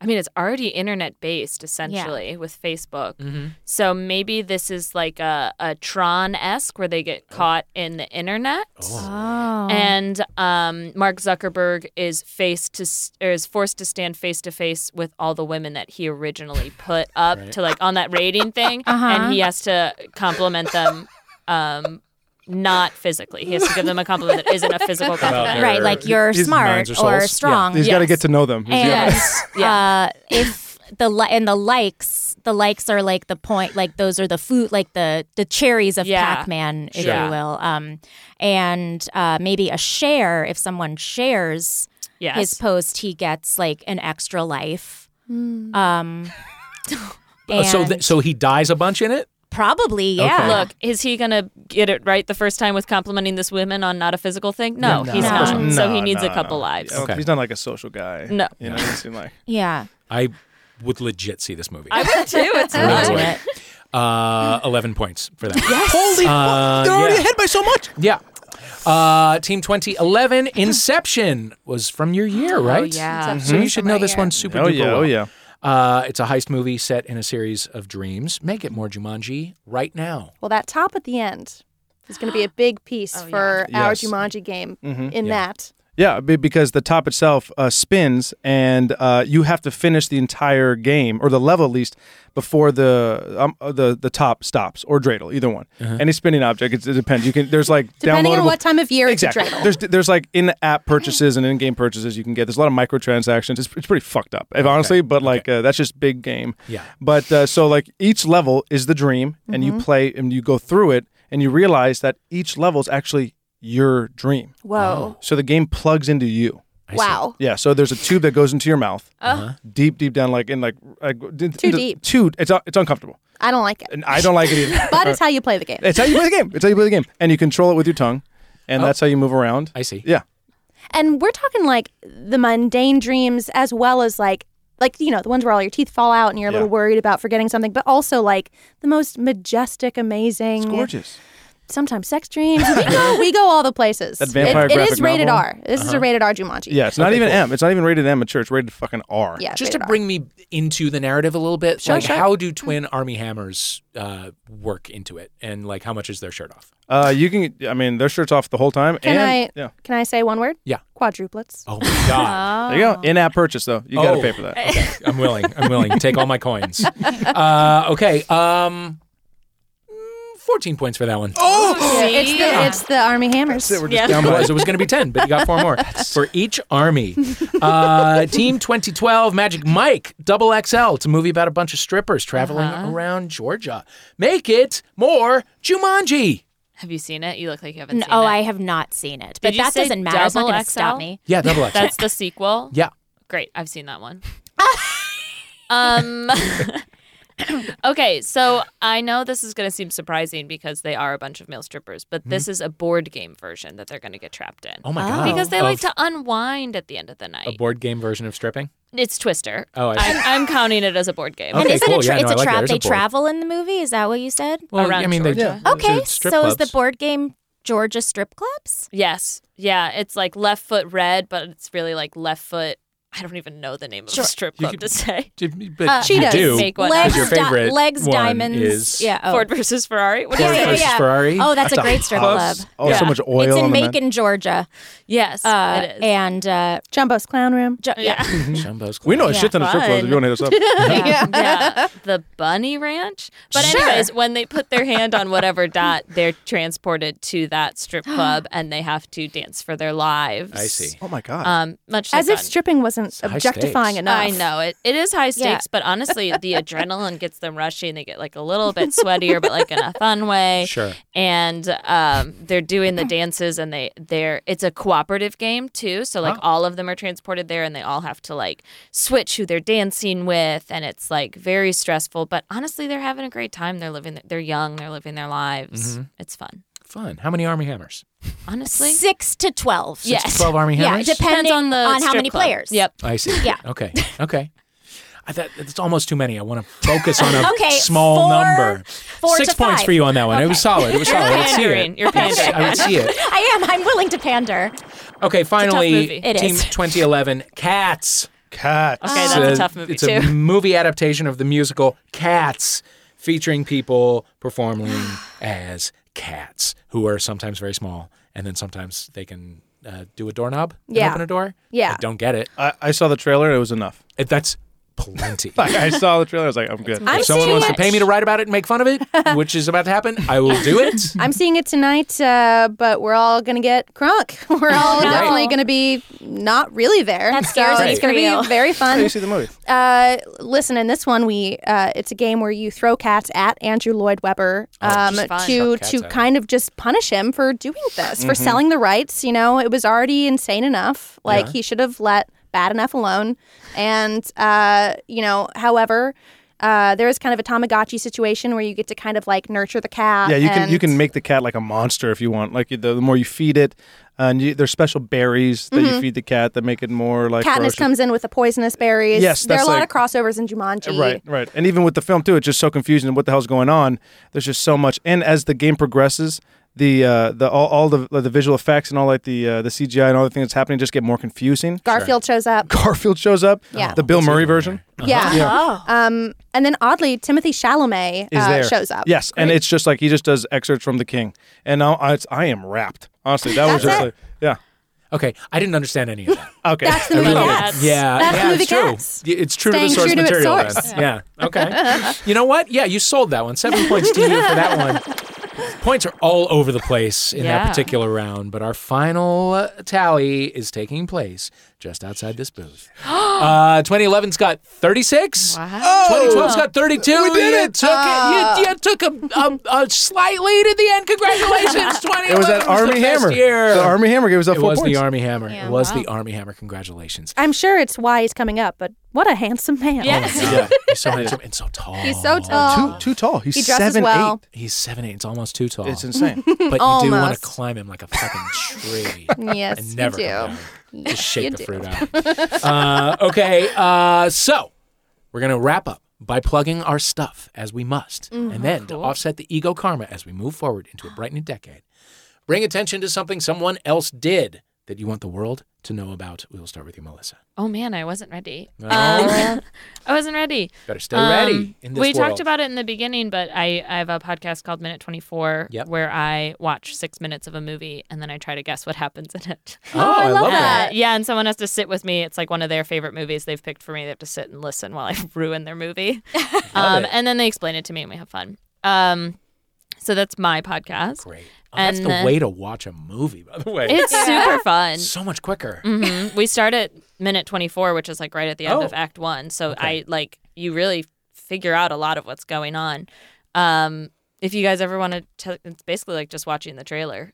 Speaker 2: I I mean, it's already internet based essentially with Facebook. So maybe this is like a, a Tron esque where they get caught in the internet.
Speaker 5: Oh.
Speaker 2: And um, Mark Zuckerberg is face to s- or is forced to stand face to face with all the women that he originally put up to like on that rating thing, and he has to compliment them, um, not physically. He has to give them a compliment that isn't a physical compliment.
Speaker 5: right, like you're
Speaker 1: his
Speaker 5: smart
Speaker 1: minds or
Speaker 5: or
Speaker 1: souls.
Speaker 5: strong.
Speaker 3: He's got to
Speaker 2: Yes.
Speaker 3: get to know them. He's gotta-
Speaker 5: And
Speaker 2: Yeah.
Speaker 5: uh, if the li- and the likes, the likes are like the point, like those are the food, like the the cherries of
Speaker 2: Yeah.
Speaker 5: Pac-Man, if
Speaker 2: Sure.
Speaker 5: you will. Um, and uh, maybe a share if someone shares
Speaker 2: Yes.
Speaker 5: his post, he gets like an extra life. Um, and
Speaker 1: Uh, so th- so he dies a bunch in it.
Speaker 5: probably yeah.
Speaker 1: Okay.
Speaker 2: Look, is he gonna get it right the first time with complimenting this woman on not a physical thing? No,
Speaker 1: No.
Speaker 2: he's
Speaker 1: No.
Speaker 2: not.
Speaker 3: No,
Speaker 2: um, so he needs
Speaker 3: no,
Speaker 2: a couple
Speaker 3: no.
Speaker 2: lives.
Speaker 3: I don't-
Speaker 1: Okay.
Speaker 3: He's not like a social guy.
Speaker 2: No.
Speaker 3: You know, he doesn't seem like.
Speaker 5: yeah,
Speaker 1: I would legit see this movie.
Speaker 2: I would too. [laughs] It's
Speaker 1: Really
Speaker 2: fun.
Speaker 1: would.
Speaker 5: it.
Speaker 1: Uh, eleven points for that. [laughs]
Speaker 6: Holy
Speaker 1: Uh,
Speaker 6: fuck! They're already
Speaker 1: yeah.
Speaker 6: ahead by so much.
Speaker 1: Yeah. Uh, team 2011, Inception was from your year, right?
Speaker 2: yeah.
Speaker 1: So you should know this one super
Speaker 3: Oh
Speaker 1: duper
Speaker 3: yeah,
Speaker 1: well.
Speaker 3: oh yeah.
Speaker 1: Uh, it's a heist movie set in a series of dreams. Make it more Jumanji right now.
Speaker 4: Well, that top at the end is going to be a
Speaker 3: [gasps]
Speaker 4: big piece for
Speaker 3: Oh, yeah.
Speaker 4: our
Speaker 3: Yes. Mm-hmm.
Speaker 4: Jumanji game in
Speaker 1: Yeah.
Speaker 4: that.
Speaker 3: Yeah, be- because the top itself uh, spins, and uh, you have to finish the entire game or the level at least before the um, uh, the the top stops or dreidel, either one. Any spinning object, it, it depends. You can there's like
Speaker 4: Depending
Speaker 3: downloadable.
Speaker 4: on what time of year
Speaker 3: Exactly.
Speaker 4: it's a dreidel.
Speaker 3: There's there's like in-app purchases and in-game purchases you can get. There's a lot of microtransactions. It's, it's pretty fucked up, if honestly. But like uh, that's just big game.
Speaker 1: Yeah.
Speaker 3: But uh, so like each level is the dream, and
Speaker 4: Mm-hmm.
Speaker 3: you play and you go through it, and you realize that each level is actually your dream.
Speaker 4: Whoa.
Speaker 3: So the game plugs into you.
Speaker 4: Wow.
Speaker 3: Yeah, so there's a tube that goes into your mouth, Uh-huh. deep, deep down, like in like, like too
Speaker 4: Uh-huh. deep.
Speaker 3: Too, it's it's uncomfortable,
Speaker 4: I don't like it.
Speaker 3: and uh, I don't like it either.
Speaker 4: [laughs] But it's how you play the game.
Speaker 3: it's how you play the game. It's how you play the game, and you control it with your tongue, and
Speaker 4: Oh.
Speaker 3: that's how you move around.
Speaker 1: I see.
Speaker 3: Yeah,
Speaker 4: And we're talking like the mundane dreams as well as like like you know the ones where all your teeth fall out and you're a little
Speaker 3: Yeah.
Speaker 4: worried about forgetting something, but also like the most majestic, amazing,
Speaker 3: it's gorgeous.
Speaker 4: sometimes sex dreams. we, go, we go all the places.
Speaker 3: That vampire
Speaker 4: It- it is
Speaker 3: graphic
Speaker 4: rated
Speaker 3: novel? Uh-huh.
Speaker 4: R. This is a rated R Jumanji.
Speaker 3: Yeah, it's not even M. It's not even rated M. It's sure it's rated fucking R.
Speaker 4: yeah. it's
Speaker 1: Just to
Speaker 4: rated R.
Speaker 1: bring me into the narrative a little bit,
Speaker 4: Sure,
Speaker 1: like
Speaker 4: sure.
Speaker 1: how do twin army hammers uh, work into it, and like how much is their shirt off?
Speaker 3: Uh, you can. I mean, their shirts off the whole time.
Speaker 4: Can
Speaker 3: and
Speaker 4: I-
Speaker 3: Yeah.
Speaker 4: Can I say one word?
Speaker 1: Yeah.
Speaker 4: Quadruplets.
Speaker 1: Oh my god!
Speaker 3: There you go. In-app purchase though. You gotta
Speaker 1: Oh.
Speaker 3: pay for that.
Speaker 1: Okay, I'm willing. I'm willing. Take all my coins. Uh, okay. Um, mm, 14 points for that one.
Speaker 5: Oh.
Speaker 4: It's the [laughs] it's the Army Hammers.
Speaker 3: We're just
Speaker 2: Yeah.
Speaker 3: down
Speaker 1: It
Speaker 3: by.
Speaker 1: was. It was going to be 10, but you got four more for each army. Uh, Team 2012 Magic Mike Double XL. It's a movie about a bunch of strippers traveling
Speaker 2: Uh-huh.
Speaker 1: around Georgia. Make it more Jumanji.
Speaker 2: Have you seen it? You look like you haven't
Speaker 5: No,
Speaker 2: seen it.
Speaker 5: oh, I have not seen it, but
Speaker 2: you
Speaker 5: that
Speaker 2: say
Speaker 5: doesn't matter. It's not
Speaker 2: double
Speaker 5: going to stop
Speaker 2: XL?
Speaker 5: me.
Speaker 1: Yeah, Double XL.
Speaker 2: That's the sequel.
Speaker 1: yeah.
Speaker 2: Great. I've seen
Speaker 5: [laughs]
Speaker 2: that one. um [coughs] Okay, so I know this is going to seem surprising because they are a bunch of male strippers, but this is a board game version that they're going to get trapped in.
Speaker 1: Hmm? Oh my god.
Speaker 2: Because they
Speaker 1: Of
Speaker 2: like to unwind at the end of the
Speaker 1: a
Speaker 2: night.
Speaker 1: board game version of stripping.
Speaker 2: it's Twister.
Speaker 1: Oh, I see.
Speaker 2: I'm, I'm counting it as a board game.
Speaker 1: Okay,
Speaker 5: and is it
Speaker 1: cool.
Speaker 5: a tra-
Speaker 1: Yeah,
Speaker 5: it's
Speaker 1: no, I
Speaker 5: a
Speaker 1: like that.
Speaker 5: trap?
Speaker 1: There's a
Speaker 5: they
Speaker 1: board.
Speaker 5: travel in the movie? Is that what you said?
Speaker 1: Well,
Speaker 2: Around
Speaker 1: I mean, they
Speaker 2: Georgia.
Speaker 5: Okay,
Speaker 1: it's
Speaker 5: so
Speaker 1: strip
Speaker 5: is the
Speaker 1: clubs.
Speaker 5: board game Georgia strip clubs?
Speaker 2: Yes. Yeah. It's like left foot red, but it's really like left foot. I don't even know the name of
Speaker 5: Sure.
Speaker 2: the strip
Speaker 1: You
Speaker 2: club
Speaker 1: could-
Speaker 2: to say.
Speaker 1: But
Speaker 5: Uh,
Speaker 1: you [laughs]
Speaker 4: Cheetahs.
Speaker 1: do.
Speaker 2: Make one
Speaker 5: legs,
Speaker 2: up.
Speaker 1: your favorite
Speaker 5: di- legs,
Speaker 1: one
Speaker 5: diamonds.
Speaker 1: is
Speaker 5: yeah, oh.
Speaker 2: Ford versus Ferrari. What do you
Speaker 5: Yeah,
Speaker 1: Ford
Speaker 5: yeah,
Speaker 2: say?
Speaker 1: versus
Speaker 5: yeah.
Speaker 1: Ferrari.
Speaker 5: Oh, that's, a great strip club.
Speaker 3: Oh, so much oil.
Speaker 5: It's in
Speaker 3: on the men.
Speaker 5: Macon, Georgia,
Speaker 2: Yes.
Speaker 5: uh,
Speaker 2: it is.
Speaker 5: and uh,
Speaker 4: Jumbo's Clown Room.
Speaker 5: jo- yeah.
Speaker 2: yeah.
Speaker 1: Jumbo's
Speaker 3: We know a
Speaker 1: Club.
Speaker 3: shit ton of strip clubs. If you want to hit us up.
Speaker 4: [laughs]
Speaker 2: [laughs] Um, yeah. The bunny ranch. But anyways, when they put their hand on whatever [laughs] dot, they're transported to that
Speaker 4: [gasps]
Speaker 2: strip club and they have to dance for their lives.
Speaker 1: I see.
Speaker 3: [laughs] Oh my god.
Speaker 2: Um, much
Speaker 4: As
Speaker 2: like
Speaker 4: if
Speaker 2: on-
Speaker 4: stripping wasn't
Speaker 1: high
Speaker 4: objectifying
Speaker 1: stakes.
Speaker 4: enough.
Speaker 2: I know it. It is high stakes,
Speaker 5: Yeah.
Speaker 2: but honestly,
Speaker 5: [laughs]
Speaker 2: the adrenaline gets them rushing. They get like a little bit sweatier, but like in a fun way.
Speaker 1: Sure.
Speaker 2: And um, they're doing the dances, and they they're it's a cooperative game too. So
Speaker 1: Oh.
Speaker 2: like all of them are transported there, and they all have to like switch who they're dancing with, and it's like very stressful. But honestly, they're having a great time. They're living. They're young. They're living their
Speaker 1: Mm-hmm.
Speaker 2: lives. It's fun.
Speaker 1: Fun. How many army hammers?
Speaker 2: Honestly,
Speaker 5: six to twelve.
Speaker 2: Yes.
Speaker 1: Six to Twelve army
Speaker 5: yeah,
Speaker 1: hammers.
Speaker 5: depending
Speaker 2: depends on the
Speaker 5: on how
Speaker 2: strip
Speaker 5: many
Speaker 2: club.
Speaker 5: players.
Speaker 2: Yep.
Speaker 1: I see.
Speaker 5: Yeah.
Speaker 1: Okay. Okay. I thought it's almost too many. I want to focus on a
Speaker 5: [laughs] Okay,
Speaker 1: small
Speaker 5: four-
Speaker 1: number.
Speaker 5: four
Speaker 1: Six
Speaker 5: to
Speaker 1: points
Speaker 5: five.
Speaker 1: for you on that one. It was solid. It was solid. I would see
Speaker 2: pandering.
Speaker 1: it.
Speaker 2: You're
Speaker 1: I would see- I would see it.
Speaker 5: I am. I'm willing to pander.
Speaker 1: Okay. Finally,
Speaker 2: movie.
Speaker 5: It
Speaker 1: Team
Speaker 5: is.
Speaker 1: 2011 Cats.
Speaker 3: Cats.
Speaker 1: uh,
Speaker 2: Okay, that's a tough movie,
Speaker 1: it's
Speaker 2: too. [laughs]
Speaker 1: a movie adaptation of the musical Cats, featuring people
Speaker 2: [sighs]
Speaker 1: performing as cats who are sometimes very small, and then sometimes they can uh, do a doorknob, and
Speaker 4: Yeah.
Speaker 1: open a door.
Speaker 4: Yeah.
Speaker 1: I don't get it.
Speaker 3: I, I saw the trailer. It was enough. [laughs]
Speaker 1: It- That's
Speaker 2: [laughs]
Speaker 1: plenty.
Speaker 3: Like, I saw the trailer. I was like, I'm good.
Speaker 4: I'm
Speaker 1: if someone
Speaker 4: seeing
Speaker 1: wants
Speaker 4: it.
Speaker 1: to pay me to write about it and make fun
Speaker 2: [laughs]
Speaker 1: of it, which is about to happen, I will do it.
Speaker 4: I'm seeing it tonight, uh, but we're all gonna get crunk. [laughs] We're all
Speaker 5: no.
Speaker 4: definitely gonna be not really there.
Speaker 5: That scares
Speaker 4: so
Speaker 1: me
Speaker 4: It's
Speaker 5: for
Speaker 4: gonna
Speaker 5: you.
Speaker 4: be very fun.
Speaker 3: How do you see the movie?
Speaker 4: Uh, listen, in this one, we uh, it's a game where you throw cats at Andrew Lloyd Webber um,
Speaker 2: just fun.
Speaker 1: Throw
Speaker 4: to
Speaker 1: cats
Speaker 4: to
Speaker 1: at him.
Speaker 4: kind of just punish him for doing this, for selling the rights. You know, it was already insane enough. Like
Speaker 1: Yeah.
Speaker 4: he should have let bad enough alone. And uh, you know, however. Uh, there is kind of a Tamagotchi situation where you get to kind of like nurture the cat.
Speaker 3: Yeah, you can you
Speaker 4: and-
Speaker 3: can make the cat like a monster if you want. Like the, the more you feed it, uh, and you, there's special berries that you feed the cat that make it more like. ferocious.
Speaker 4: Katniss comes in with the poisonous berries.
Speaker 3: Yes,
Speaker 4: there are a
Speaker 3: that's
Speaker 4: lot of
Speaker 3: like-
Speaker 4: crossovers in Jumanji.
Speaker 3: Right, right, and even with the film too, it's just so confusing. What the hell's going on? There's just so much, and as the game progresses, the uh, the all, all the the visual effects and all like the uh, the CGI and all the things that's happening just get more confusing.
Speaker 4: Garfield shows up.
Speaker 3: [laughs] Garfield shows up.
Speaker 4: Yeah.
Speaker 3: the Bill Murray version.
Speaker 4: Yeah. Um, and then oddly, Timothy Chalamet
Speaker 3: is
Speaker 4: uh,
Speaker 3: there
Speaker 4: shows up.
Speaker 3: Yes, and it's just like he just does excerpts from The King, and now I, it's, I am wrapped. Honestly, that was
Speaker 4: That's
Speaker 3: just
Speaker 4: it.
Speaker 3: like yeah.
Speaker 1: Okay, I didn't understand any of that.
Speaker 3: Okay,
Speaker 4: That's the movie
Speaker 1: Really?
Speaker 4: Cats.
Speaker 1: Yeah,
Speaker 4: That's
Speaker 1: yeah,
Speaker 4: the movie
Speaker 1: it's true.
Speaker 4: Cats.
Speaker 1: Y- It's true to
Speaker 4: Staying
Speaker 1: the source
Speaker 4: true to its
Speaker 1: material.
Speaker 4: source.
Speaker 1: Then. Yeah. Okay. you know what? Yeah, you sold that one. Seven points to you for that
Speaker 4: [laughs]
Speaker 1: one. Points are all over the place in that
Speaker 2: Yeah.
Speaker 1: particular round, but our final uh, tally is taking place just outside this
Speaker 4: [gasps]
Speaker 1: booth. uh, 2011's got 36.
Speaker 2: Wow.
Speaker 1: 2012's got 32. We did it. Took
Speaker 4: Uh.
Speaker 1: it. You, you took a, a, a slight lead at the end.
Speaker 4: [laughs]
Speaker 1: Congratulations, 2011.
Speaker 3: It was that
Speaker 1: the
Speaker 3: Army
Speaker 1: best
Speaker 3: Hammer.
Speaker 1: year.
Speaker 3: The Army Hammer gave us up
Speaker 1: It
Speaker 3: four
Speaker 1: was
Speaker 3: points.
Speaker 1: the Army Hammer.
Speaker 5: Yeah,
Speaker 1: it was
Speaker 5: wow.
Speaker 1: the Army Hammer. Congratulations.
Speaker 4: [laughs] I'm sure it's why he's coming up, but what a handsome man.
Speaker 2: Yes.
Speaker 1: Yeah, Oh he's
Speaker 3: [laughs]
Speaker 1: so handsome and so tall.
Speaker 4: He's so tall.
Speaker 3: too too tall. He's
Speaker 4: He dresses
Speaker 3: seven
Speaker 4: well.
Speaker 1: He's seven eight. It's almost too tall.
Speaker 3: eight.
Speaker 1: [laughs]
Speaker 3: It's insane.
Speaker 1: but you do want to
Speaker 4: Almost.
Speaker 1: climb him like a
Speaker 4: [laughs]
Speaker 1: fucking tree.
Speaker 4: Yes,
Speaker 1: and never
Speaker 4: you do.
Speaker 1: come down. Just
Speaker 4: you
Speaker 1: shake the
Speaker 4: do.
Speaker 1: fruit out.
Speaker 4: [laughs]
Speaker 1: uh, okay, uh, so we're gonna wrap up by plugging our stuff as we must,
Speaker 4: Mm-hmm.
Speaker 1: and then to offset the ego karma as we move forward into a bright new decade, bring attention to something someone else did that you want the world to know about. We will start with you, Melissa.
Speaker 2: Oh man, I wasn't ready.
Speaker 1: No.
Speaker 2: Um, [laughs] I wasn't ready.
Speaker 1: Better stay
Speaker 2: Um,
Speaker 1: ready in this
Speaker 2: we
Speaker 1: world.
Speaker 2: talked about it in the beginning, but I, I have a podcast called Minute 24
Speaker 1: Yep.
Speaker 2: where I watch six minutes of a movie and then I try to guess what [laughs] happens in
Speaker 1: [laughs]
Speaker 2: it.
Speaker 1: Oh, I love
Speaker 2: And,
Speaker 1: that.
Speaker 2: yeah, and someone has to sit with me. It's like one of their favorite movies they've picked for me. They have to sit and listen while I [laughs] ruin their movie. um,
Speaker 1: it.
Speaker 2: and then they explain it to me and we have fun. Um, so that's my podcast.
Speaker 1: Great. Oh, that's
Speaker 2: And
Speaker 1: the
Speaker 2: then-
Speaker 1: way to watch a movie, by the way.
Speaker 2: It's super fun.
Speaker 1: so much quicker.
Speaker 2: Mhm. We start at minute 24, which is like right at the end of
Speaker 1: Oh.
Speaker 2: Act One. So I like you really figure out a lot of what's going on. Um, if you guys ever want to, it's basically like just watching the trailer,
Speaker 1: Great.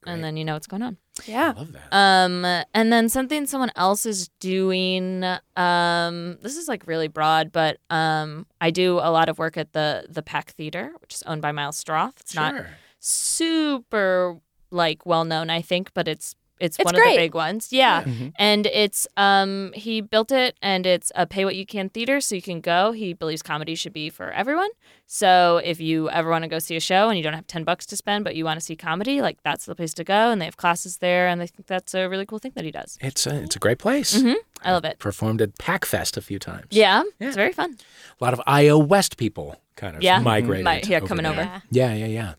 Speaker 2: Mm-hmm, and then you know what's going on.
Speaker 1: I
Speaker 4: Yeah.
Speaker 1: love that.
Speaker 2: Um, and then something someone else is doing. Um, this is like really broad, but um, I do a lot of work at the the Pack Theater, which is owned by Miles Stroth. It's not
Speaker 1: Sure.
Speaker 2: super like well known, I think, but it's it's,
Speaker 4: It's
Speaker 2: one of
Speaker 4: great.
Speaker 2: the big ones. Yeah. Mm-hmm. And it's um he built it and it's a pay what you can theater so you can go. He believes comedy should be for everyone. So if you ever want to go see a show and you don't have 10 bucks to spend but you want to see comedy, like that's the place to go and they have classes there and I think that's a really cool thing that he does.
Speaker 1: It's a, it's a great place.
Speaker 2: I love it.
Speaker 1: Performed at PackFest a few times.
Speaker 2: Mm-hmm. Yeah. It's very fun.
Speaker 1: A lot of IO West people kind of
Speaker 2: Yeah.
Speaker 1: migrated.
Speaker 2: My- yeah, coming
Speaker 1: there.
Speaker 2: over.
Speaker 1: Yeah, yeah, yeah.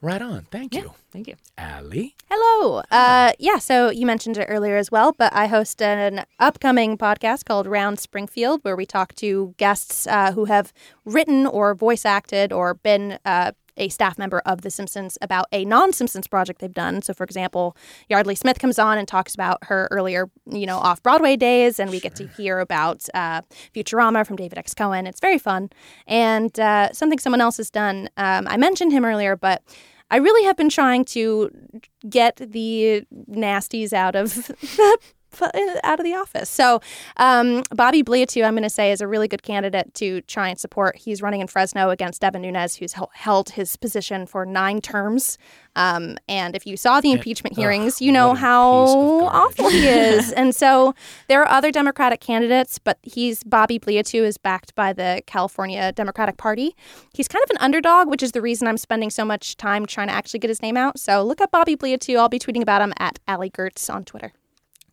Speaker 1: Right on. Thank you.
Speaker 2: Thank you.
Speaker 1: Allie.
Speaker 4: Hello. Uh, yeah, so you mentioned it earlier as well, but I host an upcoming podcast called Round Springfield, where we talk to guests uh, who have written or voice acted or been uh, a staff member of The Simpsons about a non Simpsons project they've done. So, for example, Yardley Smith comes on and talks about her earlier, you know, off Broadway days, and we get to hear about uh, Futurama from David X. Cohen. It's very fun. And uh, something someone else has done, um, I mentioned him earlier, but I really have been trying to get the nasties out of [laughs] the out of the office. So um, Bobby Bliatu, I'm going to say, is a really good candidate to try and support. He's running in Fresno against Devin Nunes, who's hel- held his position for nine terms. Um, and if you saw the impeachment hearings, you know
Speaker 1: what a
Speaker 4: how
Speaker 1: piece of garbage.
Speaker 4: awful he is. and so there are other Democratic candidates, but he's Bobby Bliatu is backed by the California Democratic Party. He's kind of an underdog, which is the reason I'm spending so much time trying to actually get his name out. So look up Bobby Bliatu. I'll be tweeting about him at Allie Gertz on Twitter.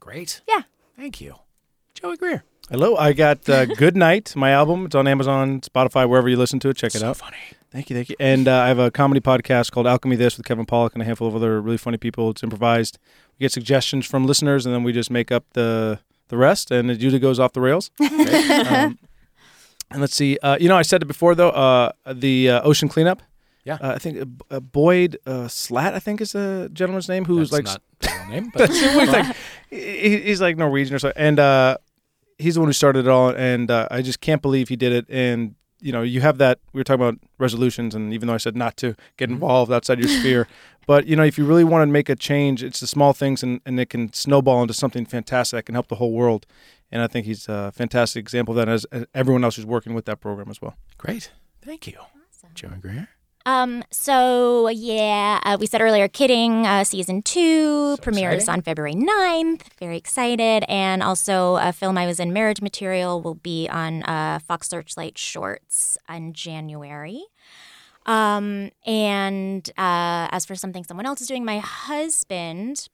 Speaker 1: Great.
Speaker 4: Yeah.
Speaker 1: Thank you. Joey Greer.
Speaker 3: Hello, I got uh, Good Night, my album. It's on Amazon, Spotify, wherever you listen to it. Check it out. Funny. Thank you, thank you. And uh, I have a comedy podcast called Alchemy This with Kevin Pollock and a handful of other really funny people. It's improvised. We get suggestions from listeners, and then we just make up the the rest, and it usually goes off the rails. [laughs] Um, and let's see. Uh, you know, I said it before though. Uh, the uh, ocean cleanup.
Speaker 1: Yeah.
Speaker 3: Uh, I think uh, B- uh, Boyd uh, Slat. I think is the gentleman's name who's
Speaker 1: That's
Speaker 3: like [laughs]
Speaker 1: not the real name,
Speaker 2: [laughs]
Speaker 1: but
Speaker 3: that's [laughs] he's like he- he's like Norwegian or something. And uh, he's the one who started it all. And uh, I just can't believe he did it. And you know, you have that. We were talking about resolutions, and even though I said not to get involved outside your sphere, but you know, if you really want to make a change, it's the small things, and and it can snowball into something fantastic that can help the whole world. And I think he's a fantastic example of that, as as everyone else who's working with that program as well.
Speaker 1: great. Thank you, Joan Greer.
Speaker 5: Um, so yeah, uh, we said earlier, Kidding uh, season two premieres
Speaker 1: exciting.
Speaker 5: on February 9th. Very excited, and also a film I was in, Marriage Material, will be on uh, Fox Searchlight Shorts in January. Um, and uh, as for something someone else is doing, my husband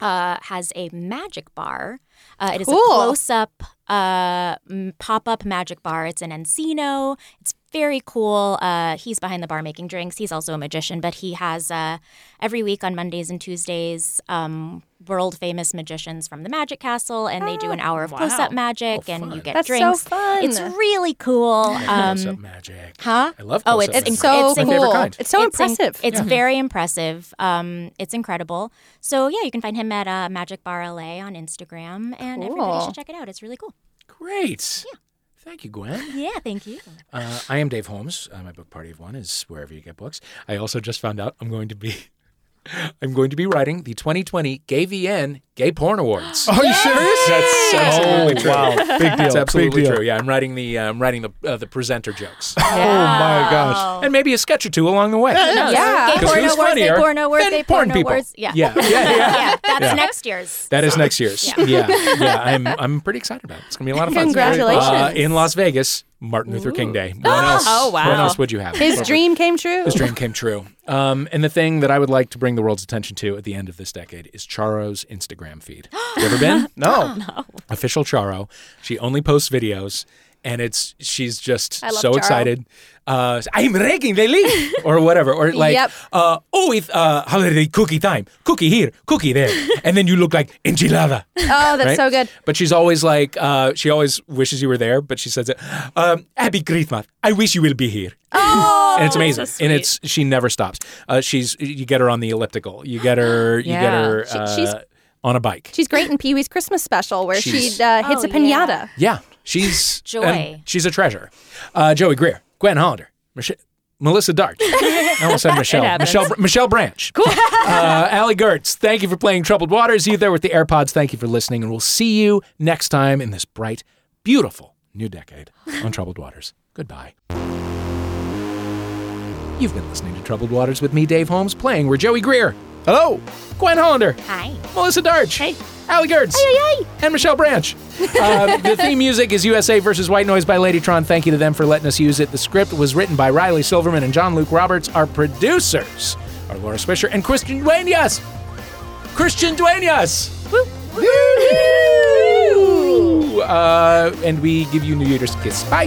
Speaker 5: uh, has a magic bar. Uh, it is
Speaker 4: Cool.
Speaker 5: a close-up, uh, m- pop-up magic bar. It's in Encino. It's very cool. Uh, he's behind the bar making drinks. He's also a magician, but he has uh, every week on Mondays and Tuesdays um, world-famous magicians from the Magic Castle, and they do an hour of
Speaker 2: wow.
Speaker 5: close-up magic, and
Speaker 1: fun.
Speaker 5: you get
Speaker 4: Oh, That's
Speaker 5: drinks.
Speaker 4: so fun.
Speaker 5: It's really cool.
Speaker 1: Um,
Speaker 5: Um,
Speaker 1: magic.
Speaker 5: huh?
Speaker 1: I love
Speaker 5: Oh,
Speaker 1: close-up
Speaker 5: it's
Speaker 1: magic.
Speaker 5: inc-
Speaker 4: so
Speaker 5: it's
Speaker 1: my favorite
Speaker 4: cool.
Speaker 1: kind.
Speaker 4: It's so
Speaker 5: it's in-
Speaker 4: impressive.
Speaker 5: it's very impressive. Um, it's incredible. So yeah, you can find him at uh, Magic Bar LA on Instagram, and everybody
Speaker 4: Cool.
Speaker 5: should check it out. It's really cool.
Speaker 1: Great. Thank you, Gwen.
Speaker 5: Yeah,
Speaker 1: [laughs]
Speaker 5: thank you.
Speaker 1: Uh, I am Dave Holmes. Uh, my book party of one is wherever you get books. I also just found out I'm going to be, [laughs] I'm going to be writing the 2020 Gay VN Gay Porn Awards.
Speaker 3: [gasps] Are you serious?
Speaker 1: That's
Speaker 5: Oh,
Speaker 1: absolutely true. [laughs]
Speaker 3: wow, big deal.
Speaker 1: That's absolutely
Speaker 3: big deal.
Speaker 1: true. Yeah, I'm writing the uh, I'm writing the uh, the presenter jokes
Speaker 3: [laughs] Oh my gosh.
Speaker 1: and maybe a sketch or two along the way.
Speaker 4: Yeah.
Speaker 5: Gay
Speaker 1: 'Cause
Speaker 5: porn
Speaker 1: who's
Speaker 5: awards, gay
Speaker 1: funnier
Speaker 5: porn awards,
Speaker 1: than
Speaker 5: gay
Speaker 1: porn
Speaker 5: porn
Speaker 1: people?
Speaker 5: awards. Yeah. [laughs]
Speaker 1: Yeah, yeah, yeah.
Speaker 5: that's
Speaker 1: Yeah.
Speaker 5: next year's.
Speaker 1: That is next year's. Yeah. yeah, I'm I'm pretty excited about it. It's gonna be a lot of fun.
Speaker 4: Congratulations.
Speaker 1: Uh, in Las Vegas, Martin Luther King Day. What else?
Speaker 2: Oh, wow.
Speaker 1: What else would you have?
Speaker 4: His dream came true.
Speaker 1: His dream came true. Um, and the thing that I would like to bring the world's attention to at the end of this decade is Charo's Instagram feed. You ever been?
Speaker 4: [gasps]
Speaker 3: No.
Speaker 1: Official Charo. She only posts videos, and it's she's just
Speaker 4: I love
Speaker 1: so
Speaker 4: Charo.
Speaker 1: excited. Uh, I'm raking the leaf
Speaker 4: [laughs]
Speaker 1: or whatever, or like,
Speaker 4: Yep.
Speaker 1: uh, oh, it's uh, holiday cookie time. Cookie here, cookie
Speaker 4: [laughs]
Speaker 1: there, and then you look like enchilada.
Speaker 4: Oh, that's
Speaker 1: right?
Speaker 4: so good.
Speaker 1: But she's always like, uh, she always wishes you were there, but she says it, um, Abby Christmas, I wish you will be here. Oh, and it's amazing. and it's she never stops. Uh, she's you get her on the elliptical. You get her. You get
Speaker 2: Yeah.
Speaker 1: her.
Speaker 4: She-
Speaker 1: uh,
Speaker 4: she's-
Speaker 1: on a bike.
Speaker 4: She's great in Pee Wee's Christmas special where
Speaker 1: She's-
Speaker 4: she uh, hits
Speaker 5: Oh,
Speaker 4: a pinata.
Speaker 1: yeah, she's
Speaker 5: Joy.
Speaker 1: and She's a treasure. Uh, Joey Greer, Gwen Hollander, Mich- Melissa Dart. I almost said Michelle.
Speaker 2: happens.
Speaker 1: Michelle. Michelle Branch. Cool. uh, Allie Gertz. Thank you for playing Troubled Waters. You there with the AirPods. Thank you for listening, and we'll see you next time in this bright, beautiful new decade on Troubled Waters. Goodbye. You've been listening to Troubled Waters with me, Dave Holmes, playing. We're Joey Greer,
Speaker 3: Hello.
Speaker 1: Gwen Hollander,
Speaker 5: Hi.
Speaker 1: Melissa Darch. Hey. Allie Gertz. And Michelle Branch. Uh, [laughs] the theme music is USA versus White Noise by Ladytron. Thank you to them for letting us use it. The script was written by Riley Silverman and John Luke Roberts. Our producers are Laura Swisher and Christian Duenas. Christian Duenas. Woo. Uh, and we give you New Year's kiss. Bye.